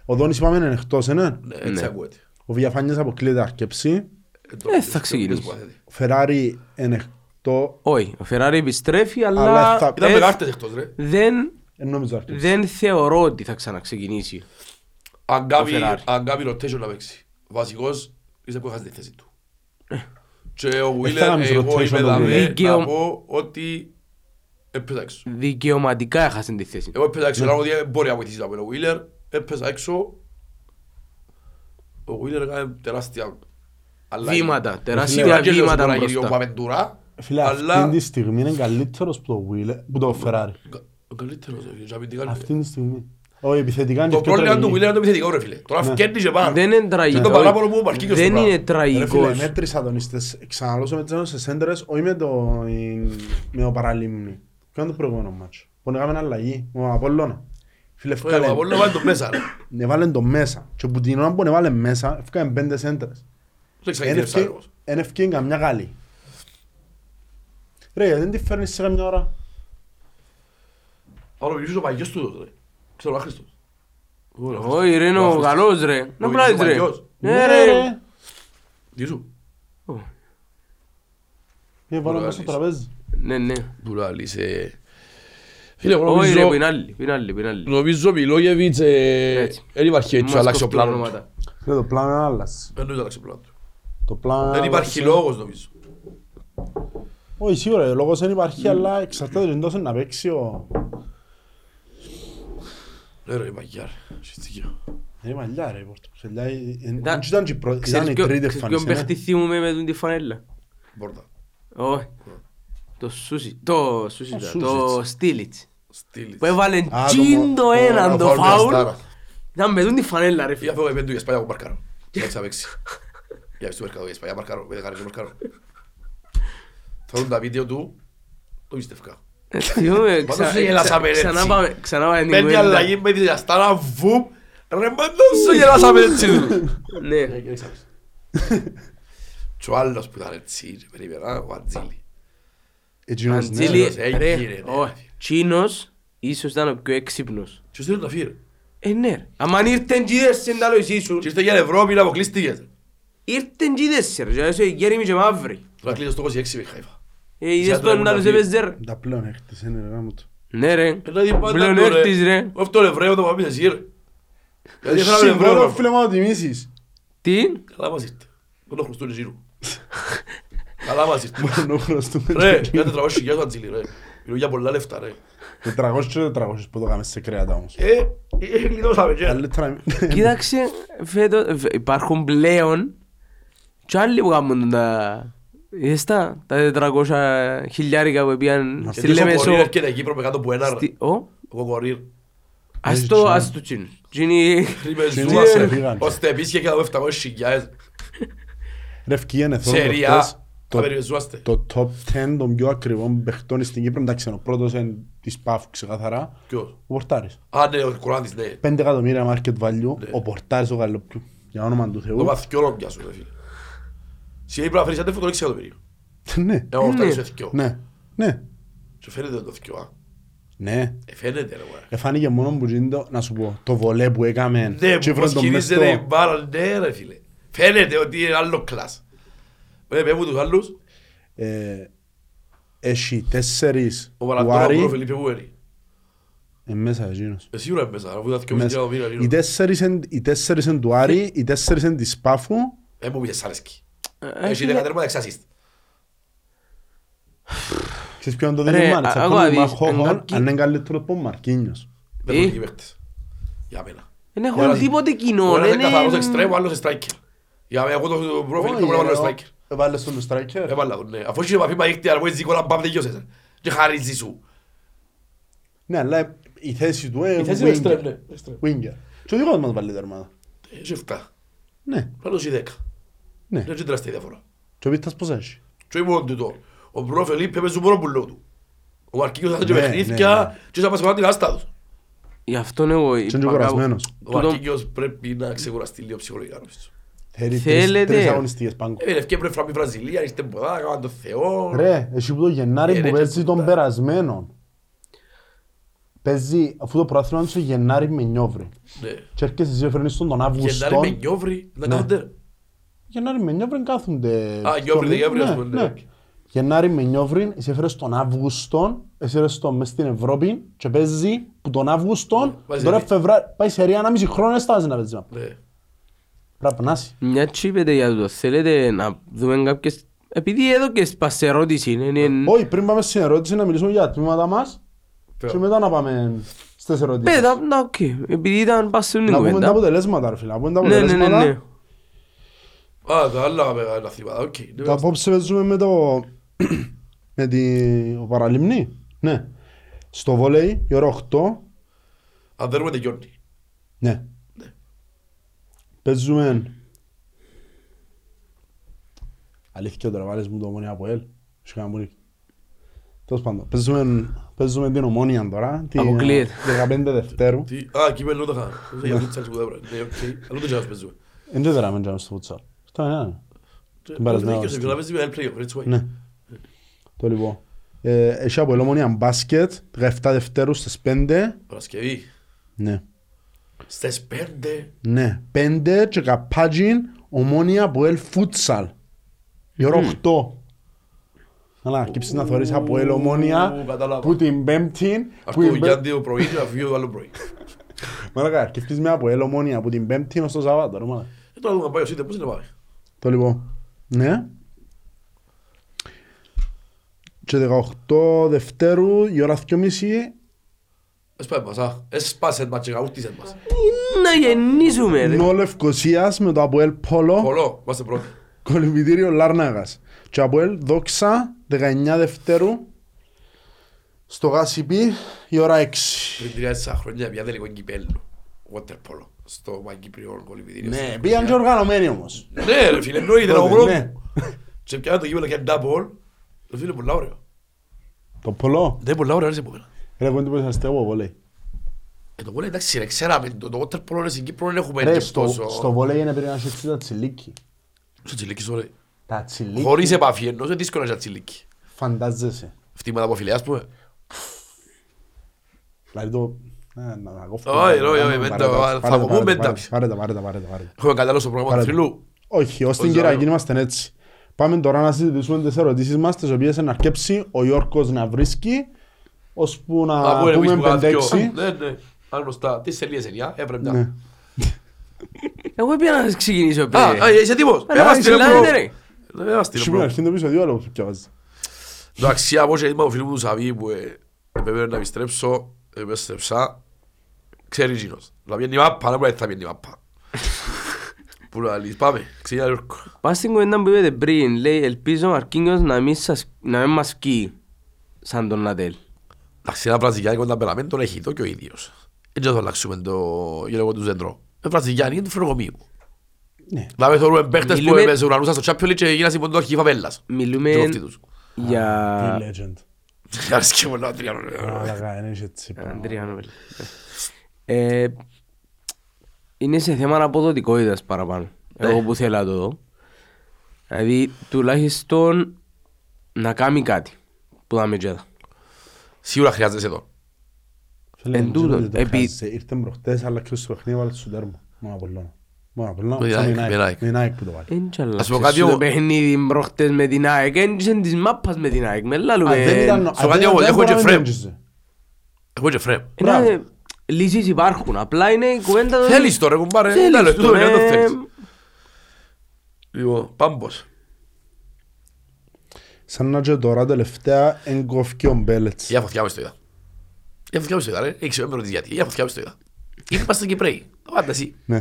Speaker 1: Ο Δόνης είπαμε είναι εκτός, ναι.
Speaker 3: Ναι, έτσι ακούεται.
Speaker 1: Ο Βιαφάνιας αποκλείεται αρκεψή.
Speaker 3: Ε, το-
Speaker 2: Ε, θα
Speaker 3: το-
Speaker 2: ξεκινήσει.
Speaker 3: το- το-
Speaker 1: Ο Φεράρι είναι εκτό.
Speaker 2: Όχι, ο Φεράρι επιστρέφει, αλλά
Speaker 1: Αλλά θα-
Speaker 3: Ήταν
Speaker 2: ε,
Speaker 3: μεγάλτες εκτός ρε.
Speaker 2: δεν
Speaker 1: Δεν νομίζω αρκεψή.
Speaker 2: δεν θεωρώ ότι θα ξαναξεκινήσει.
Speaker 3: Αν κάνει-
Speaker 2: Ferrari.
Speaker 3: αν κάνει rotation να παίξει. Βασικός είσαι που έχασε τη θέση του.
Speaker 2: Ε.
Speaker 3: Και ο
Speaker 1: Ε, θα
Speaker 3: Βίλερ,
Speaker 1: κάνεις
Speaker 3: εγώ
Speaker 1: rotation
Speaker 3: είμαι
Speaker 1: τον
Speaker 3: δαμέ,
Speaker 1: Wheeler.
Speaker 2: Δίκαιο.
Speaker 3: να πω ότι έπαιζα έξω.
Speaker 2: Δικαιωματικά έχασε τη θέση.
Speaker 3: Εγώ έπαιζα έξω, λέω ότι δεν μπορεί να βοηθήσει το Απόλλωνα. Ο Wheeler έπαιζα έξω. Ο Wheeler έκανε τεράστια αλλαγή.
Speaker 2: Βήματα,
Speaker 3: Φίλε, ο
Speaker 2: τεράστια
Speaker 3: Άγγελος μπορεί
Speaker 2: βήματα
Speaker 3: να γίνει ο
Speaker 2: μπροστά. Ε,
Speaker 3: Παπεντουρά,
Speaker 1: Mm. Φίλε,
Speaker 3: αλλά...
Speaker 1: αυτήν τη στιγμή είναι καλύτερος που το, Wheeler, που το Ferrari.
Speaker 3: Ο καλύτερος, ρε, για αμυντικά.
Speaker 1: Αυτήν τη στιγμή. Όχι, επιθετικά είναι
Speaker 3: Το
Speaker 1: και πιο
Speaker 3: πρόβλημα του
Speaker 1: τραγική.
Speaker 3: Wheeler
Speaker 1: Ναι.
Speaker 3: είναι το επιθετικό, ρε φίλε. Τώρα φκένει και πάνω.
Speaker 2: Δεν είναι
Speaker 3: το
Speaker 2: τραγικό.
Speaker 3: παράπονο που ο Μαρκίνιος
Speaker 2: Δεν
Speaker 3: στο
Speaker 2: είναι
Speaker 3: πράγμα.
Speaker 1: Ρε φίλε,
Speaker 2: τραγικός.
Speaker 1: μέτρησα τον ίστες. Ξαναλώσω με τις σε σέντερες, όχι με το, με το παραλίμνη. Ποιο είναι το προηγούμενο μάτσο. Που να κάνουμε αλλαγή. Ο Απόλλωνα. Φίλε,
Speaker 3: Ο
Speaker 1: ευκάλε,
Speaker 3: Απόλλωνας βάλει το μέσα, ρε.
Speaker 1: έβαλε το μέσα. Και που την ώρα που έβαλε μέσα, ευκάλε πέντε σέντερες.
Speaker 3: Δεν ξέρω
Speaker 1: Εν
Speaker 3: γιατί είναι
Speaker 1: ευκαι-
Speaker 3: ψάριος.
Speaker 1: εν ευκαιρία καμιά καλή. Ρε, δεν τη φέρνεις σε καμιά ώρα.
Speaker 3: Άρα ο Γιούσος ο Παγιός του δώσε, ρε. Ξέρω, ο άχρηστος.
Speaker 2: Όχι ρε είναι ο
Speaker 3: άχρηστος.
Speaker 2: καλός ρε. Να πλάεις ρε.
Speaker 3: Βαγγιός.
Speaker 2: Ναι ρε.
Speaker 3: Γιούσου.
Speaker 2: Ω,
Speaker 1: Ε, βάλω μέσα στο
Speaker 3: Μπορείς.
Speaker 1: τραπέζι.
Speaker 2: Ναι ναι.
Speaker 3: Του λαλείς, ε. Φίλε, εγώ
Speaker 2: Όχι ρε
Speaker 3: νομίζω-
Speaker 2: που είναι άλλη. που είναι άλλη, που είναι άλλη.
Speaker 3: Νομίζω ο Μιλόγεβιτς ε,
Speaker 2: Έτσι.
Speaker 3: δεν υπάρχει έτσι,
Speaker 2: Μας
Speaker 3: αλλάξει ο
Speaker 2: κόφτουν
Speaker 3: πλάνο του.
Speaker 2: ονόματα.
Speaker 1: Ρε, Ναι, το πλάνο είναι άλλας.
Speaker 3: Δεν νομίζω αλλάξει ο πλάνο του.
Speaker 1: Το πλάνο
Speaker 3: Δεν
Speaker 1: είναι
Speaker 3: υπάρχει
Speaker 1: άλλας.
Speaker 3: λόγος νομίζω.
Speaker 1: Όχι, σίγουρα, ο λόγος δεν υπάρχει, αλλά εξαρτάται την τόσο να παίξει ο...
Speaker 3: Ναι ρε μαγιά ρε, έχεις δίκιο.
Speaker 1: Ε, μαλλιά ρε, η Πορτοκαλιά, ε, ε,
Speaker 2: Ήταν-
Speaker 1: δεν ήταν και η πρώτη,
Speaker 2: Ξέρεις
Speaker 1: ήταν η
Speaker 2: ποιο-
Speaker 1: τρίτη
Speaker 2: ξέρεις ποιον
Speaker 1: εμφάνιση. ναι.
Speaker 2: παίχτη θυμούμαι με τον τη φανέλα.
Speaker 3: Μπορτά.
Speaker 2: Όχι. Το Σούσι. Το Σούσι. τώρα, Το
Speaker 1: Σούσιτς.
Speaker 2: Στίλιτς.
Speaker 3: Στήλης.
Speaker 2: Που έβαλε
Speaker 1: Α, το
Speaker 2: τζιν
Speaker 1: μο-
Speaker 2: το έναν το
Speaker 3: φάουλ με
Speaker 2: φάουλ.
Speaker 3: αστάρα.
Speaker 2: Ήταν με τον τη φανέλα ρε
Speaker 3: Ή
Speaker 2: φίλε.
Speaker 3: αφού επέντου για σπάγια που μαρκάρω. Έτσι θα παίξει. Για στο μερκάδο για σπάγια μαρκάρω, πέντε χαρές μαρκάρω. Θα δουν τα βίντεο του, το πίστευκα.
Speaker 2: Ε, θυμούμαι,
Speaker 3: Πάντως
Speaker 2: ξα-
Speaker 3: σε γελάσαμε,
Speaker 2: ξα-
Speaker 3: ρε,
Speaker 2: ξανά
Speaker 3: έτσι.
Speaker 2: πάμε- Ξανά πάμε την
Speaker 3: Παίρνει
Speaker 2: κουβέντα.
Speaker 3: αλλαγή με την αστάρα, βουμ, ρε μάντο σου γελάσαμε έτσι.
Speaker 2: Ναι.
Speaker 3: Και ο άλλος που ήταν έτσι, ρε, περίμενα, ο Αντζήλη.
Speaker 1: Εκείνος, ναι.
Speaker 2: Αντζήλη,
Speaker 3: ναι, ναι,
Speaker 2: Ε, ρε,
Speaker 3: ναι, ναι.
Speaker 2: όχι. Τσίνος, ίσως ήταν ο πιο έξυπνος.
Speaker 3: Και ο Στήλος τα φύρε.
Speaker 2: Ε, ναι. ρε. Αμάν ήρθεν και είδες εν τα λόγια εσύ σου.
Speaker 3: Και ήρθε για την Ευρώπη να αποκλείστηκε.
Speaker 2: Ήρθεν και είδες σε, ρε. Και έσαι γέριμοι και μαύροι.
Speaker 3: Τώρα κλείδωσε το 26 με η Χάιφα.
Speaker 2: Ε, Είδες
Speaker 3: Σαν το
Speaker 2: τον να τους
Speaker 3: Αμπουδαβή.
Speaker 2: έπαιζε ρε.
Speaker 1: Τα πλέον έκτησε, είναι γάμο του.
Speaker 2: Ναι ρε.
Speaker 3: Δηλαδή πάντα το
Speaker 2: Πλεονέκτης
Speaker 3: ρε.
Speaker 2: ρε.
Speaker 3: Αυτό το Εβραίο το παπείς εσύ ρε. Δηλαδή θα είναι
Speaker 1: Συγχρόνο
Speaker 3: Εβραίο.
Speaker 1: φίλε μου να το τιμήσεις.
Speaker 2: Τι.
Speaker 3: Καλά μας ήρθε. Δεν το χρωστούν γύρω. Καλά μας ήρθε.
Speaker 1: Μπορεί να χρωστούμε
Speaker 3: Ρε,
Speaker 1: και-
Speaker 3: για 400 χιλιάδες αντζήλι ρε. Μιλούν για πολλά λεφτά ρε.
Speaker 1: 400 και 400 που το κάνουμε σε κρέατα όμως.
Speaker 3: Ε, ε, γλιτώσαμε και.
Speaker 1: Καλύτερα να μην-
Speaker 2: Κοίταξε, φέτο, φε- υπάρχουν πλέον κι άλλοι που κάνουν τα... Είδες τα, τα 400 χιλιάρικα που πήγαν
Speaker 3: Και
Speaker 2: στη
Speaker 3: ο
Speaker 2: Λεμεσό.
Speaker 3: Κορίρ έρχεται εκεί πρέπει κάτω από ένα ρε.
Speaker 2: στη- Ο,
Speaker 3: Ο Κορίρ.
Speaker 2: ας το, ας το τσιν. ε, Τσινι...
Speaker 3: Ριμεζούας
Speaker 1: Τι
Speaker 3: ρε.
Speaker 1: έφυγαν.
Speaker 3: Ο Στεπής και κάτω από 700 χιλιάδες.
Speaker 1: Ρε ευκήγεν εθόλου
Speaker 3: Σε ριά.
Speaker 1: προχτές.
Speaker 3: Θα
Speaker 1: Το-
Speaker 3: περιπεζούμαστε.
Speaker 1: Το top 10 των πιο ακριβών παιχτών στην Κύπρο, εντάξει, ο πρώτος είναι της ΠΑΦ ξεκαθαρά,
Speaker 3: Ποιος.
Speaker 1: ο Πορτάρης.
Speaker 3: Α, ναι, ο Κοράντης, ναι.
Speaker 1: 5 εκατομμύρια market value, ο Πορτάρης ο Γαλοπιού. Για όνομα του
Speaker 3: Το
Speaker 1: Θεού.
Speaker 3: παθιό να πιάσω, ρε φίλε. Σε είπα να φέρεις άντε φωτό 6 εκατομμύριο.
Speaker 1: Ναι,
Speaker 3: Εγώ
Speaker 2: Ναι.
Speaker 3: φτάνει σε θκιό.
Speaker 1: ναι, ναι,
Speaker 3: Σου φαίνεται το θκιό, α.
Speaker 1: ναι.
Speaker 3: Ε, Φαίνεται, ρε, μωρέ.
Speaker 1: Εφάνηκε μόνο που γίνεται, να σου πω, το βολέ που έκαμε. και
Speaker 3: Ναι,
Speaker 1: βρήκαν
Speaker 3: πώς
Speaker 1: τον
Speaker 3: κινίζεται η
Speaker 1: μες στο-
Speaker 3: μπάλα, ναι, ρε, φίλε. Φαίνεται ότι είναι άλλο κλάσ. Ε, πέμπουν τους άλλους,
Speaker 1: Ε, Έχει τέσσερις
Speaker 3: ο
Speaker 1: του
Speaker 3: Παραντώνας, ο
Speaker 1: Άρη,
Speaker 3: Φιλίππε, που είναι.
Speaker 1: ε, μέσα εκείνος.
Speaker 3: Ε, σίγουρα είναι μέσα, αφού τα θκιό
Speaker 1: Μέσα.
Speaker 3: μισή εκατομμύρια είναι.
Speaker 1: Οι τέσσερις εν- Οι τέσσερις είναι του Άρη, οι τέσσερις είναι της Πάφου.
Speaker 3: Ε, μου πήγες Σάρεσκι.
Speaker 2: Ε,
Speaker 3: Έχει
Speaker 2: φίλε,
Speaker 3: δέκα τέρματα, έξι assist.
Speaker 1: Ξέρεις ποιο είναι το
Speaker 2: Ρε,
Speaker 1: δίλημμα, να
Speaker 2: α-
Speaker 1: τσακώνουμε
Speaker 2: άκου να
Speaker 1: μα
Speaker 2: δεις,
Speaker 1: Χόχον,
Speaker 2: εν κάποιοι-
Speaker 1: αν είναι καλύτερο από Μαρκίνιος.
Speaker 3: Δεν
Speaker 2: Ε.
Speaker 3: έχουν εκεί παίχτες. Για μένα.
Speaker 2: Δεν
Speaker 3: Ο
Speaker 2: έχουν
Speaker 3: ένας-
Speaker 2: τίποτε κοινό.
Speaker 3: ο ένας
Speaker 2: δεν
Speaker 3: είναι καθαρός
Speaker 2: είναι-
Speaker 3: extreme, ο άλλος είναι striker. Για μένα, εγώ το- το προφίλ του
Speaker 1: Όχι,
Speaker 3: πρέπει να βάλω
Speaker 1: ε,
Speaker 3: striker.
Speaker 1: ε, Βάλες τον striker.
Speaker 3: Έβαλα τον, ναι. Αφού είχε επαφή με δίκτυα, μπορεί να ζει κόλλα, μπαμ, τελειώσες, ε. Και χαρίζει σου.
Speaker 1: Ναι, αλλά ε, η θέση του είναι
Speaker 3: Η θέση είναι
Speaker 1: winger.
Speaker 3: extreme, ναι, extreme.
Speaker 1: Winger. Και ο δικός μας βάλει τερμάδα.
Speaker 3: Έχει 7.
Speaker 1: Ναι,
Speaker 3: Ε, Άλλος έχει 10.
Speaker 1: ναι.
Speaker 3: Δεν έχει τεράστια διαφορά.
Speaker 1: Και ο Βίτας πώς έχει.
Speaker 3: Και ήμουν τούτο. Ο Μπρο Φελίπ έπαιζε μόνο πουλό του. Ο Μαρκίνιος θα και
Speaker 1: Ναι, ναι,
Speaker 3: παιχνίδια και θα πας πάνω την άστατος.
Speaker 2: Γι' αυτόν εγώ
Speaker 1: Και
Speaker 2: είπα
Speaker 1: είναι και
Speaker 2: κάπου-
Speaker 1: κουρασμένος.
Speaker 3: Ο
Speaker 2: Τούτο-
Speaker 3: Μαρκίνιος πρέπει να ξεκουραστεί λίγο ψυχολογικά νομίζω.
Speaker 1: Θέλει
Speaker 2: Θέλετε.
Speaker 1: τρεις- τρεις αγωνιστικές πάνω.
Speaker 3: Έβαινε ευκαιρία Ε, πρέπει να πει Βραζιλία, ήρθε ποτά, έκαναν το Θεό.
Speaker 1: Ρε, εσύ που το
Speaker 3: Ε,
Speaker 1: Γενάρη
Speaker 3: ρε,
Speaker 1: που
Speaker 3: και
Speaker 1: παίζει
Speaker 3: τούτα.
Speaker 1: τον περασμένο. Παίζει, αφού το προάθλημα είναι στο Γενάρη με νιόβρη.
Speaker 3: Ναι.
Speaker 1: Και έρχεσαι εσύ και φέρνεις τον τον
Speaker 3: Γενάρη
Speaker 1: Αύγουστο.
Speaker 3: με Νιόβρη, να
Speaker 1: Ναι.
Speaker 3: κάθονται.
Speaker 1: Γενάρη με νιόβρη κάθονται.
Speaker 3: Α, Νιόβρη,
Speaker 1: στον-
Speaker 3: Νιόβρη, ας
Speaker 1: ναι,
Speaker 3: πούμε,
Speaker 1: ναι.
Speaker 3: ναι.
Speaker 1: Γενάρη με νιόβρη, εσύ έφερες τον Αύγουστο, εσύ έφερες τον μες στην Ευρώπη και παίζει που τον Αύγουστο,
Speaker 3: Ναι, βάζει
Speaker 1: τώρα
Speaker 3: ρί.
Speaker 1: Φεβράρι, πάει σε ρία 1,5 χρόνο έσταζε να παίζει.
Speaker 3: Ναι.
Speaker 1: Πρέπει να είσαι.
Speaker 2: Μια τσι είπετε για τούτο. Θέλετε να δούμε κάποιες... Επειδή εδώ και σπάσε ερώτηση. είναι-
Speaker 1: Όχι, πριν πάμε στην ερώτηση να μιλήσουμε για τα τμήματα μας και
Speaker 3: Φεύγω.
Speaker 1: μετά να πάμε στις ερωτήσεις.
Speaker 2: Πέτα, να οκ. Επειδή ήταν πάση την
Speaker 1: Να πούμε τα
Speaker 2: κουβέντα.
Speaker 1: αποτελέσματα ρε φίλε, να πούμε τα
Speaker 2: Ναι, ναι, ναι, ναι.
Speaker 1: αποτελέσματα.
Speaker 3: Α, τα άλλα μεγάλα θύματα, οκ. Ναι,
Speaker 1: Τα απόψε παίζουμε με το... με τη... ο Παραλίμνη. Ναι. Στο βόλεϊ, η ώρα 8.
Speaker 3: Αν δεν έρχονται γιόνι.
Speaker 1: Ναι. Παίζουμε... Αλήθεια τώρα βάλες μου το ομόνια από ελ. Σου κάνω πολύ. Τέλος πάντων. Παίζουμε, παίζουμε την ομόνια τώρα. Την
Speaker 2: Αποκλείεται.
Speaker 1: 15 Δευτέρου.
Speaker 3: Τι- Α, εκεί πέρα τα χάνω. Για το τσάξι που δεν πρέπει. Ναι, οκ. Αλλά το τσάξι παίζουμε.
Speaker 1: Δεν το δεράμε τζάμε στο φουτσάλ. Αυτό είναι ένα.
Speaker 3: Το
Speaker 1: παρασμένο
Speaker 3: δίκιο σε
Speaker 1: αγωνιστή.
Speaker 3: καλά παίζει με ένα playoff, έτσι,
Speaker 1: Ναι. Το λοιπόν. Ε, Έχει από ελόμονια μπάσκετ, 17 Δευτέρου στις 5.
Speaker 3: Παρασκευή.
Speaker 1: Ναι.
Speaker 3: Στις πέντε.
Speaker 1: Ναι. 5 και καπάτζιν ομόνια από ελ φουτσάλ. Η ώρα 8. Αλλά κύψεις να θωρείς από ελ ομόνια
Speaker 3: Ου, κατάλαβα.
Speaker 1: που την πέμπτη
Speaker 3: Ας
Speaker 1: που
Speaker 3: πούμε
Speaker 1: την πέμπτη-
Speaker 3: Γιάννη το πρωί και να φύγει το άλλο πρωί.
Speaker 1: Μαλάκα, αρκευτείς με από ελ ομόνια που την πέμπτη ως το Σαββάτο. ρε μαλάκα.
Speaker 3: Ε, Τώρα δούμε πάει ο Σύντε, πώς είναι να πάει.
Speaker 1: Το λοιπόν. Ναι. Και 18 Δευτέρου η ώρα 2.30
Speaker 3: Έσπασε μας, α. Έσπασε μας και καούτησε μας.
Speaker 2: Να γεννήσουμε ρε.
Speaker 1: Νο Λευκοσίας με το Αποέλ Πόλο,
Speaker 3: Πολλό, είμαστε πρώτοι.
Speaker 1: κολυμπητήριο Λάρναγας. Και Αποέλ Δόξα, 19 Δευτέρου, στο Γάσιπι, η ώρα 6.
Speaker 3: Πριν 30 χρόνια πια τελικό κυπέλλου. Water polo. Στο Παγκύπριο Κολυμπητήριο.
Speaker 1: Ναι, πήγαν και οργανωμένοι όμως.
Speaker 3: Ναι ρε φίλε, εννοείται να
Speaker 1: Τότε,
Speaker 3: βρω.
Speaker 1: ναι.
Speaker 3: Και πιάνε το κύπελλο και ένα double. Το φίλε πολλά ωραίο.
Speaker 1: Το Πόλο,
Speaker 3: Δεν πολλά ωραίο, άρεσε που εμένα.
Speaker 1: ρε πέντε που είσαστε εγώ βολέι.
Speaker 3: Ε, το βόλεϊ, εντάξει ρε, ξέραμε, το- το water polo, ρε, στην Κύπρο δεν έχουμε
Speaker 1: Ρε,
Speaker 3: και
Speaker 1: στο,
Speaker 3: τόσο-
Speaker 1: στο βολέι είναι πριν να σκεφτεί τα τσιλίκι.
Speaker 3: Στο τσιλίκι, sorry.
Speaker 1: Τα τσιλίκι,
Speaker 3: Χωρίς επαφή, ενώ είναι δύσκολο να είσαι τσιλίκι.
Speaker 1: φαντάζεσαι.
Speaker 3: Φτύματα από φιλιά, ας πούμε.
Speaker 1: Δηλαδή το... ε, να- να κόφτω.
Speaker 3: Όχι, όχι, όχι,
Speaker 1: Πάρε
Speaker 3: μετά,
Speaker 1: τα,
Speaker 3: θα
Speaker 1: πάρε τα,
Speaker 3: κοπούν
Speaker 1: πάρε τα,
Speaker 3: μετά.
Speaker 1: Πάρε τα, πάρε τα, πάρε τα, πάρε τα.
Speaker 3: Έχουμε κατάλληλο στο πρόγραμμα του
Speaker 1: Παράδειγμα.
Speaker 3: θρύλου.
Speaker 1: Όχι, ως την
Speaker 3: Όχι,
Speaker 1: Κυριακή
Speaker 3: όχι.
Speaker 1: είμαστε έτσι. Πάμε τώρα να συζητήσουμε τις ερωτήσεις μας, τις οποίες να αρκέψει ο Γιώργος να βρίσκει, ώσπου να
Speaker 3: Ακούω εμείς
Speaker 1: πούμε
Speaker 3: που κάνουμε δυο.
Speaker 1: 5-6.
Speaker 3: Ναι, ναι. Αν γνωστά, τι σελίδες εννιά, έπρεπε
Speaker 1: Ναι.
Speaker 3: να.
Speaker 2: Εγώ πήγα να ξεκινήσω
Speaker 3: Α,
Speaker 1: Ε.
Speaker 2: πριν.
Speaker 3: α, είσαι τύπος.
Speaker 2: Ρε,
Speaker 3: Έβας την
Speaker 2: λάδι,
Speaker 3: εμπρό.
Speaker 2: ρε.
Speaker 3: Ναι, έβας την
Speaker 1: Σήμερα
Speaker 3: εμπρό.
Speaker 1: αρχήν το επεισόδιο, άλλο που πιάβαζε.
Speaker 3: Εντάξει, από και είπα ο φίλος μου του Σαββί που ε, επέμενε να επιστρέψω, επέστρεψα, ξέρει γίνος. Να πιένει η μάπα, να μπορεί να θα πιένει η μάπα. Που να λύσει, πάμε, ξεκινά Γιώργο.
Speaker 2: Πας στην κουβέντα που είπετε πριν, λέει ελπίζω ο Μαρκίνιος να μην, σας, να μην μας καίει σαν τον Νατέλ.
Speaker 3: Εντάξει, ένα βραζιλιάνικο ταμπεραμέντο έχει το και ο ίδιος. Δεν θα το αλλάξουμε το γελογό του δέντρο. Ε, βραζιλιάνοι είναι του φρονοκομείου.
Speaker 1: Ναι.
Speaker 3: Να με θεωρούμε παίχτες που
Speaker 2: Μιλούμε-
Speaker 3: ε, σε ουρανούσαν στο Champions League και γίνασαν υπό το αρχή φαβέλας. Και
Speaker 2: Μιλούμε
Speaker 3: κοφτή τους.
Speaker 2: για...
Speaker 1: Τι legend.
Speaker 3: Άρεσκε μου, Αντριάνο, ρε.
Speaker 1: Μαλάκα, δεν είσαι έτσι. πάνω.
Speaker 2: Αντριάνο, βέλε. Ε, Είναι σε θέμα αποδοτικότητας παραπάνω. Εγώ που θέλω να το δω. Δηλαδή τουλάχιστον να κάνει κάτι που θα με τζέτα.
Speaker 3: Σίγουρα χρειάζεσαι εδώ.
Speaker 1: Φίλε,
Speaker 2: Εν
Speaker 1: δεν
Speaker 2: τούτον,
Speaker 1: ξέρω τι το
Speaker 2: επί-
Speaker 1: χάσε. Ήρθαν προχτές, αλλά και στο παιχνίδι βάλε στο τέρμα. Μόνο Απολλώνα. Μόνο Απολλώνα,
Speaker 3: Με την
Speaker 1: σαν
Speaker 3: ΑΕΚ,
Speaker 1: την
Speaker 3: με την
Speaker 1: ΑΕΚ.
Speaker 3: ΑΕΚ.
Speaker 1: Με την ΑΕΚ που το βάλε.
Speaker 2: Εν
Speaker 3: Ας πω
Speaker 2: τσαλάψες
Speaker 3: κάτι
Speaker 2: σου το
Speaker 3: εγώ.
Speaker 2: παιχνίδι προχτές με την ΑΕΚ. Εν τσεν της μάπας με την ΑΕΚ. Με λάλουμε.
Speaker 1: Αν δεν ήταν-
Speaker 3: Ε, στο
Speaker 1: αν
Speaker 3: κάτι
Speaker 1: δεν-
Speaker 3: εγώ,
Speaker 1: δεν
Speaker 3: έχω
Speaker 1: μπορεί
Speaker 3: και
Speaker 1: να μην
Speaker 3: φρέμ.
Speaker 1: έντζεσαι.
Speaker 3: Εγώ και φρέμ.
Speaker 2: Είναι-
Speaker 1: Μπράβο.
Speaker 2: Ε, ναι, Λύσεις υπάρχουν. Απλά είναι η κουβέντα... των-
Speaker 3: Θέλεις το, ρε, κουμπάρε.
Speaker 2: Θέλεις
Speaker 3: Τέλος,
Speaker 2: το,
Speaker 3: τούτο είναι,
Speaker 2: ε.
Speaker 3: το θέλεις. Λοιπόν, πάμπος.
Speaker 1: Σαν να και τώρα τελευταία εγκοφκεί ο Μπέλετς.
Speaker 3: Για φωτιά μες το είδα. Για φωτιά μες το είδα, ρε. Έχεις με ρωτήσει γιατί. Για φωτιά μες το είδα. Είμαστε Κυπρέοι. Πάντα εσύ.
Speaker 1: Ναι.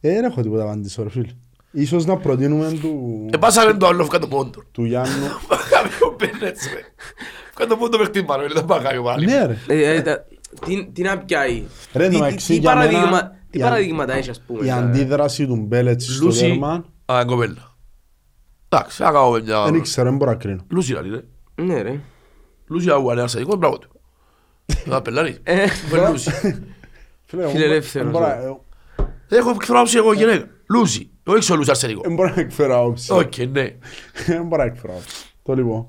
Speaker 1: Ε, δεν έχω τίποτα απάντηση, ρε φίλε. Ίσως να προτείνουμε του,
Speaker 3: Επάσαμε Ε, το άλλο κάτω πόντο.
Speaker 1: του Γιάννου.
Speaker 3: Παγάμιο μπέλετς, ρε. Κάτω πόντο με χτύπα, ρε. Ήταν παγάμιο πάλι.
Speaker 1: ναι ρε.
Speaker 2: Ε, ε, τα- τι- Τι να πιάει.
Speaker 1: Ρε,
Speaker 2: Τι-
Speaker 1: το
Speaker 2: τι-
Speaker 1: μεταξύ,
Speaker 2: τι
Speaker 1: για μένα,
Speaker 2: παραδείγμα- Τι
Speaker 1: η
Speaker 2: παραδείγματα έχει ας πούμε.
Speaker 1: Η
Speaker 2: τα-
Speaker 1: αντίδραση του Μπέλετς στο
Speaker 3: Λούση.
Speaker 1: τέρμα.
Speaker 3: Α, είναι κοπέλα. Εντάξει, θα κάνουμε μια...
Speaker 1: Δεν ήξερα, δεν μπορώ να κρίνω.
Speaker 3: Λούση να είναι.
Speaker 2: Ναι ρε.
Speaker 3: Λούση να είναι ένας αδικός, μπράβο του. Θα πελάρει.
Speaker 2: Ε,
Speaker 3: Είπε Λούση.
Speaker 1: Φίλε, εγώ-
Speaker 2: Φιλελεύθερος,
Speaker 1: δεν μπορώ-
Speaker 2: ρε.
Speaker 1: εγώ-
Speaker 3: Δεν έχω εκφράσει εγώ γυναίκα. Λούση. Εγώ ήξερα Λούση αρσενικό.
Speaker 1: Δεν μπορώ να εκφέρω άποψη.
Speaker 3: Οκ, ναι.
Speaker 1: Δεν μπορώ να εκφέρω άποψη. Το λοιπόν.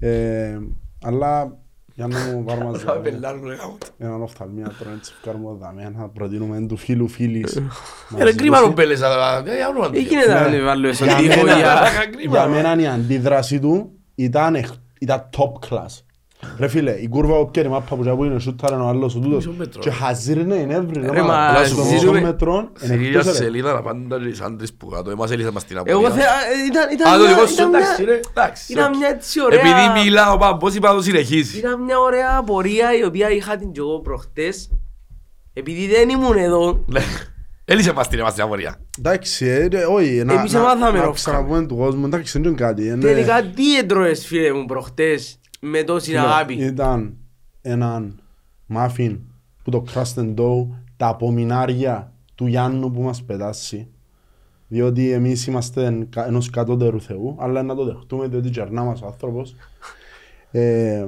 Speaker 1: Ε, Αλλά για να μου πάρω μαζί
Speaker 3: Θα πελάρουν, ρε, γάμο.
Speaker 1: έναν οφθαλμία τρώνε τσιφκάρμο δαμέ να προτείνουμε του φίλου φίλης. να
Speaker 3: Ρε, κρίμα
Speaker 1: ζητήσει.
Speaker 3: ο Μπέλες, αλλά, ε, άλλο να
Speaker 2: Δεν
Speaker 3: το πει.
Speaker 2: γίνεται να βάλω εσύ
Speaker 1: Για
Speaker 2: τη
Speaker 1: μένα-
Speaker 2: γωνιά.
Speaker 1: Για μένα η αντίδραση του ήταν, εκ- ήταν top class. Ρε φίλε, η κούρβα που πιέρει μάπα που τζάπου είναι σούταρε ο άλλος ο τούτος
Speaker 3: Μισό μέτρο,
Speaker 1: και
Speaker 3: ρε.
Speaker 1: χαζίρνε η νεύρη.
Speaker 2: Ρε, μα,
Speaker 1: στο
Speaker 2: συζητούμε-
Speaker 1: μισό μέτρο είναι
Speaker 3: Σελίδα,
Speaker 1: εκτός, ρε.
Speaker 3: σελίδα, να πάντα τις άντρες που κάτω. Εμάς έλυσαν μας την απορία.
Speaker 2: Εγώ θε... α, ήταν- ήταν
Speaker 3: Α, το
Speaker 2: μια-
Speaker 3: δικό σου,
Speaker 2: ήταν μια-
Speaker 3: εντάξει, ρε. Εντάξει.
Speaker 2: Ήταν
Speaker 3: οκ.
Speaker 2: μια έτσι ωραία...
Speaker 3: Επειδή μιλάω, πάμε, πώς είπα να το συνεχίσει.
Speaker 2: Ήταν μια ωραία πορεία η οποία είχα την κι εγώ προχτές. Επειδή δεν ήμουν εδώ,
Speaker 3: Ναι. Έλυσε μας την εμάς την απορία.
Speaker 1: Εντάξει, ε, ρε, όχι, να-
Speaker 2: Εμείς
Speaker 1: να-
Speaker 2: εμάθαμε,
Speaker 1: να
Speaker 2: ρε,
Speaker 1: ξαναπούμε του κόσμου, εντάξει, δεν είναι κάτι. είναι-
Speaker 2: τελικά τι έτρωες φίλε μου προχτές με
Speaker 3: Ναι.
Speaker 2: τόση
Speaker 1: Φίλε,
Speaker 2: αγάπη.
Speaker 1: Ήταν έναν μάφιν που το crust and dough, τα απομεινάρια του Γιάννου που μας πετάσει. Διότι εμείς είμαστε κα- ενός κατώτερου Θεού, αλλά να το δεχτούμε διότι τζερνά μας ο άνθρωπος. Ε,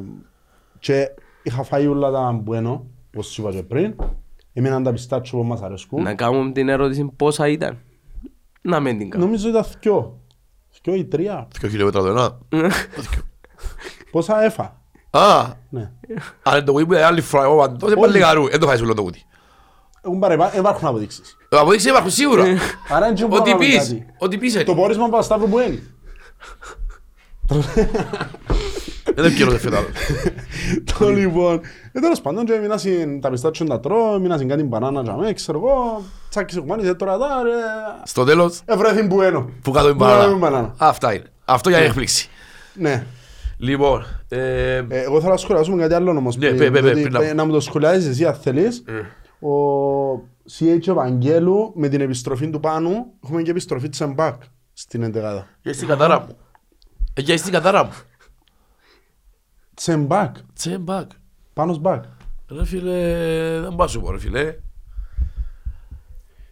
Speaker 1: και είχα φάει όλα τα μπουένο, όπως σου είπα και πριν. Έμειναν τα πιστάτσο που μας
Speaker 3: Ε,
Speaker 1: αρέσκουν.
Speaker 2: Να κάνουμε την ερώτηση πόσα ήταν. Να μην την κάνω.
Speaker 1: Νομίζω ήταν δυο. Δυο ή τρία.
Speaker 3: Δυο χιλιόμετρα το ένα.
Speaker 1: Πόσα έφα.
Speaker 3: Α,
Speaker 1: Ναι.
Speaker 3: αν το κουτί άλλη φορά, εγώ πάντα. Τότε πάλι γαρού, δεν το φάει όλο το κουτί.
Speaker 1: Έχουν παρεπά- Υπάρχουν αποδείξεις.
Speaker 3: Το αποδείξεις υπάρχουν σίγουρα.
Speaker 2: Ναι.
Speaker 1: Άρα δεν μπορούμε να
Speaker 3: Ό,τι
Speaker 1: κάνουμε
Speaker 3: πεις,
Speaker 1: κάτι.
Speaker 3: ό,τι πεις.
Speaker 1: Το πόρισμα Παπασταύρου που είναι.
Speaker 3: Δεν επικοινωνώ φέτο. Ναι.
Speaker 1: Το λοιπόν. Ε, τέλος πάντων, και έμεινα συν τα πιστάτσιο να τρώω, έμεινα συν κάτι μπανάνα για μένα, ξέρω εγώ. Τσάκησε κουμάνισε τώρα τα, ρε.
Speaker 3: Στο τέλος,
Speaker 1: Ευρέθη που ένω.
Speaker 3: που κάτω είναι
Speaker 1: Που κάτω είναι
Speaker 3: μπανάνα.
Speaker 1: μπανάνα.
Speaker 3: Αυτά είναι. Αυτό για έκπληξη.
Speaker 1: Ναι.
Speaker 3: Λοιπόν, ε,
Speaker 1: Ε, Εγώ θέλω να σχολιάσουμε κάτι άλλο όμως.
Speaker 3: Ναι,
Speaker 1: πριν,
Speaker 3: πέ, πέ, πέ,
Speaker 1: διότι,
Speaker 3: πριν να- Ε.
Speaker 1: ε, Να μου το σχολιάζεις εσύ αν θέλεις. Ο CH Ευαγγέλου με την επιστροφή του πάνω, έχουμε και επιστροφή της Εμπακ στην εντεγάδα.
Speaker 3: για στην κατάρα μου. Ε, Για στην κατάρα μου.
Speaker 1: Της Εμπακ,
Speaker 3: Τσέμπακ.
Speaker 1: Πάνος Μπακ.
Speaker 3: Ρε φίλε, δεν πάω σου πω ρε φίλε.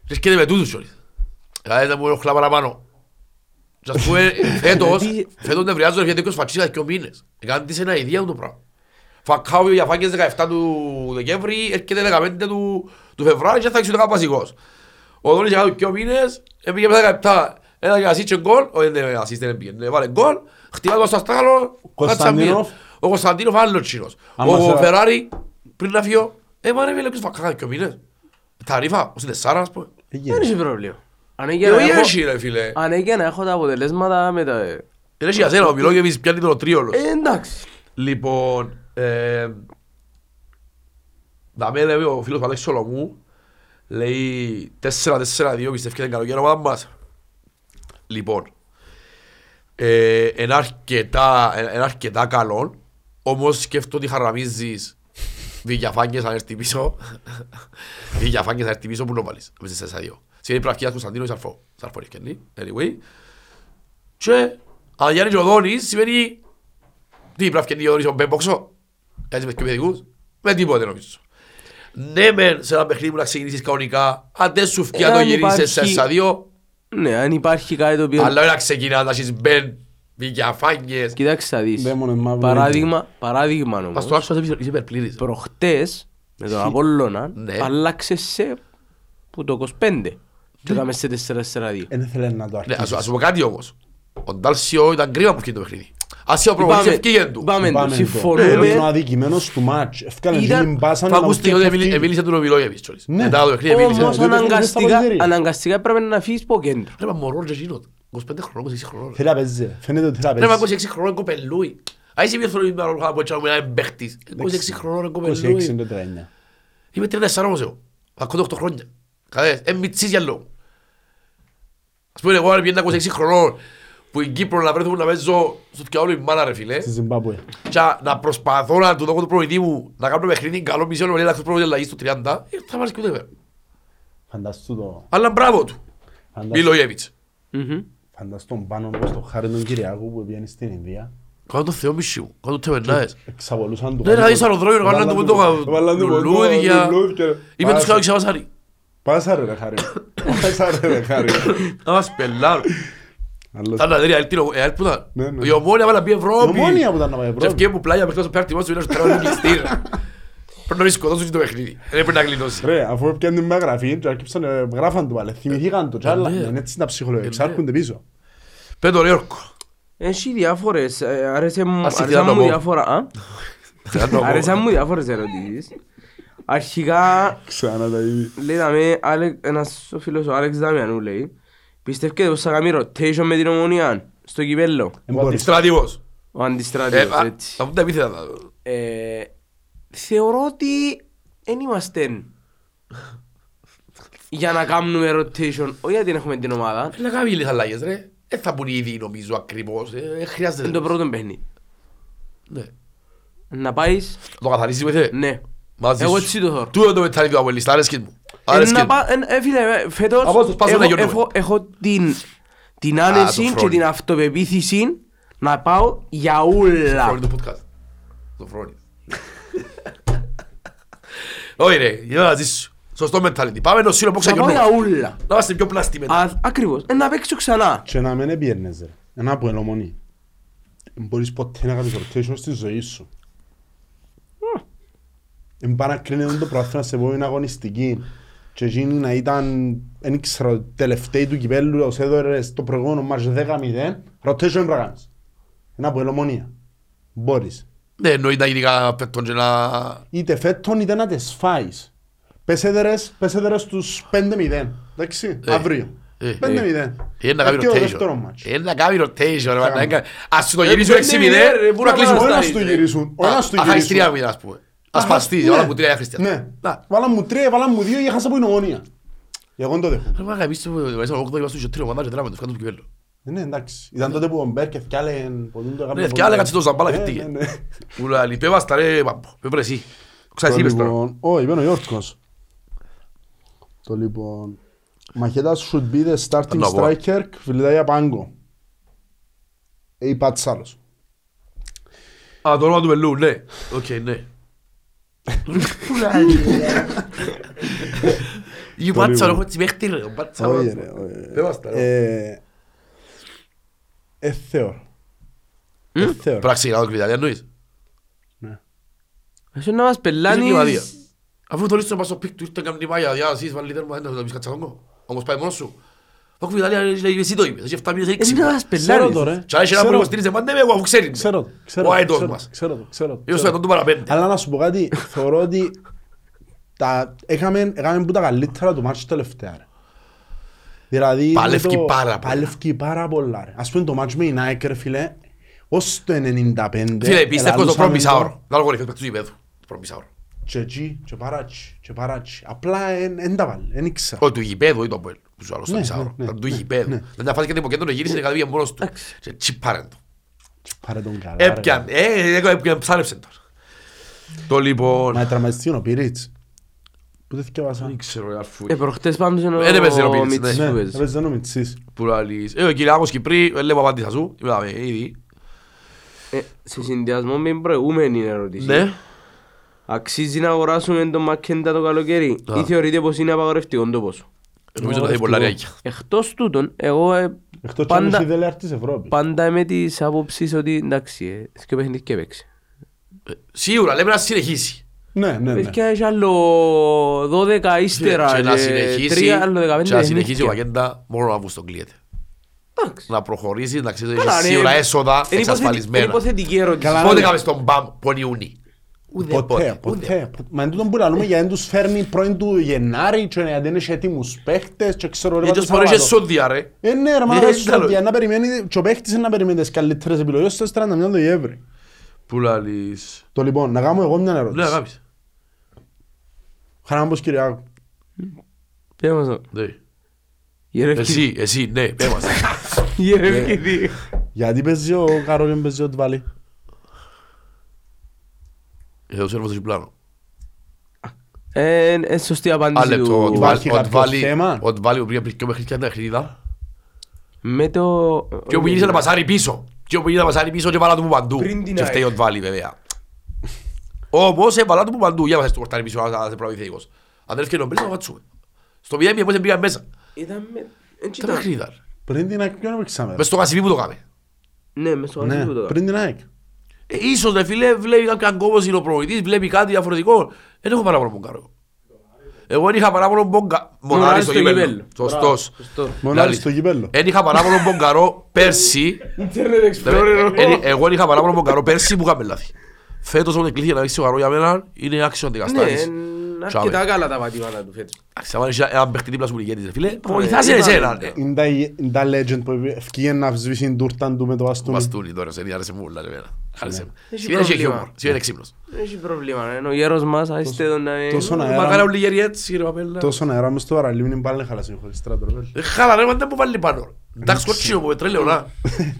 Speaker 3: Ρίσκεται με τούτους όλες. Δηλαδή δεν μου έχω χλά παραπάνω. Και ας πούμε φέτος, φέτος νευριάζω ρε φίλε φατσίδα και ο μήνες. Έκανε της ένα ιδέα το πράγμα. Φακάω για φάκες 17 του Δεκέμβρη, έρχεται 15 του, του Φεβράρι και θα έξω το βασικός. Ο Δόνης για και ο μήνες, έπηγε μετά 17. Ένα για ασίτσε γκολ, όχι δεν είναι ασίτσε, δεν πήγαινε, βάλε γκολ, χτυπάει το στράγαλο,
Speaker 1: Κωνσταντίνοφ.
Speaker 3: ο Κωνσταντίνοφ άλλος τσίνος.
Speaker 1: Άμα σε-
Speaker 3: Ο Φεράρι πριν να ε, φύγω, έβαλε με λέξεις φακά και ο μήνες. Τα ρήφα, ως είναι σάρα ας πούμε.
Speaker 1: Ε,
Speaker 2: Δεν
Speaker 1: γίνεται.
Speaker 2: είχε πρόβλημα. Αν έγινε
Speaker 3: Εγώ
Speaker 2: να έχω-
Speaker 3: έχει ρε φίλε.
Speaker 2: αν έγινε να έχω τα αποτελέσματα με τα... ε,
Speaker 3: Δεν έχει για σένα, ο Μιλόγεβιτς πιάνει τον τρίολος.
Speaker 2: Ε, εντάξει.
Speaker 3: Λοιπόν, ε, να με λέει ο φίλος μου Αλέξης Σολομού, λέει 4-4-2, πιστεύει την καλοκαίρι ομάδα μας. Λοιπόν, ε, είναι αρκετά, είναι αρκετά καλό, όμως σκέφτομαι ότι χαραμίζεις Βηγιαφάνιες αν έρθει πίσω, Βηγιαφάνιες αν έρθει πίσω που να βάλεις, μέσα σε εσά δύο. Στην πρακτική Κωνσταντίνου Σαρφό, Σαρφό ευκαιρνή, anyway. Και αν Γιάννης και ο Δόνης σημαίνει τι πρέπει να γίνει ο Μπέμποξο. Έτσι με πιο παιδικούς. Με τίποτε νομίζω. Ναι, μεν σε ένα παιχνίδι που να ξεκινήσεις κανονικά. Αν δεν σου φτιά το
Speaker 2: Εάν
Speaker 3: γυρίσεις σε
Speaker 2: υπάρχει-
Speaker 3: εσά δύο.
Speaker 2: Ναι, αν υπάρχει κάτι το οποίο...
Speaker 3: Αλλά να ξεκινάς να έχεις μπεν, δικιαφάνιες.
Speaker 2: Κοιτάξτε, θα δεις.
Speaker 1: Δαίμονε μαύρο.
Speaker 2: Παράδειγμα, παράδειγμα
Speaker 3: Μας
Speaker 2: όμως.
Speaker 3: το άκουσα είσαι υπερπλήρης.
Speaker 2: Προχτές, με τον Απόλλωνα,
Speaker 3: Ναι.
Speaker 2: αλλάξε σε που το 25. Και έκαμε σε 4-4-2.
Speaker 1: Ε, Δεν ήθελε να το
Speaker 3: Ναι,
Speaker 1: αρχίσει.
Speaker 3: ας, ας σου πω κάτι όμως. Ο Ντάλσιο ήταν κρίμα που πήγε το παιχνίδι. Ας ο προπονητής
Speaker 2: Πάμε-
Speaker 3: ευκήγεν του.
Speaker 2: Πάμε
Speaker 1: Πάμε
Speaker 2: εντός,
Speaker 1: το.
Speaker 2: συμφωνούμε.
Speaker 1: Ήταν ο αδικημένος του μάτς. Έφκανε
Speaker 2: Ήταν-
Speaker 1: την μπάσα
Speaker 3: Θα
Speaker 1: να
Speaker 3: ακούστε
Speaker 1: μου
Speaker 3: ότι
Speaker 1: φτιάξει.
Speaker 3: εμίλη- εμίλησε τον Ομιλόγεβιτς. τσόλις.
Speaker 1: Ναι.
Speaker 3: Μετά το παιχνίδι εμίλησε.
Speaker 2: Όμως
Speaker 1: το παιχνίδι
Speaker 2: αναγκαστικά,
Speaker 1: στα ποδητήρια.
Speaker 2: αναγκαστικά πρέπει να φύγεις από κέντρο.
Speaker 3: Ρε μα μωρό και εκείνο. 25 χρονών, 26 χρονών.
Speaker 1: Θέλει να παίζει, ρε. Φαίνεται ότι θέλει να
Speaker 3: Πρέπει να
Speaker 1: παίζει.
Speaker 3: 26 χρονών κοπελούι. Άι σε πιεθρώνει με άλλο που έτσι να είναι παίχτης. 26 χρονών
Speaker 1: 26
Speaker 3: κοπελούι.
Speaker 1: είναι το 39.
Speaker 3: Είμαι 34 όμως εγώ. Ακούω 8 χρόνια. Κατές, εν μητσής για λόγο. Ας πούμε εγώ αν πιένα 26 χρονών που στην Κύπρο να βρέθουμε να παίζω στο πιαόλο η μάνα ρε φίλε.
Speaker 1: Στη Ζιμπάμπουε.
Speaker 3: Και να προσπαθώ να του δω το προηγητή μου να κάνω παιχνίδι καλό μισό λεπτό να έχω πρώτη αλλαγή στο 30. ε, Θα βάλεις και ούτε πέρα.
Speaker 1: Φανταστού το.
Speaker 3: Αλλά μπράβο του.
Speaker 1: φανταστού-
Speaker 3: Μιλόγεβιτς.
Speaker 2: Μμμ.
Speaker 1: Φανταστού τον πάνω όπως τον χάρη τον Κυριακού που πήγαινε στην Ινδία.
Speaker 3: Κάνω το Θεό μισή μου. Κάνω το Τεμενάες.
Speaker 1: Εξαπολούσαν του.
Speaker 3: Ναι, θα δεις αεροδρόμιο, βάλαν του
Speaker 1: Βάλαν του
Speaker 3: ποντό λουλούδια. Είμαι τους κάνω ξεβασάρι.
Speaker 1: Πάσα ρε ρε χάρη. Πάσα ρε ρε χάρη.
Speaker 3: Να μας πελάρουν.
Speaker 1: Άλλος-
Speaker 3: Ήταν αδερή, αλτή, ο- ε, αλτή που ήταν.
Speaker 1: Ναι, ναι.
Speaker 3: Η ομόνια βάλα πει Ευρώπη.
Speaker 1: Η Ομόνια που ήταν να πάει Ευρώπη.
Speaker 3: Και ευκαιρία που πλάγια μέχρι τόσο πέρα τιμάς του είναι πέρα είναι κλειστή, ρε. Πρέπει να μην σκοτώσουν και το παιχνίδι. Δεν πρέπει να γλιτώσει.
Speaker 1: Ρε, αφού έπιαν την μεταγραφή και άρχιψαν, ε, γράφαν του πάλι, θυμηθήκαν το, και άλλα,
Speaker 3: ναι.
Speaker 1: είναι έτσι τα ψυχολογία, εξάρχονται πίσω.
Speaker 3: Πες το Νέορκο.
Speaker 2: Έχει διάφορες, ε, άρεσε μου
Speaker 3: Ας
Speaker 2: άρεσαν
Speaker 3: ήθελα να
Speaker 2: μου
Speaker 3: πω.
Speaker 2: διάφορα, α? Άρεσαν μου διάφορες ερωτήσεις. Αρχικά,
Speaker 1: Ξανά τα ίδια.
Speaker 2: λέγαμε, Άλε- ένας ο φίλος ο Άλεξ Δαμιανού λέει, πιστεύετε πως θα κάνει rotation με την ομονία στο κυπέλλο,
Speaker 1: Εν μπορείς.
Speaker 3: Στρατηγός.
Speaker 2: ο
Speaker 3: Ε,
Speaker 2: αντιστράτηγος,
Speaker 3: α,
Speaker 2: έτσι.
Speaker 3: Θα μου τα επίθετα. τα-
Speaker 2: Ε, θεωρώ ότι δεν είμαστε για να κάνουμε rotation, όχι γιατί δεν έχουμε την ομάδα,
Speaker 3: Ε, Να κάνουμε λίγες αλλαγές ρε. Ε, θα μπουν ήδη νομίζω ακριβώς. Ε, ε, Χρειάζεται.
Speaker 2: είναι το πρώτο παιχνίδι.
Speaker 3: Ναι.
Speaker 2: Να πάεις,
Speaker 3: Το καθαρίζεις με θε.
Speaker 2: ναι.
Speaker 3: Μαζί
Speaker 2: Εγώ
Speaker 3: σου.
Speaker 2: έτσι το θεωρώ.
Speaker 3: Τούτο το μετάλλι του Αποελιστά, αρέσκεις μου. Αρέσκει
Speaker 2: Ένα
Speaker 3: μου.
Speaker 2: πα- εν- ε, φίλε, ε, φέτος
Speaker 3: Από το σπάσο
Speaker 2: έχω-
Speaker 3: να γιορτούμε.
Speaker 2: έχω- έχω την- την
Speaker 3: το
Speaker 2: άνεση και
Speaker 3: φρόνι.
Speaker 2: την αυτοπεποίθηση να πάω για όλα.
Speaker 3: Φρόνι του podcast. Το φρόνι. Όχι ρε, για να ζήσω. Σωστό mentality. Πάμε να σύλλο
Speaker 2: Να
Speaker 3: πόξα
Speaker 2: πάω
Speaker 3: γιονό.
Speaker 2: για όλα.
Speaker 3: Να είμαστε πιο πλάστη μετά.
Speaker 2: Α, Ακριβώς. Ε, Να παίξω ξανά.
Speaker 1: Και να μην επιέρνες ρε, ένα από ελομονή. Εν μπορείς ποτέ να κάνεις rotation στη ζωή σου. Εν παρακρίνεται το προάθλημα σε επόμενη αγωνιστική. Και εκείνη να ήταν, δεν ξέρω, τελευταίοι του κυπέλλου, ως έδωρε στο προηγούμενο μάτς 10-0, rotation δεν πράγματος. Ένα από ελομονία. Μπορείς.
Speaker 3: Ναι, εννοεί τα ειδικά πέττων και να...
Speaker 1: είτε φέτον είτε να τις φάεις. Πες έδερες, πες έδερες τους 5-0, εντάξει, αύριο.
Speaker 3: ε,
Speaker 1: 5-0.
Speaker 3: Είναι να κάνει
Speaker 1: Ε, Και ο δεύτερο
Speaker 3: rotation. Ε,
Speaker 1: μάτς.
Speaker 3: Είναι να κάνει rotation. ρε, να
Speaker 1: Κάνουμε.
Speaker 3: κάνει- Ας σου το
Speaker 2: Ε,
Speaker 3: γυρίσουν
Speaker 2: ναι,
Speaker 3: 6-0,
Speaker 2: ναι, ρε,
Speaker 3: πού να
Speaker 2: μπορεί να
Speaker 1: Ο
Speaker 3: κλείσουμε. Ε,
Speaker 2: μας
Speaker 1: ένας
Speaker 2: τα
Speaker 1: του
Speaker 2: είδε.
Speaker 1: γυρισούν, ο ένας του
Speaker 3: Α, χάσεις τρία
Speaker 1: γυρίσουν.
Speaker 3: μηδέν, ας πούμε.
Speaker 1: Α,
Speaker 3: Ας φαστείς,
Speaker 1: ναι.
Speaker 3: όλα που τρία χρήστια.
Speaker 1: Ναι,
Speaker 3: Να.
Speaker 1: βάλα μου τρία, βάλα μου δύο και έχασα από την ομόνια. Εγώ δεν το δέχομαι.
Speaker 3: Ρε, μα, γαμίστε μου, μέσα από οκτώ είμαστε και τρία ομάδες και τράβαμε τους, κάνουμε το κυπέλλο.
Speaker 1: Ε, Ναι, εντάξει. Ήταν τότε που ο Μπέρκ ευκάλε πολλούν το έκαμε.
Speaker 3: Ναι, ευκάλε, κάτσε το ζαμπάλα,
Speaker 1: Ναι,
Speaker 3: χτύπηκε.
Speaker 1: ναι, ναι.
Speaker 3: Μου λέει, λυπεύαστε, ρε, παππού, με βρες εσύ. Ξα, εσύ
Speaker 1: Το
Speaker 3: είπες τώρα.
Speaker 1: λοιπόν, όχι, είπε ο Γιώργος. Το λοιπόν, Μαχέτα should be the starting
Speaker 3: Ανάβω.
Speaker 1: striker, Φιλιδαία Πάγκο. Ε, είπα της άλλος.
Speaker 3: Α, το όνομα του Μελού, ναι. Οκ, ναι. Ή μπάτσα, έχω έτσι παίχτη, ρε. Μπάτσα,
Speaker 1: Όχι,
Speaker 3: ρε.
Speaker 1: ρε, όχι, ρε.
Speaker 3: Πέβαστα, ρε.
Speaker 1: Ε, ε, θεωρώ. Ε, θεωρώ.
Speaker 3: Πρέπει να ξεκινάω το κριτήριο, εννοείς.
Speaker 2: Εσύ να μας
Speaker 3: Είσαι κλιβαδία.
Speaker 2: πελάνεις.
Speaker 3: Αφού το λύσω στο πικ του ήρθε καμπνή μάγια, διά, εσείς βάλει τέρμα, δεν θα το πεις κάτσα κόγκο. Όμως πάει μόνος σου. Μα κουβι Ιταλία, λέει, εσύ το είπες, έχει 7 μήνες,
Speaker 2: Εσύ
Speaker 3: έξι.
Speaker 2: να μας
Speaker 1: Ξέρω το,
Speaker 2: πελάνεις.
Speaker 1: ρε.
Speaker 3: Τσά, έχει ένα που
Speaker 1: Ε, ναι, Ξέρω-
Speaker 3: υποστηρίζει, μα ναι, εγώ, αφού ξέρεις.
Speaker 1: Ξέρω το, ξέρω
Speaker 3: Ο
Speaker 1: το,
Speaker 3: αετός
Speaker 1: ξέρω-
Speaker 3: μας.
Speaker 1: ξέρω το, ξέρω το,
Speaker 3: Ήρθε
Speaker 1: ξέρω
Speaker 3: στον του παραπέντε.
Speaker 1: Αλλά να σου πω κάτι, θεωρώ ότι τα, έκαμε, έκαμε που τα καλύτερα του μάτς τελευταία. ρε. Δηλαδή,
Speaker 3: Παλεύκει
Speaker 1: είναι το-
Speaker 3: πάρα πολλά.
Speaker 1: Παλεύκει πάρα πολλά. ρε. Ας πούμε το match με η Nike, ρε φίλε, ως το 95.
Speaker 3: Φίλε, πιστεύω το
Speaker 1: ελαλούσαμε
Speaker 3: πρώτο
Speaker 1: τώρα.
Speaker 3: μισάωρο. Να λόγω ρηχτός παίκτης του γηπέδου. Το πρώτο μισάωρο.
Speaker 1: Και εκεί, και παράτσι, και παράτσι. Απλά δεν τα βάλε, δεν ήξερα.
Speaker 3: Όχι του γηπέδου ή το Αποέλ. Που σου άλλο στο
Speaker 1: Ναι,
Speaker 3: μισάωρο.
Speaker 1: ναι,
Speaker 3: Ήταν του
Speaker 1: ναι,
Speaker 3: γηπέδου. Δεν τα φάθηκε τίποτα κέντρο, γύρισε και κατέβηκε μόνος του. Και τσιπάρεν το.
Speaker 1: Πάρε τον καλά. ρε.
Speaker 3: Έπιαν, ε, ε, έπιαν, ψάρεψε τώρα. Το λοιπόν...
Speaker 1: Μα τραυματιστεί ο Πυρίτς. Πού δεν θυκεύασα.
Speaker 3: Δεν ξέρω, ρε, αφού...
Speaker 2: Ε, προχτές πάντως είναι ο
Speaker 3: Ε, δεν παίζει ο Πίτσης,
Speaker 2: Μίτσης
Speaker 1: Ναι,
Speaker 2: που παίζει.
Speaker 1: έπαιζε ο Μιτσής.
Speaker 3: Που λαλείς. Ε, ο Κυριάκος Κυπρή, ε, λέω απάντησα σου. Είπαμε, ήδη.
Speaker 2: Ε, Σε συνδυασμό με την προηγούμενη ερώτηση.
Speaker 3: Ναι.
Speaker 2: Αξίζει να αγοράσουμε τον Μακέντα το καλοκαίρι ή θεωρείτε πως είναι απαγορευτικό το πόσο.
Speaker 3: Νομίζω να δει πολλά ριάκια.
Speaker 2: Εκτός τούτον, εγώ ε,
Speaker 1: Εκτός και όμως
Speaker 2: πάντα,
Speaker 1: η δελεάρ της Ευρώπης.
Speaker 2: πάντα είμαι της άποψης ότι εντάξει, ε, και παιχνίδι και παίξει.
Speaker 3: Σίγουρα, λέμε να συνεχίσει.
Speaker 1: Ναι, ναι, ναι.
Speaker 2: Παιδιά έχει άλλο 12 ύστερα
Speaker 3: Και να
Speaker 2: και
Speaker 3: συνεχίσει,
Speaker 2: τρία άλλο ε, 15
Speaker 3: και να συνεχίσει
Speaker 2: παιχνίδια.
Speaker 3: ο Πακέντα μόνο να βουστον κλείεται.
Speaker 2: Εντάξει.
Speaker 3: Να προχωρήσει, να ξέρει ότι
Speaker 2: Καλά,
Speaker 3: έχει
Speaker 2: ναι.
Speaker 3: σίγουρα έσοδα
Speaker 2: Είναι υποθετη- Είναι
Speaker 3: εξασφαλισμένα.
Speaker 2: υποθετική ερώτηση.
Speaker 1: Καλά,
Speaker 3: Πότε
Speaker 1: ναι.
Speaker 3: κάμε στον μπαμ που είναι Ιούνι. Ούτε
Speaker 1: Ποτέ, ποτέ. Μα εν τούτον που λαλούμε γιατί δεν τους φέρνει πρώην του Γενάρη και γιατί δεν έχει έτοιμους παίχτες και ξέρω ρε
Speaker 3: Γιατί
Speaker 1: πάτε
Speaker 3: ως παρόν είχε
Speaker 1: Σαββάτο.
Speaker 3: σόδια ρε.
Speaker 1: Ε, ναι, ρε, μα
Speaker 3: Δεν
Speaker 1: σου
Speaker 3: ήταν
Speaker 1: ότι
Speaker 3: ο-
Speaker 1: αν να περιμένει και ο παίχτης είναι να περιμένει τις καλύτερες επιλογές στο 31 του Ιεύρη.
Speaker 3: Που λαλείς.
Speaker 1: Το λοιπόν, να κάνω εγώ μια ερώτηση.
Speaker 3: Ναι, αγάπης.
Speaker 1: Χαράμπος Κυριάκου.
Speaker 2: Πες μας το.
Speaker 3: Ναι.
Speaker 2: Γερεύκη-
Speaker 3: Εσύ, Ε. εσύ, ναι, πέμαστε.
Speaker 2: γερεύκη δύο.
Speaker 1: Γιατί παίζει ο Καρό και παίζει ο Τβάλι.
Speaker 3: Εδώ σέρβος έχει πλάνο.
Speaker 2: Ε, ε, σωστή απάντηση
Speaker 3: Άλλο λεπτό, ο
Speaker 2: του.
Speaker 1: Τβάλι.
Speaker 3: Τβάλι-
Speaker 1: Υπάρχει
Speaker 3: ο
Speaker 1: κάποιο
Speaker 3: Τβάλι-
Speaker 1: θέμα?
Speaker 3: ο Τβάλι που πήγε πριν πιο μέχρι και ένα χρήδα.
Speaker 2: Με το...
Speaker 3: Και όπου γύρισε να πασάρει πίσω. Και όπου γύρισε να πασάρει πίσω και βάλα του που παντού.
Speaker 2: Πριν την
Speaker 3: Και
Speaker 2: ΑΕΚ.
Speaker 3: φταίει ο Τβάλι βέβαια. Όμως έβαλα του που παντού. Για να το κορτάρει πίσω να σε προβληθεί εγώ. Αν δεν έφυγε ο Μπρίς, θα φατσούμε. Στο 0-0 πώς εμπήγαν μέσα.
Speaker 2: Ήταν με... ε,
Speaker 3: Τι ήταν
Speaker 2: κοίτα.
Speaker 3: χρήδα. ρε.
Speaker 1: Πριν την ΑΕΚ ποιον έπαιξαμε. ρε.
Speaker 3: Μες στο Κασιβί που το κάμε.
Speaker 2: Ναι, μες στο γραφείο που το
Speaker 1: Ναι,
Speaker 2: κάνω.
Speaker 1: πριν την ΑΕΚ.
Speaker 3: Ε, Ίσως ρε φίλε βλέπει κάποιον κόμπος είναι ο προπονητής, βλέπει κάτι διαφορετικό. Δεν έχω παράπονο που κάνω. Εγώ δεν είχα παράπονο μπογκα...
Speaker 2: Μονάρι
Speaker 3: μονάρι
Speaker 2: στο
Speaker 3: στο γήπεδο.
Speaker 2: γήπεδο.
Speaker 3: Σωστός.
Speaker 2: Σωστό.
Speaker 1: Μονάρι
Speaker 3: Λάλη. Ε.
Speaker 1: στο γήπεδο.
Speaker 3: Δεν είχα παράπονο μπογκαρό πέρσι.
Speaker 2: Internet Explorer.
Speaker 3: Ε, ε, Εγώ δεν είχα παράπονο μπογκαρό πέρσι που είχαμε λάθη. Φέτος όταν εκλήθηκε να δείξει ο Καρό για μένα είναι άξιο
Speaker 2: Ναι,
Speaker 3: αντικαστάτης.
Speaker 2: ε,
Speaker 3: Τσάμε.
Speaker 2: αρκετά καλά τα πατήματα του φέτος.
Speaker 3: Εντάξει, άμα έχεις έναν παίχτη δίπλα σου που ηγέτης, ρε φίλε, βοηθάς
Speaker 2: είπαμε.
Speaker 3: εσένα. ρε.
Speaker 1: Είναι τα- Είναι τα legend που ευκήγε να σβήσει την τούρτα του με το
Speaker 3: Ο
Speaker 1: βαστούνι.
Speaker 3: Μπαστούνι τώρα, σε διάρεσε μου όλα, ρε, εμένα. Χάρισε μου.
Speaker 2: Έχει
Speaker 3: Σήμερα έχει
Speaker 2: πρόβλημα.
Speaker 3: χιούμορ, σήμερα είναι ξύπνος.
Speaker 2: Δεν έχει πρόβλημα, ρε. Είναι ο γέρος μας, άιστε τον ε, να...
Speaker 1: Τόσο
Speaker 3: Μα
Speaker 1: αέρα,
Speaker 3: κάνα όλοι γεροί έτσι, ρε, παπέλα.
Speaker 1: τόσο αέρα μες στο παραλίμνη είναι πάλι χαλασί χωρίς στράτο. ρε, παιδί.
Speaker 3: Ε, Χάλα ρε, μα δεν μου βάλεις πάνω. Εντάξει, κοτσίνο που πετρέλαιο, να.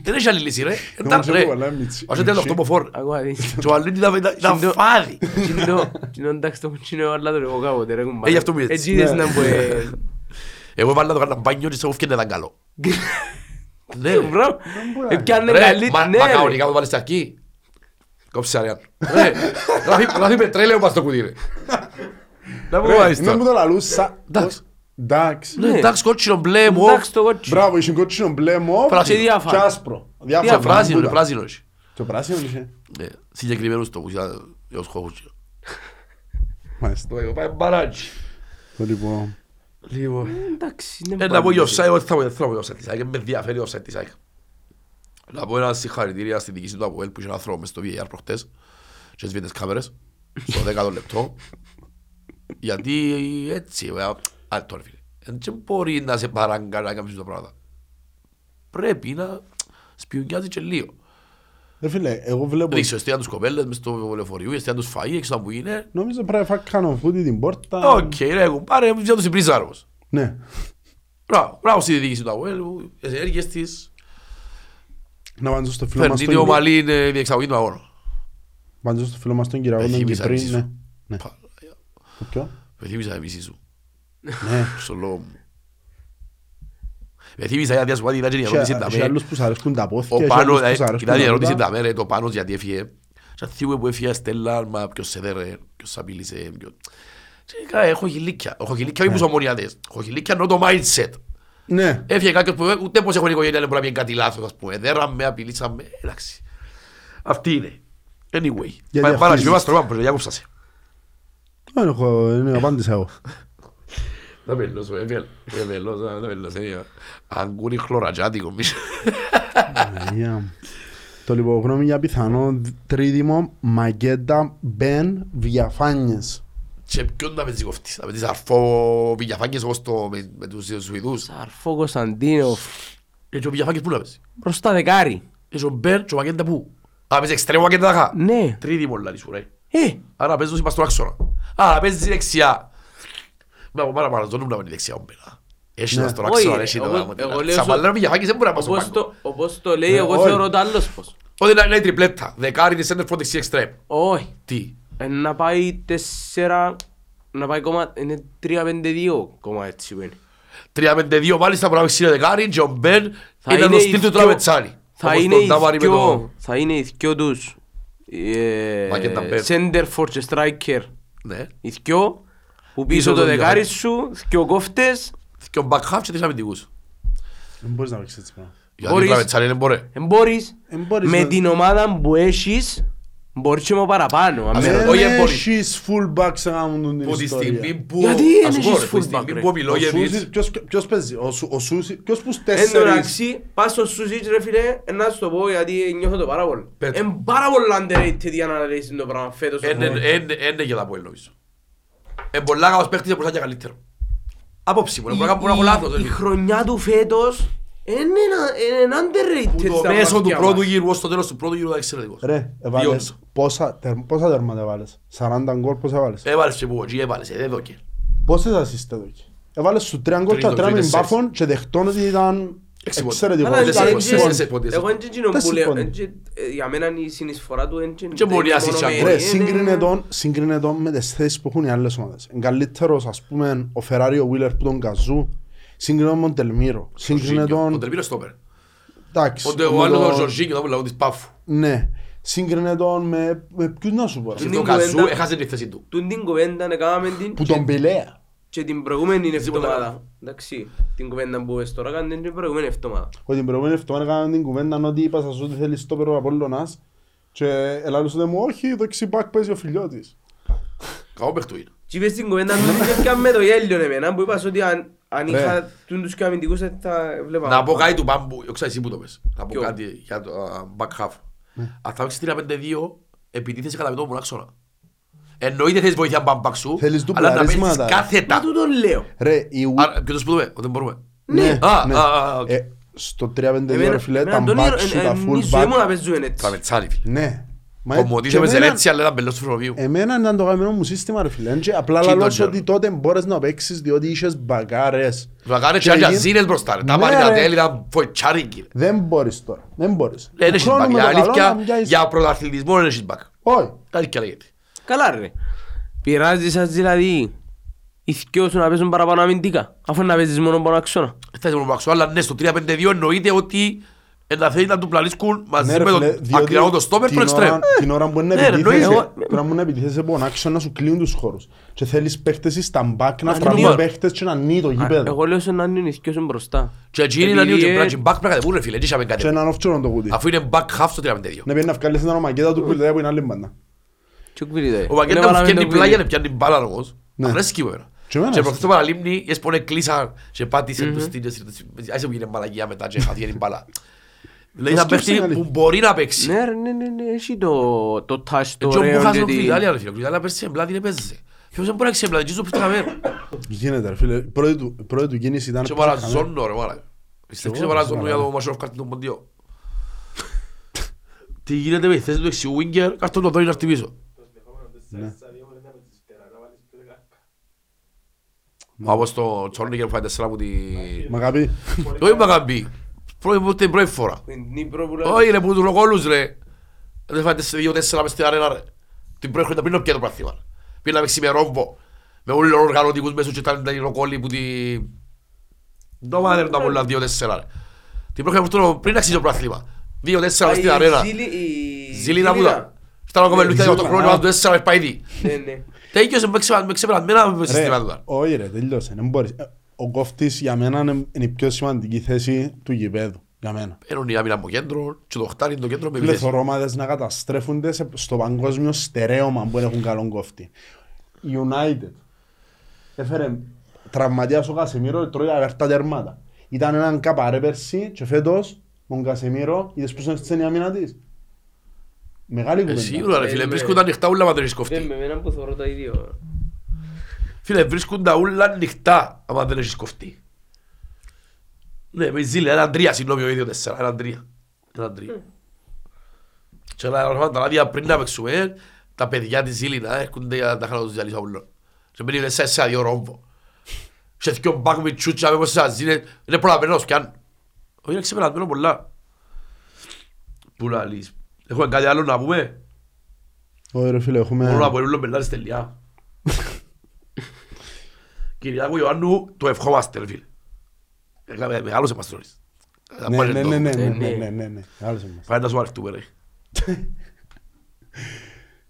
Speaker 3: Δεν έχει άλλη λύση, ρε. Εντάξει,
Speaker 1: ξέρω
Speaker 3: ρε.
Speaker 1: πολλά, Μιτσί.
Speaker 3: Ας ήταν αυτό που φορ.
Speaker 2: Ακούω αδίκη.
Speaker 3: Το άλλο ήταν- ήταν- ήταν
Speaker 2: Συντο-
Speaker 3: φάδι.
Speaker 2: Κοινό, κοινό εντάξει το κοτσίνο αλλά το εγώ κάποτε ρε κουμπάρε.
Speaker 3: Ε, γι' αυτό μου είπες.
Speaker 2: Έτσι είδες
Speaker 1: Ναι.
Speaker 2: να μου ε,
Speaker 3: Εγώ βάλα το κάνα μπάνιο και σε όφηκε να ήταν καλό. Ναι, ρε.
Speaker 2: ε, Μπρο, έπιανε
Speaker 3: Ρε,
Speaker 2: καλή,
Speaker 3: μα
Speaker 2: ναι
Speaker 3: μα
Speaker 2: ρε.
Speaker 3: κανονικά μου βάλεις τα αρκή. Κόψε αριάν. Ρε, γράφει- γράφει πετρέλαιο μας το κουτί, ρε. Να μου
Speaker 1: Ρε,
Speaker 3: βάλεις
Speaker 1: Είναι
Speaker 3: τώρα.
Speaker 1: που το λαλούσα.
Speaker 3: Ε, Εντάξει.
Speaker 1: Εντάξει.
Speaker 3: Ναι, Εντάξει, κότσινο μπλε μου.
Speaker 2: Ε, Εντάξει το κοτσίνο.
Speaker 1: Μπράβο, είχε κότσινο μπλε μοβ
Speaker 3: Πράσινο.
Speaker 1: και
Speaker 2: Διάφανο.
Speaker 1: άσπρο. Διάφανο.
Speaker 3: Σε πράσινο, ρε,
Speaker 1: Μπούτα.
Speaker 3: πράσινο έχει.
Speaker 1: Το πράσινο είχε.
Speaker 3: Ναι, συγκεκριμένους τόπους, ήταν ως χώρους.
Speaker 1: Μάλιστα.
Speaker 3: Το είπα, μπαράκι.
Speaker 1: Το λοιπόν.
Speaker 3: Λοιπόν.
Speaker 2: Εντάξει, είναι
Speaker 3: Ε, να πω για offside, ότι θα πω- δεν θέλω να πω για offside της ΑΕΚ, δεν με ενδιαφέρει offside της ΑΕΚ. Να πω ένα συγχαρητήρια στη διοίκηση του Αποέλ που είχε ένα θρόμο μες στο VAR προχτές και σβήνει τις κάμερες στο 10 λεπτό. Γιατί έτσι, ε, α, τώρα φίλε, δεν μπορεί να σε παραγκαλά να κάνεις τα πράγματα. Πρέπει να σπιουνιάζει και λίγο.
Speaker 1: Ρε φίλε, εγώ βλέπω...
Speaker 3: Ρίξε εστίαν τους κοπέλες μες στο λεωφορείο, εστίαν τους φαΐ, έξω που είναι.
Speaker 1: Νομίζω πρέπει να φάκκανω φούτι την πόρτα.
Speaker 3: Οκ, ρε, κουμπάρε, βγαίνουν τους συμπρίζα, ρε, όμως.
Speaker 1: Ναι.
Speaker 3: Μπράβο, μπράβο στη διοίκηση του Αποέλ, που τις ενέργειες της,
Speaker 1: Να απαντήσω στο φίλο μας
Speaker 3: Φέρνει την
Speaker 1: τον Κυ-
Speaker 3: ομαλή ε, διεξαγωγή του αγώνα.
Speaker 1: απαντήσω στο φίλο μας τον Κυριακό τον
Speaker 3: Θύμισα
Speaker 1: Κυπρή.
Speaker 3: μισή
Speaker 1: ναι.
Speaker 3: σου.
Speaker 1: Ναι.
Speaker 3: Πα-
Speaker 1: Το ποιο?
Speaker 3: Με θύμισα η μισή σου,
Speaker 1: Ναι.
Speaker 3: στο λόγο μου. Με θύμισα η άδεια σου κάτι, ήταν και η ερώτηση
Speaker 1: Και-
Speaker 3: τα
Speaker 1: και
Speaker 3: μέρη.
Speaker 1: άλλους που σ' αρέσκουν τα πόθηκια,
Speaker 3: Ο
Speaker 1: και
Speaker 3: Πάνος,
Speaker 1: άλλους που
Speaker 3: ε,
Speaker 1: σ' αρέσκουν
Speaker 3: ήταν η
Speaker 1: τα
Speaker 3: ερώτηση
Speaker 1: πότα.
Speaker 3: τα μέρη, το Πάνος γιατί έφυγε. Σαν θύμιο που έφυγε η Στέλλα, μα ποιος έδερε, ποιος απειλήσε, ποιος... Τελικά, έχω γυλίκια, έχω γυλίκια μη μουσομονιάτες, έχω γυλίκια ενώ το mindset.
Speaker 1: Ναι.
Speaker 3: Έφυγε κάποιος που ε, ούτε πως έχω οικογένεια δεν μπορεί να πει κάτι λάθος, ας πούμε, δέραμε, απειλήσαμε, εντάξει. Αυτή είναι. Anyway,
Speaker 1: Γιατί
Speaker 3: Πα- πάρα
Speaker 1: αυτή
Speaker 3: και
Speaker 1: είναι.
Speaker 3: μας τρομάμε, πως διάκοψα σε.
Speaker 1: Δεν έχω, δεν απάντησα εγώ.
Speaker 3: Δεν πελώσω, δεν πελ- δεν πελώσω, δεν πελώσω, ε, Αγκούρι χλωρατζάτικο, μη-
Speaker 1: Μαγεία μου. Το λοιπόν γνώμη για πιθανό τρίδημο Μαγκέντα Μπεν Διαφάνιες.
Speaker 3: Και ποιον να παίζει κοφτής, να παίζει αρφό Βηγιαφάκης όπως το με, με τους Σουηδούς.
Speaker 2: Σαρφό Κωνσταντίνοφ.
Speaker 3: Και ο Βηγιαφάκης πού να παίζει.
Speaker 2: Μπροστά δεκάρι.
Speaker 3: Και ο Μπέρ και ο Μακέντα πού. Α, παίζει εξτρέμο Μακέντα ταχά.
Speaker 2: Ναι.
Speaker 3: Τρίτη μόλα λύσου ρε.
Speaker 2: Ε,
Speaker 3: Άρα παίζουν είπα στον άξονα. Άρα παίζει δεξιά. Μα από μάνα παραζώνουν να παίζει δεξιά ο Μπέρ. α. Έχει
Speaker 1: Ναι.
Speaker 3: να στον
Speaker 2: Όχι,
Speaker 3: άξονα, έχει
Speaker 2: εγώ-
Speaker 3: να
Speaker 2: εγώ λέω
Speaker 3: Σαν
Speaker 2: σου-
Speaker 3: παλαιό Βηγιαφάκης δεν μπορεί να πάει στον
Speaker 2: όπως
Speaker 3: πάγκο.
Speaker 2: το, όπως το λέει, εγώ
Speaker 1: όχι.
Speaker 2: θεωρώ το άλλος πως.
Speaker 3: Ότι να είναι η τριπλέτα. Δεκάρι είναι center for δεξί εξτρέμ.
Speaker 2: Όχι.
Speaker 3: Τι.
Speaker 2: Ε, Να πάει τέσσερα, να πάει κόμμα, είναι τρία πέντε δύο κόμμα έτσι που είναι.
Speaker 3: 3-5-2 μάλιστα μπορεί να παίξει δεκάρι και ο Μπέρ
Speaker 2: Θα
Speaker 3: ήταν το
Speaker 2: είναι
Speaker 3: στυλ
Speaker 2: οι
Speaker 3: του
Speaker 2: δυο-
Speaker 3: τραπετσάρι.
Speaker 2: Θα
Speaker 3: Όπως
Speaker 2: είναι
Speaker 3: τον
Speaker 2: οι
Speaker 3: Ντάβαρη με
Speaker 2: δυο-
Speaker 3: τον-
Speaker 2: θα είναι οι δυο τους. ε,
Speaker 3: Μα και τα μπέρ.
Speaker 2: Center for και striker.
Speaker 3: Ναι.
Speaker 2: Οι δυο που
Speaker 3: Πίσω
Speaker 2: πίσω το
Speaker 3: το
Speaker 2: δεκάρι
Speaker 3: δεκάρι.
Speaker 2: σου, δυο κόφτες,
Speaker 3: Και ο back half και τρεις αμυντικούς.
Speaker 1: Δεν μπορείς να παίξεις έτσι πράγμα.
Speaker 3: Γιατί
Speaker 2: Μπορείς.
Speaker 3: ο τραπετσάρι δεν μπορεί.
Speaker 2: εν μπορείς.
Speaker 1: Εν μπορείς
Speaker 2: Με
Speaker 1: να-
Speaker 2: την ομάδα που έχεις, μπορείς και με παραπάνω. αμέ.
Speaker 3: Ε, όχι,
Speaker 1: Δεν
Speaker 3: δεν μπορείς.
Speaker 1: έχεις fullbacks να κάνουν την
Speaker 3: Που της στιγμή
Speaker 1: ιστορία.
Speaker 3: που...
Speaker 2: Γιατί
Speaker 3: ας
Speaker 2: δεν
Speaker 3: σου πω,
Speaker 2: έχεις
Speaker 3: ρε, που τη
Speaker 2: fullback,
Speaker 3: στιγμή
Speaker 2: ρε.
Speaker 3: που ο
Speaker 1: Ο Σούσης-
Speaker 3: Μιλόγεβιτς-
Speaker 1: ποιος- Ποιος παίζει, ο Σου- ο Σούσης, ποιος
Speaker 3: Ε,
Speaker 1: που στους
Speaker 2: Εν τω
Speaker 1: τέσσερις.
Speaker 2: μεταξύ, πας στο Σουζίτς ρε φίλε, ε, να σου το πω γιατί νιώθω το πάρα πολύ.
Speaker 3: Πέτρο.
Speaker 2: Εν πάρα πολύ underrated για να αναλύσεις το πράγμα φέτος.
Speaker 3: Εν- εν- εν- εν- εν για τα που νομίζω. Εν πολλά καλός παίχτης δεν μπορούσε να είναι καλύτερο. Άποψη μου, ρε, μπορεί να μπορεί να έχω λάθος.
Speaker 2: Η
Speaker 3: ρε.
Speaker 2: χρονιά του φέτος είναι ένα- είναι
Speaker 3: Που
Speaker 2: underrated.
Speaker 3: το
Speaker 2: στα
Speaker 3: μέσο του
Speaker 2: μάτια
Speaker 3: πρώτου
Speaker 2: μας.
Speaker 3: γύρου ως το τέλος του πρώτου γύρου ήταν εξαιρετικός.
Speaker 2: Ναι.
Speaker 1: Ρε,
Speaker 3: Διότι.
Speaker 1: έβαλες πόσα, τερ, πόσα τέρματα έβαλες, 40 γκολ πόσα έβαλες,
Speaker 3: Έβαλες και που εκεί έβαλες, ε, δεν δόκε.
Speaker 1: πόσες ασίστ εδώ εκεί. Έβαλες σου τρία γκολ και
Speaker 3: Τρεις,
Speaker 1: τρία με
Speaker 3: τρεις,
Speaker 1: μπάφων και δεχτών ότι ήταν
Speaker 3: Έξι πόντους.
Speaker 1: εξαιρετικό. λοιπόν,
Speaker 2: Αλλά
Speaker 3: Πόντες,
Speaker 2: δεν
Speaker 1: Ήταν
Speaker 3: πόντες,
Speaker 1: έξι πόντους.
Speaker 2: είναι-
Speaker 3: πόντες, πόντες.
Speaker 2: Εγώ δεν γίνω
Speaker 1: Τα
Speaker 2: που λέω,
Speaker 1: σηκώνει.
Speaker 2: εν τζι- ε, για μένα είναι η συνεισφορά του εν τζι-
Speaker 3: Και μπορεί
Speaker 2: δεν
Speaker 3: να είσαι
Speaker 2: μόνο με-
Speaker 3: τσακ-
Speaker 1: Ρε,
Speaker 2: είναι-
Speaker 3: ε,
Speaker 1: σύγκρινε τον, σύγκρινε τον με τις θέσεις που έχουν οι άλλες ομάδες. Είναι καλύτερος, ας πούμε, ο Φεράρι, ο Βίλερ που τον καζού. Σύγκρινε τον με τον Τελμύρο. Σύγκρινε
Speaker 3: Ζόρζίνιο. Ο
Speaker 1: τον...
Speaker 3: Τελμύρος στόπερ.
Speaker 1: Εντάξει.
Speaker 3: Ο Τε- ο
Speaker 1: με
Speaker 3: άλλος
Speaker 1: τον-
Speaker 3: ο Ζορζίνιο, τον που λαλούν της Πάφου.
Speaker 1: Ναι. Σύγκρινε τον με... με ποιους να σου πω. ρε.
Speaker 3: Και
Speaker 2: Είναι
Speaker 3: τον
Speaker 2: η
Speaker 3: Καζού
Speaker 2: κουβέντα-
Speaker 3: έχασε τη θέση του.
Speaker 2: Τούν την κουβέντα να κάναμε την
Speaker 1: Που τον Πελέα.
Speaker 2: και την προηγούμενη
Speaker 3: Τίποτα.
Speaker 2: εβδομάδα. Εντάξει, την κουβέντα που είπες τώρα κάνετε την προηγούμενη εβδομάδα.
Speaker 1: Ότι την προηγούμενη εβδομάδα έκαναν την κουβέντα ότι είπα σας ότι θέλεις το πέρο Απόλλωνας και ελάλουσατε μου όχι δεξί μπακ παίζει ο Φιλιώτης.
Speaker 3: Καλό παίχτου είναι.
Speaker 2: Και είπες την κουβέντα του ότι έπιαν με το γέλιο εμένα που είπας ότι αν, αν
Speaker 1: Ρε.
Speaker 2: είχα τούν τους και αμυντικούς δεν θα βλέπα.
Speaker 3: Να πω κάτι του Πάμπου, ξέρω εσύ που το πες. Να πω
Speaker 2: Ποιο?
Speaker 3: κάτι για το α, back half.
Speaker 1: Ναι.
Speaker 3: Αν θα παίξεις 3-5-2, επιτίθεσαι κατά με τον μονάξονα. Εννοείται θέλεις βοήθεια μπαμπακ σου,
Speaker 1: Θέλεις
Speaker 3: αλλά να παίζεις
Speaker 1: ντουμπλαρίσματα, ρε.
Speaker 2: Μα
Speaker 3: κάθετα.
Speaker 2: του το λέω.
Speaker 1: Ρε, η Ου...
Speaker 3: Άρα, Ποιος που το δεν μπορούμε.
Speaker 1: Ναι,
Speaker 3: Α,
Speaker 1: ναι.
Speaker 3: α, α, οκ.
Speaker 1: Ε, στο 3-5-2 ρε
Speaker 2: Εμένα-
Speaker 1: φίλε,
Speaker 2: εμένα
Speaker 1: τα
Speaker 2: τον
Speaker 1: μπακ
Speaker 2: ήρωα-
Speaker 1: σου,
Speaker 3: ε,
Speaker 2: εν-
Speaker 1: τα
Speaker 2: εν- εν-
Speaker 1: full
Speaker 2: η ζωή μου να
Speaker 1: back.
Speaker 2: παίζουν έτσι.
Speaker 3: Τραπετσάρι, φίλε.
Speaker 1: Ναι. Μα
Speaker 3: Κομμωτήσε
Speaker 1: και
Speaker 3: με
Speaker 1: εμένα- Ε,
Speaker 3: Ζελέτσι, αλλά ήταν πελός του προβίου.
Speaker 1: Εμένα ήταν το αγαπημένο μου σύστημα ρε φίλε. Και απλά
Speaker 3: Κοίτα,
Speaker 1: λαλώς
Speaker 3: Γιώργο.
Speaker 1: ότι τότε μπορείς να παίξεις διότι είχες μπακάρες.
Speaker 3: Να κάνεις
Speaker 1: Και
Speaker 3: και άλλες
Speaker 1: γι-
Speaker 3: ζήνες μπροστά. ρε. Τα
Speaker 1: Ναι, ρε.
Speaker 3: Μαρινατέλη, τα Βοητσάρικη, ρε.
Speaker 1: Δεν μπορείς τώρα. Δεν μπορείς.
Speaker 3: Δεν
Speaker 1: Του
Speaker 3: έχεις
Speaker 1: χρόνου
Speaker 3: back.
Speaker 1: με
Speaker 3: Η
Speaker 1: το καλό
Speaker 3: αλήθεια,
Speaker 1: να πιάσεις-
Speaker 3: για πρωταθλητισμό δεν έχεις back.
Speaker 1: Όχι.
Speaker 3: Αλήθεια λέγεται.
Speaker 2: Καλά ρε. Πειράζει σας δηλαδή οι θκυο σου να παίζουν παραπάνω αμυντικά αφού να παίζεις μόνο πάνω αξόνα.
Speaker 3: Δεν θα είσαι μόνο Παξό, αλλά ναι, στο 3-5-2 εννοείται ότι ε, να θέλει να του πλανήσκουν μαζί
Speaker 1: Ναι, ρε,
Speaker 3: με
Speaker 1: φίλε,
Speaker 3: τον
Speaker 1: διότι
Speaker 3: ακριβό το στόπερ
Speaker 1: την
Speaker 3: του εξτρέμ.
Speaker 1: ώρα- Την ώρα που είναι
Speaker 3: Ναι, ρε,
Speaker 1: επιτίθεσαι,
Speaker 3: εννοείται.
Speaker 1: την ώρα που είναι επιτίθεσαι από τον άξονα να σου κλείνουν τους χώρους. Και θέλεις παίχτες στα μπακ να
Speaker 3: Α, ναι,
Speaker 1: φραγούν
Speaker 3: ναι.
Speaker 1: παίχτες και να νύει το γήπεδο.
Speaker 2: Εγώ λέω σου να είναι οι θκυο σου μπροστά.
Speaker 3: Και έτσι είναι
Speaker 2: Επειδή,
Speaker 3: λίγο και
Speaker 2: ε,
Speaker 3: πράγμα back πρέπει να κατεβούν, ρε φίλε, τι είχαμε κάτι.
Speaker 1: Και Ναι. έναν οφτσόνον το κουτί.
Speaker 3: Αφού είναι back half στο 3-5-2.
Speaker 1: Να πήγαινε να βγάλεις έναν ομακέτα
Speaker 3: Ε,
Speaker 1: του Πιλδέα που είναι άλλη μπάντα.
Speaker 2: Τι κουβίδι
Speaker 3: Ο Παγκέντα μου φτιάχνει πλάγια, δεν πιάνει μπάλα όμως.
Speaker 1: Ναι.
Speaker 3: Αρέσκει μου εμένα.
Speaker 1: Και εμένα
Speaker 3: Και
Speaker 1: αρέσκει.
Speaker 3: προχθές το παραλίμνη, έσπω να κλείσα και πάτησε τους στην... Άσε μου γίνει μαλακιά μετά και χαθεί η μπάλα. Δηλαδή θα
Speaker 1: σκέψε,
Speaker 3: παίχτη
Speaker 1: καλή.
Speaker 3: που μπορεί να παίξει.
Speaker 2: Ναι, ρε, ναι, ναι, ναι, έχει το, το touch το
Speaker 3: Και όπου
Speaker 2: ωραίο
Speaker 3: χάσαν
Speaker 2: και
Speaker 3: τον
Speaker 2: τη-
Speaker 3: Κρυτάλια, ρε φίλε, ο Κρυτάλια πέρσι εμπλάτη δεν παίζησε. Ποιος δεν μπορεί να ξεμπλάτη, τζίζο που τραβέρω.
Speaker 1: Γίνεται ρε φίλε. Η πρώτη του- Η πρώτη του κίνηση ήταν...
Speaker 3: Και
Speaker 1: πόσα χαμένα.
Speaker 3: παραζώνω ρε μάνα. Πιστεύω
Speaker 1: Εγώ,
Speaker 3: παραζώνω
Speaker 1: παραζώνω.
Speaker 3: για το Μασόροφ κάρτον τον Ποντιό. Τι γίνεται με τη θέση του δεξιού winger, κάρτον τον δόνι να χτυπήσω. Μα όπως το Τσόρνικερ που φάει τεσσέρα από τη...
Speaker 1: Μακαπή.
Speaker 3: Το είπα καμπή. Πρώτη που την πρώτη φορά.
Speaker 2: Την Νύπρο που λέω.
Speaker 3: Όχι ρε που τους ροκόλους ρε. Δεν φάει τεσσέρα δύο τέσσερα μες στην αρένα ρε. Την πρώτη χρονιά πήρνω πια το πράθυμα. Πήρνα παίξει με ρόμβο. Με όλους τους οργανωτικούς μέσους και ήταν οι ροκόλοι που τη... Το μάδερ τα πολλά δύο τέσσερα ρε. Την πρώτη χρονιά πήρνω πριν αξίζει το πράθυμα. Δύο τέσσερα
Speaker 2: Α,
Speaker 3: μες στην
Speaker 2: η
Speaker 3: αρένα.
Speaker 2: Ζήλη- η-
Speaker 3: Ζήλη να
Speaker 2: η
Speaker 3: πούτα. Ήταν ακόμα
Speaker 1: Ναι,
Speaker 3: λούκια για το
Speaker 1: Ζήλα,
Speaker 3: χρόνο
Speaker 1: να.
Speaker 3: μας το τέσσερα με σπαϊδί.
Speaker 2: Ναι, ναι.
Speaker 3: Τέγιος με ξεπε- με ξεπερασμένα με
Speaker 1: Ρε,
Speaker 3: συστήματα του ήταν.
Speaker 1: όχι ρε, τελειώσε. Δεν μπορείς. Ε, Ο κόφτης για μένα είναι- είναι η πιο σημαντική θέση του γηπέδου. Για μένα.
Speaker 3: Παίρνουν οι άμυνα από κέντρο και το χτάρι είναι το κέντρο με
Speaker 1: Φίλε,
Speaker 3: επιθέσεις.
Speaker 1: θεωρώ ομάδες να καταστρέφονται σε- στο παγκόσμιο στερέωμα που έχουν καλόν κόφτη. United. Έφερε τραυματίας ο Κασιμίρο, τρώει αβερτά τερμάτα. Ήταν έναν καπαρέ πέρσι και φέτος τον Κασιμίρο είδες πώς είναι στην άμυνα της. Μεγάλη
Speaker 3: Ε,
Speaker 1: κουβέντα.
Speaker 3: Σίγουρα ρε
Speaker 2: Ε,
Speaker 3: φίλε,
Speaker 2: με-
Speaker 3: βρίσκονται ανοιχτά ούλα μα δεν
Speaker 2: Ε, με εμένα που θεωρώ τα ίδια.
Speaker 3: Φίλε, βρίσκουν τα ούλα ανοιχτά, άμα δεν έχεις κοφτεί. Ναι, με ζήλε, έναν τρία, συγγνώμη, ο ίδιος τέσσερα, έναν τρία. Έναν τρία. Και να ρωτάμε τα λάδια πριν να παίξουμε, τα παιδιά της ζήλη να έρχονται για να τα χαλάζουν τους διαλύσουν όλων. Και μπαίνει μέσα σε ένα δύο ρόμβο. Σε δυο μπακ με τσούτσα, με πόσα ζήλε, είναι προλαβαίνος κι αν. Όχι, είναι ξεπερασμένος πολλά. Πού να λύσεις. Έχουμε κάτι άλλο να πούμε.
Speaker 1: Όχι ρε φίλε, έχουμε...
Speaker 3: Μπορώ να πω ούλο μπελάρες τελειά. Κυριάκου Ιωάννου, το ευχόμαστε ρε φίλε. Έκαμε- Μεγάλωσε μας τώρα.
Speaker 1: Ναι, ναι, ναι, ναι, ναι, ναι,
Speaker 2: Ε, ναι.
Speaker 1: ναι, ναι, ναι. Άλλος μας.
Speaker 3: Φάει να σου αρευτούμε ρε.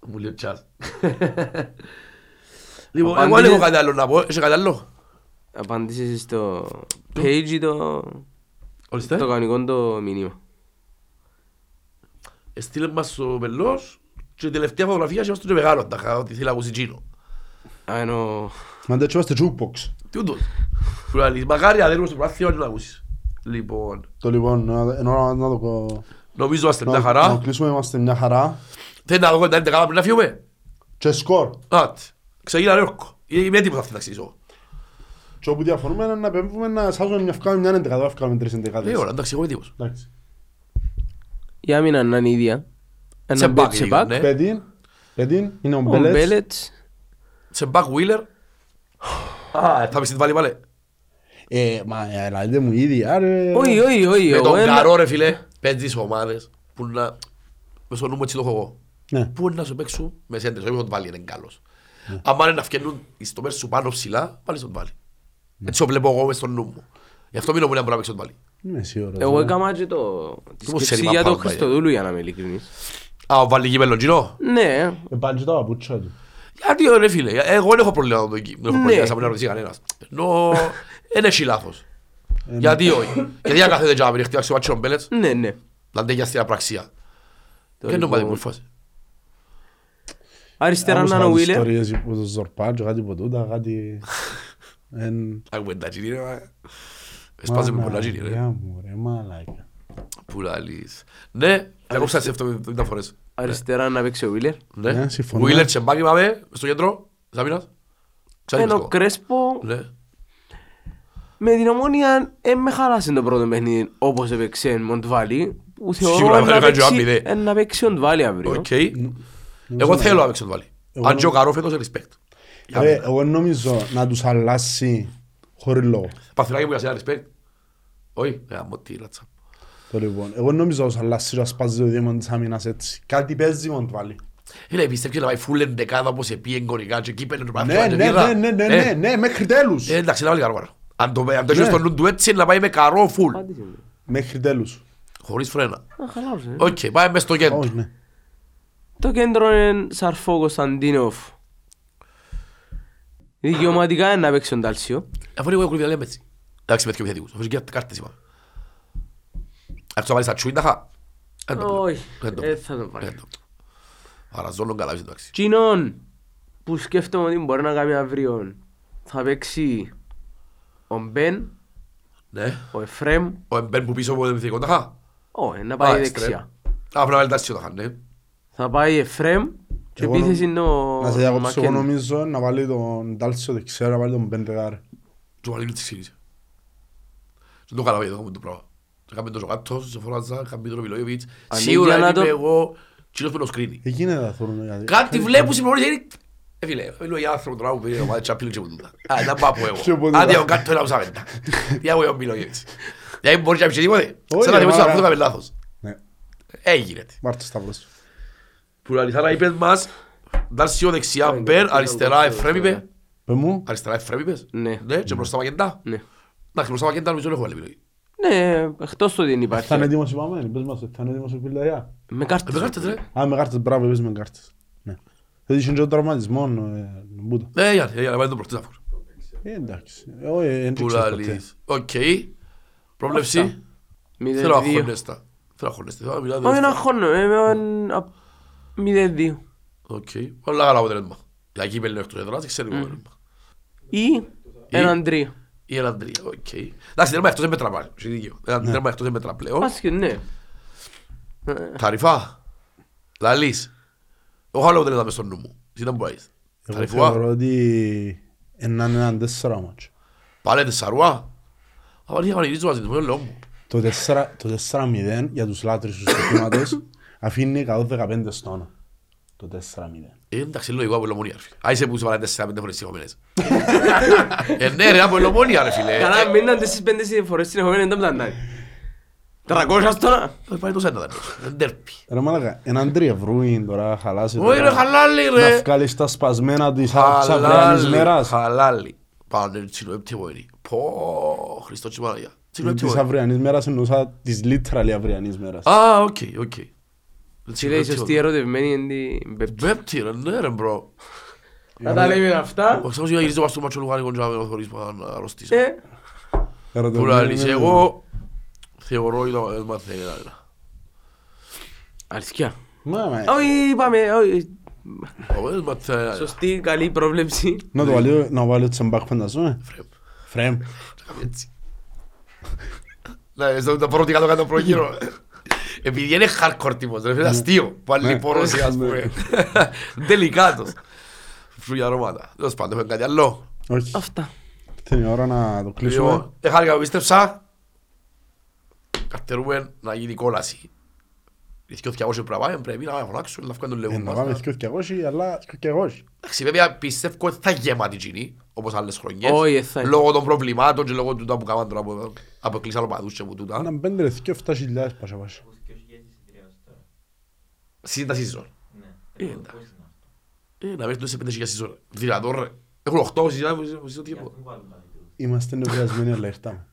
Speaker 3: Μου λέει ο τσάς. Λοιπόν, εγώ δεν
Speaker 2: Απαντήσεις-
Speaker 3: έχω κάτι άλλο να πω. Είσαι κάτι άλλο.
Speaker 2: Απαντήσεις στο page ή το,
Speaker 3: Ορίστε.
Speaker 2: το κανονικό το μήνυμα.
Speaker 3: Στείλε μας το πελός και η τελευταία φωτογραφία και είμαστε μεγάλο τα χα, ότι θέλει να ακούσει τζίνο.
Speaker 2: Α, Ενώ
Speaker 1: Μα δεν τσιβάστε jukebox.
Speaker 3: Τι ούτως. Που λέει, Μακάρι αδέρφος του πράθυνο να ακούσεις. Λοιπόν,
Speaker 1: Το λοιπόν, να- ενώ να το κο-
Speaker 3: νομίζω είμαστε
Speaker 1: να-
Speaker 3: μια
Speaker 1: να
Speaker 3: χαρά.
Speaker 1: κλείσουμε, είμαστε μια χαρά.
Speaker 3: Θέλει να δω τα 11 πριν να φύγουμε.
Speaker 1: Και σκορ.
Speaker 3: Άτε. Ξαγίνα ρεύκο. Είμαι έτοιμος αυτή να ξύσω.
Speaker 1: Και όπου διαφορούμε είναι να επέμβουμε να σάζουμε μια φκάμε μια εντεκάδα, να φκάμε τρεις εντεκάδες.
Speaker 3: Λέω, εντάξει, εγώ έτοιμος.
Speaker 1: Εντάξει.
Speaker 2: η άμυνα να είναι ίδια.
Speaker 3: Σε
Speaker 2: Ένα
Speaker 3: μπακ,
Speaker 2: μπακ σε
Speaker 3: λίγο,
Speaker 2: μπακ.
Speaker 3: ναι.
Speaker 1: Πέτειν, πέτειν, είναι ο
Speaker 2: Ε. Ο
Speaker 1: Μπέλετς.
Speaker 2: Μπέλετς.
Speaker 3: Τσεμπάκ Βίλερ. Α, θα πεις την πάλι πάλι.
Speaker 1: Ε, μα ε, λαλείτε μου ήδη, άρε.
Speaker 2: Όχι, όχι, όχι.
Speaker 3: Με
Speaker 2: εγώ
Speaker 3: τον
Speaker 2: ένα-
Speaker 3: καρό ρε φίλε, πέντε ομάδες που να... Με στο νου μου έτσι το έχω εγώ.
Speaker 1: Ναι.
Speaker 3: Πού είναι να σου παίξουν με σέντες, όχι με τον βάλει είναι καλός. Αν είναι να φκαινούν οι στομέρ σου πάνω ψηλά, πάλι στον βάλει. Έτσι το βλέπω εγώ μες στο νου μου. Γι' αυτό μείνω που να μπορώ να παίξω τον βάλει.
Speaker 1: Είμαι σίγουρος.
Speaker 2: Εγώ
Speaker 1: ε.
Speaker 2: έκανα και το... τη
Speaker 3: μου
Speaker 2: σκέψη
Speaker 3: ξέρει,
Speaker 2: για
Speaker 3: μα
Speaker 2: τον
Speaker 3: πάρα,
Speaker 2: Χριστοδούλου για να είμαι ειλικρινής.
Speaker 3: Α, ο βάλει γήπεδο γυρό.
Speaker 2: Ναι,
Speaker 1: Ε, πάλι και τα παπούτσια του.
Speaker 3: Γιατί ρε φίλε, εγώ δεν έχω πρόβλημα να το γη- δεν έχω
Speaker 2: Ναι.
Speaker 3: πρόβλημα σαν να ρωτήσει κανένας. Ενώ, δεν έχει λάθος.
Speaker 1: Ε, ναι.
Speaker 3: Γιατί όχι. Γιατί αν κάθεται και να μην χτυπάξει ο Μάτσιον Μπέλετς,
Speaker 2: ναι, ναι.
Speaker 3: να αντέχει στην απραξία.
Speaker 2: Το
Speaker 3: Δεν είναι ομάδα
Speaker 2: λοιπόν.
Speaker 3: μορφώση.
Speaker 2: Αριστερά
Speaker 1: Άκουσα
Speaker 2: να είναι ο
Speaker 1: τις
Speaker 2: Βίλερ.
Speaker 1: Ιστορίες που το Ζορπάτζο, κάτι από τούτα, κάτι... Εν...
Speaker 3: Αγουέντα τζιρί ρε. μα. Σπάζει με πολλά τζιρί ρε.
Speaker 1: Μαλακιά μου, ρε, μαλακιά.
Speaker 3: Που λαλείς. Ναι, εγώ ψάξει αυτό με 70 φορές.
Speaker 2: Αριστερά να παίξει ο Βίλερ.
Speaker 3: Ναι,
Speaker 1: Ναι, συμφωνώ.
Speaker 3: Βουίλερ Τσεμπάκη πάμε στο κέντρο. Ζάμινας. Ξάγει
Speaker 2: Ενώ
Speaker 3: μες
Speaker 2: ο
Speaker 3: το.
Speaker 2: Κρέσπο
Speaker 3: Ναι.
Speaker 2: με την ομόνια ε, με χαλάσε το πρώτο παιχνίδι όπως έπαιξε Μοντβάλι που θεωρώ
Speaker 3: Σίγουρα,
Speaker 2: να
Speaker 3: θα κάνει ο
Speaker 2: παίξει-
Speaker 3: Άμπι, δε.
Speaker 2: ε, να παίξει ο Μοντβάλι αύριο.
Speaker 3: Οκ. Εγώ θέλω να παίξω το βάλει.
Speaker 1: Εγώ
Speaker 3: Αν
Speaker 1: νο-
Speaker 3: και ο Καρό φέτος είναι respect. Για
Speaker 1: Ρε,
Speaker 3: μένα.
Speaker 1: Ε, εγώ νομίζω να τους αλλάσει χωρίς λόγο.
Speaker 3: Παθηνάκη μου για σένα respect. Όχι, ε, αμώ τι λάτσα.
Speaker 1: Το λοιπόν. Εγώ νομίζω να τους αλλάσει και να σπάζει το δίμον της άμυνας έτσι. Κάτι παίζει μόνο του πάλι.
Speaker 3: Φίλε, πιστεύεις να πάει full εντεκάδα όπως επί εγκορικά και κύπαινε το
Speaker 1: Ναι,
Speaker 3: πράγμα.
Speaker 1: ναι, ναι, ναι, ναι,
Speaker 2: Ε.
Speaker 1: ναι, ναι, μέχρι τέλους.
Speaker 3: Ε, Εντάξει, να βάλει καρό. Καρό. Αν το αν το έχεις
Speaker 1: Ναι.
Speaker 3: στο νου του έτσι, να πάει με καρό full.
Speaker 2: Απάντησε μου.
Speaker 1: Μέχρι τέλους.
Speaker 3: Χωρίς φρένα.
Speaker 2: Α, χαλάρωσε.
Speaker 3: Οκ, πάμε μες
Speaker 2: Ε,
Speaker 3: στο κέντρο.
Speaker 1: Όχι, ναι.
Speaker 2: Το κέντρο είναι Σαρφό Κωνσταντίνοφ. Δικαιωματικά είναι να παίξει ο Ντάλσιο.
Speaker 3: Αφού είναι εγώ κουλβιά λέμε έτσι. Εντάξει με πιο επιθετικούς. Αφού και κάρτες είπα. Άρχισα να βάλεις τα τσουίνταχα. Δεν το βλέπω.
Speaker 2: Όχι,
Speaker 3: Δεν το
Speaker 2: ε,
Speaker 3: βλέπω.
Speaker 2: θα τον πάρει.
Speaker 3: Δεν το βλέπω. Αραζόλο καλά είσαι εντάξει.
Speaker 2: Τσινόν που σκέφτομαι ότι μπορεί να κάνει αύριο θα παίξει ο Μπεν,
Speaker 3: Ναι.
Speaker 2: ο Εφρέμ,
Speaker 3: Ο Εμπέν που πίσω από τον επιθετικό ταχά.
Speaker 2: όχι, να
Speaker 3: Α,
Speaker 2: πάει
Speaker 3: εξτρέμ.
Speaker 2: δεξιά.
Speaker 3: Αφού να βάλει τα τσιόνταχα, ναι.
Speaker 2: Θα πάει Εφρέμ και
Speaker 1: Εγώ
Speaker 2: επίθεση
Speaker 1: νο-
Speaker 2: είναι ο
Speaker 1: Να σε διακόψω, εγώ
Speaker 2: Μακέντ.
Speaker 1: νομίζω να βάλει τον Τάλσιο δεξιά, να βάλει τον Μπεντεγάρ.
Speaker 3: Του βάλει τη ξύρισε. Δεν το καταλαβαίνω εγώ με το πράγμα. Το Κάμε τον Ζωγάτος, σε φοράζα, κάμε τον Μιλόγεβιτς.
Speaker 2: Ανοίγει
Speaker 3: Σίγουρα
Speaker 2: ένα
Speaker 3: είμαι
Speaker 2: το-
Speaker 3: εγώ κοινός που τον σκρίνει.
Speaker 1: Δεν γίνεται να δηλαδή. θέλουν κάτι.
Speaker 3: Κάτι βλέπω στην προβολή και είναι... Ε, φίλε, μιλώ για άνθρωπο τώρα που πήρε ομάδα Champions και μου τούτα. Α, να πάω από
Speaker 1: Και μου
Speaker 3: εγώ.
Speaker 1: τούτα.
Speaker 3: Άντε, εγώ κάτω ένα ψάχντα. Για εγώ μιλώ έτσι. Γιατί μπορείς να πεις τίποτε.
Speaker 1: Όχι,
Speaker 3: Σαν
Speaker 1: ρε,
Speaker 3: να θυμάσαι
Speaker 1: μάρα.
Speaker 3: αυτό έκαμε λάθος.
Speaker 1: Ναι,
Speaker 3: Έγινε.
Speaker 1: Μάρτο Σταύρος.
Speaker 3: Που λαλιθάρα είπες μας, Ντάρσιο δεξιά, Μπέρ, αριστερά Εφρέμ είπε.
Speaker 1: Πες μου,
Speaker 3: Αριστερά Εφρέμ είπες.
Speaker 2: Ναι.
Speaker 3: Ναι, και μπροστά Μαγεντά.
Speaker 2: Ναι.
Speaker 3: Εντάξει, μπροστά Μαγεντά νομίζω δεν έχω άλλη επιλογή.
Speaker 2: Ναι, εκτός του δεν υπάρχει.
Speaker 1: θα είναι έτοιμος είπαμε, πες μας, θα είναι έτοιμος ο Πιλαριά.
Speaker 2: Με
Speaker 3: Ε, με κάρτες,
Speaker 2: κάρτες.
Speaker 3: ρε.
Speaker 1: Α, με κάρτες, μπράβο, πες με κάρτες. Ναι. Δεν είχε και τον τραυματισμός, ε, Μπούτα.
Speaker 3: Ναι, για για να πάει τον πρωτοστάφο.
Speaker 1: Ε, εντάξει. Ε, όχι, δεν
Speaker 3: Που
Speaker 1: ξέρω ποτέ.
Speaker 3: λαλείς. Οκ. Πρόβλεψη.
Speaker 2: Μηδέν
Speaker 3: Θέλω
Speaker 2: δύο.
Speaker 3: αγχώνεστα. Θέλω αγχώνεστε. Θέλω να μιλάτε.
Speaker 2: Όχι να χώνω, ε, είμαι 0-2.
Speaker 3: Οκ. Πολλά καλά αποτελέσμα. Για κύπελλο εκτός έδρας, δεν ξέρω εγώ αποτελέσμα.
Speaker 2: Ή έναν τρία.
Speaker 3: Ή έναν τρία, οκ. Εντάξει, τέρμα εκτός δεν μέτρα πάλι. Έχει δίκιο. Ένα τέρμα εκτός δεν μέτρα πλέον.
Speaker 2: Άσχε, ναι.
Speaker 3: Ταριφά. Λαλής. Εγώ έχω άλλο αποτελέσμα μες στο νου μου. Εσύ δεν μπορείς.
Speaker 1: Εγώ
Speaker 3: Ταριφά.
Speaker 1: θεωρώ ότι έναν έναν τέσσερα μάτς.
Speaker 3: Πάλε τη Σαρουά. Αλλά είχε βαρυνίσει μαζί τους, με τον λόγο μου.
Speaker 1: Το 4 το 4-0 για τους λάτρεις τους συστήματος αφήνει 115 στόνα. Το 4-0.
Speaker 3: Ε, Εντάξει, λογικό από λομονία, ρε φίλε. Α, είσαι που σου βάλατε 4-5 φορές συνεχόμενες. Ε, ναι ρε, από λομονία, ρε φίλε. Ε,
Speaker 2: Καλά, μείναν τέσσερις πέντε φορές συνεχόμενες, δεν ήταν. Τρακόσιας τώρα.
Speaker 3: Ε, Πάει τόσο ένα ήταν. Ε, ντέρπι.
Speaker 1: Ρε μαλάκα, έναν τριευρούιν τώρα χαλάσει.
Speaker 3: Όχι ρε, χαλάλι
Speaker 1: Να
Speaker 3: ρε.
Speaker 1: βγάλεις τα σπασμένα της αυριανής
Speaker 3: Χαλάλι,
Speaker 1: μέρας.
Speaker 3: χαλάλι. Πάνε τσιλοέπτη βοηρή. Πω, Χριστό και Παναγιά. Τσιλοέπτη
Speaker 1: Της
Speaker 3: βοηρή.
Speaker 1: αυριανής μέρας εννοούσα της literally αυριανής μέρας.
Speaker 3: Α, οκ, οκ.
Speaker 2: Τι λέει, σωστή ερωτευμένη είναι την πεπτή.
Speaker 3: Πέπτη ρε, ναι ρε μπρο.
Speaker 2: Να τα λέμε αυτά.
Speaker 3: Ο Ξάμος για να γυρίζει το παστό μάτσο λουγάνικο και να με χωρίς που θα αρρωστήσω.
Speaker 2: Ε,
Speaker 1: Ερωτευμένη
Speaker 3: Που να λύσει,
Speaker 1: είναι-
Speaker 3: εγώ θεωρώ ότι τα μάθα είναι ένα.
Speaker 2: Αλήθεια.
Speaker 1: Μα, μα,
Speaker 2: Όχι, είπαμε, όχι.
Speaker 3: Τα μάθα είναι ένα.
Speaker 2: Σωστή, καλή πρόβλεψη.
Speaker 1: Να το βάλω, να βάλω τσεμπάκ φανταζούμε.
Speaker 3: Φρέμ.
Speaker 1: Φρέμ.
Speaker 3: Έτσι. Ναι, στο το πρώτο κάτω κάτω προγύρω. Επειδή είναι hardcore τύπος, ρε φίλε, αστείο. Πάλι
Speaker 1: Ναι.
Speaker 3: πορώσει, ας πούμε. Τελικάτος. Φρούγια αρώματα. Τέλος πάντων, έχουμε κάτι άλλο.
Speaker 1: Όχι,
Speaker 2: Αυτά.
Speaker 1: την ώρα να το κλείσουμε.
Speaker 3: Λοιπόν, Έχαρηκα που πίστεψα. Καρτερούμε να γίνει κόλαση. Ήθιο θυακόσιο πράγμα, δεν πρέπει να φωνάξουν, να βγάλουν τον
Speaker 1: Ε,
Speaker 3: λεβό
Speaker 1: Να
Speaker 3: μας.
Speaker 1: πάμε και όχι και εγώ, αλλά και και εγώ.
Speaker 3: Εντάξει, βέβαια πιστεύω ότι θα γεμάτη γίνει, όπως άλλες χρονιές.
Speaker 2: Όχι, ε, θα είναι.
Speaker 3: Λόγω των προβλημάτων και λόγω του τούτα που κάναν τώρα που αποκλείσαν οπαδούς και που τούτα.
Speaker 1: Έναν πέντε ρε και εφτά χιλιάδες πάσα πάσα.
Speaker 3: Σύνταση ζώνη. Ε, εντάξει. Ε, να βρεις τόσες πέντε χιλιάδες ζώνη. Δυνατόν ρε. Δηλαδή, Έχουν οχτώ συζητάμε, που συζητώ τίποτα.
Speaker 1: Είμαστε νευριασμένοι αλλά ήρθαμε.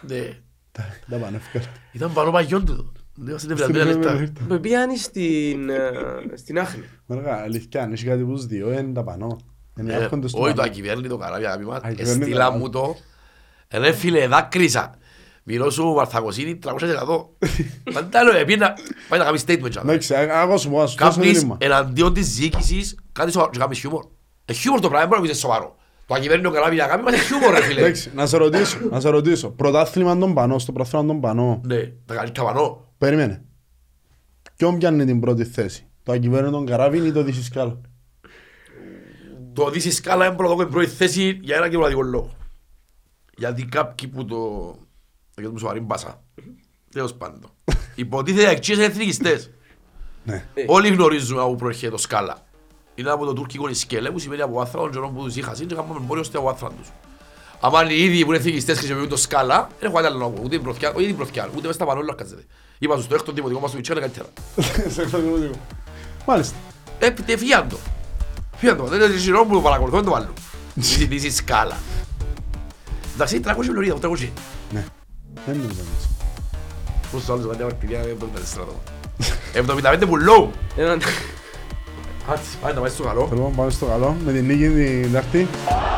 Speaker 3: Ναι.
Speaker 1: Τα- Τα πάνε εύκολα.
Speaker 3: Ήταν παρό παγιόν του. Δεν είμαστε δηλαδή βραδιά λεπτά.
Speaker 1: Ήρθαμε.
Speaker 2: Με πιάνει στην, ε, στην άχνη.
Speaker 1: Μαργά, αλήθεια, αν είσαι κάτι που στους δύο, εν τα πανώ. Εν
Speaker 3: Ε,
Speaker 1: έρχονται στο
Speaker 3: Όχι το
Speaker 1: μάτι.
Speaker 3: ακυβέρνητο καράβι αγάπη μας,
Speaker 1: Ακυβέρνητο
Speaker 3: εστίλα
Speaker 1: καράβι.
Speaker 3: μου το. Ε, Ρε φίλε, δάκρυσα. Μιλώ σου Μαρθακοσίνη, 300%. Παντάλλο, επίνα, πάει ε, να κάνεις statement. τσάμε.
Speaker 1: Εντάξει, α- άκου σου, ας σου δώσω
Speaker 3: Κάνεις
Speaker 1: μήνυμα.
Speaker 3: εναντίον της διοίκησης κάτι σοβαρό και κάνεις χιούμορ. Ε, χιούμορ το πράγμα, μπορεί να πεις είναι σοβαρό. Το ακυβέρνητο καράβι για αγάπη μας είναι χιούμορ, ρε φίλε.
Speaker 1: Εντάξει, να σε ρωτήσω, να σε ρωτήσω. Πρωτάθλημα των πανώ, στο πρωτάθλημα των πανώ.
Speaker 3: Ναι, τα καλύτερα πανώ.
Speaker 1: Περίμενε. Ποιον πιάνει την πρώτη θέση. Το ακυβέρνητο καράβι ή το δυσισκάλο.
Speaker 3: Το Δύση Σκάλα είναι πρωτοκόλλη πρώτη θέση για ένα και μοναδικό λόγο. Γιατί κάποιοι που το... Θα κερδίσουν σοβαρή μπάσα. Τέλος πάντων. Υποτίθεται αξίες είναι εθνικιστές.
Speaker 1: Ναι.
Speaker 3: Όλοι γνωρίζουμε από προέρχεται το Σκάλα. Είναι από το τουρκικό νησκέλε που σημαίνει από άθραν τον που τους είχα σύντρα είχαμε εμπόριο στο άθραν τους. Άμα είναι οι ίδιοι που είναι εθνικιστές χρησιμοποιούν το Σκάλα, δεν έχω κάτι άλλο να πω. Ούτε την προθιά, ούτε την προθιά, ούτε μες στα πανόλα κάτζεται. Είπα στους το έκτο τίποτα, μας το βιτσέρα καλύτερα.
Speaker 1: Σε αυτό το δημοτικό. Μάλιστα.
Speaker 3: Έπειτα φύγαν το. Φύγαν το. Δεν είναι γυρό που παρακολουθώ δεν το άλλο. Ζητήσει Σκάλα. Εντάξει, 300 λωρίδα, 300.
Speaker 1: Δεν είναι δυνατόν.
Speaker 3: Πόσο άλλος βάλει αμαρτυρία, 74 άτομα. 75 που low.
Speaker 2: Έναν-
Speaker 3: Ah, Άτσι, πάει να πάει στο καλό.
Speaker 1: Θέλω να πάμε στο καλό με την νίκη την Τάρτη.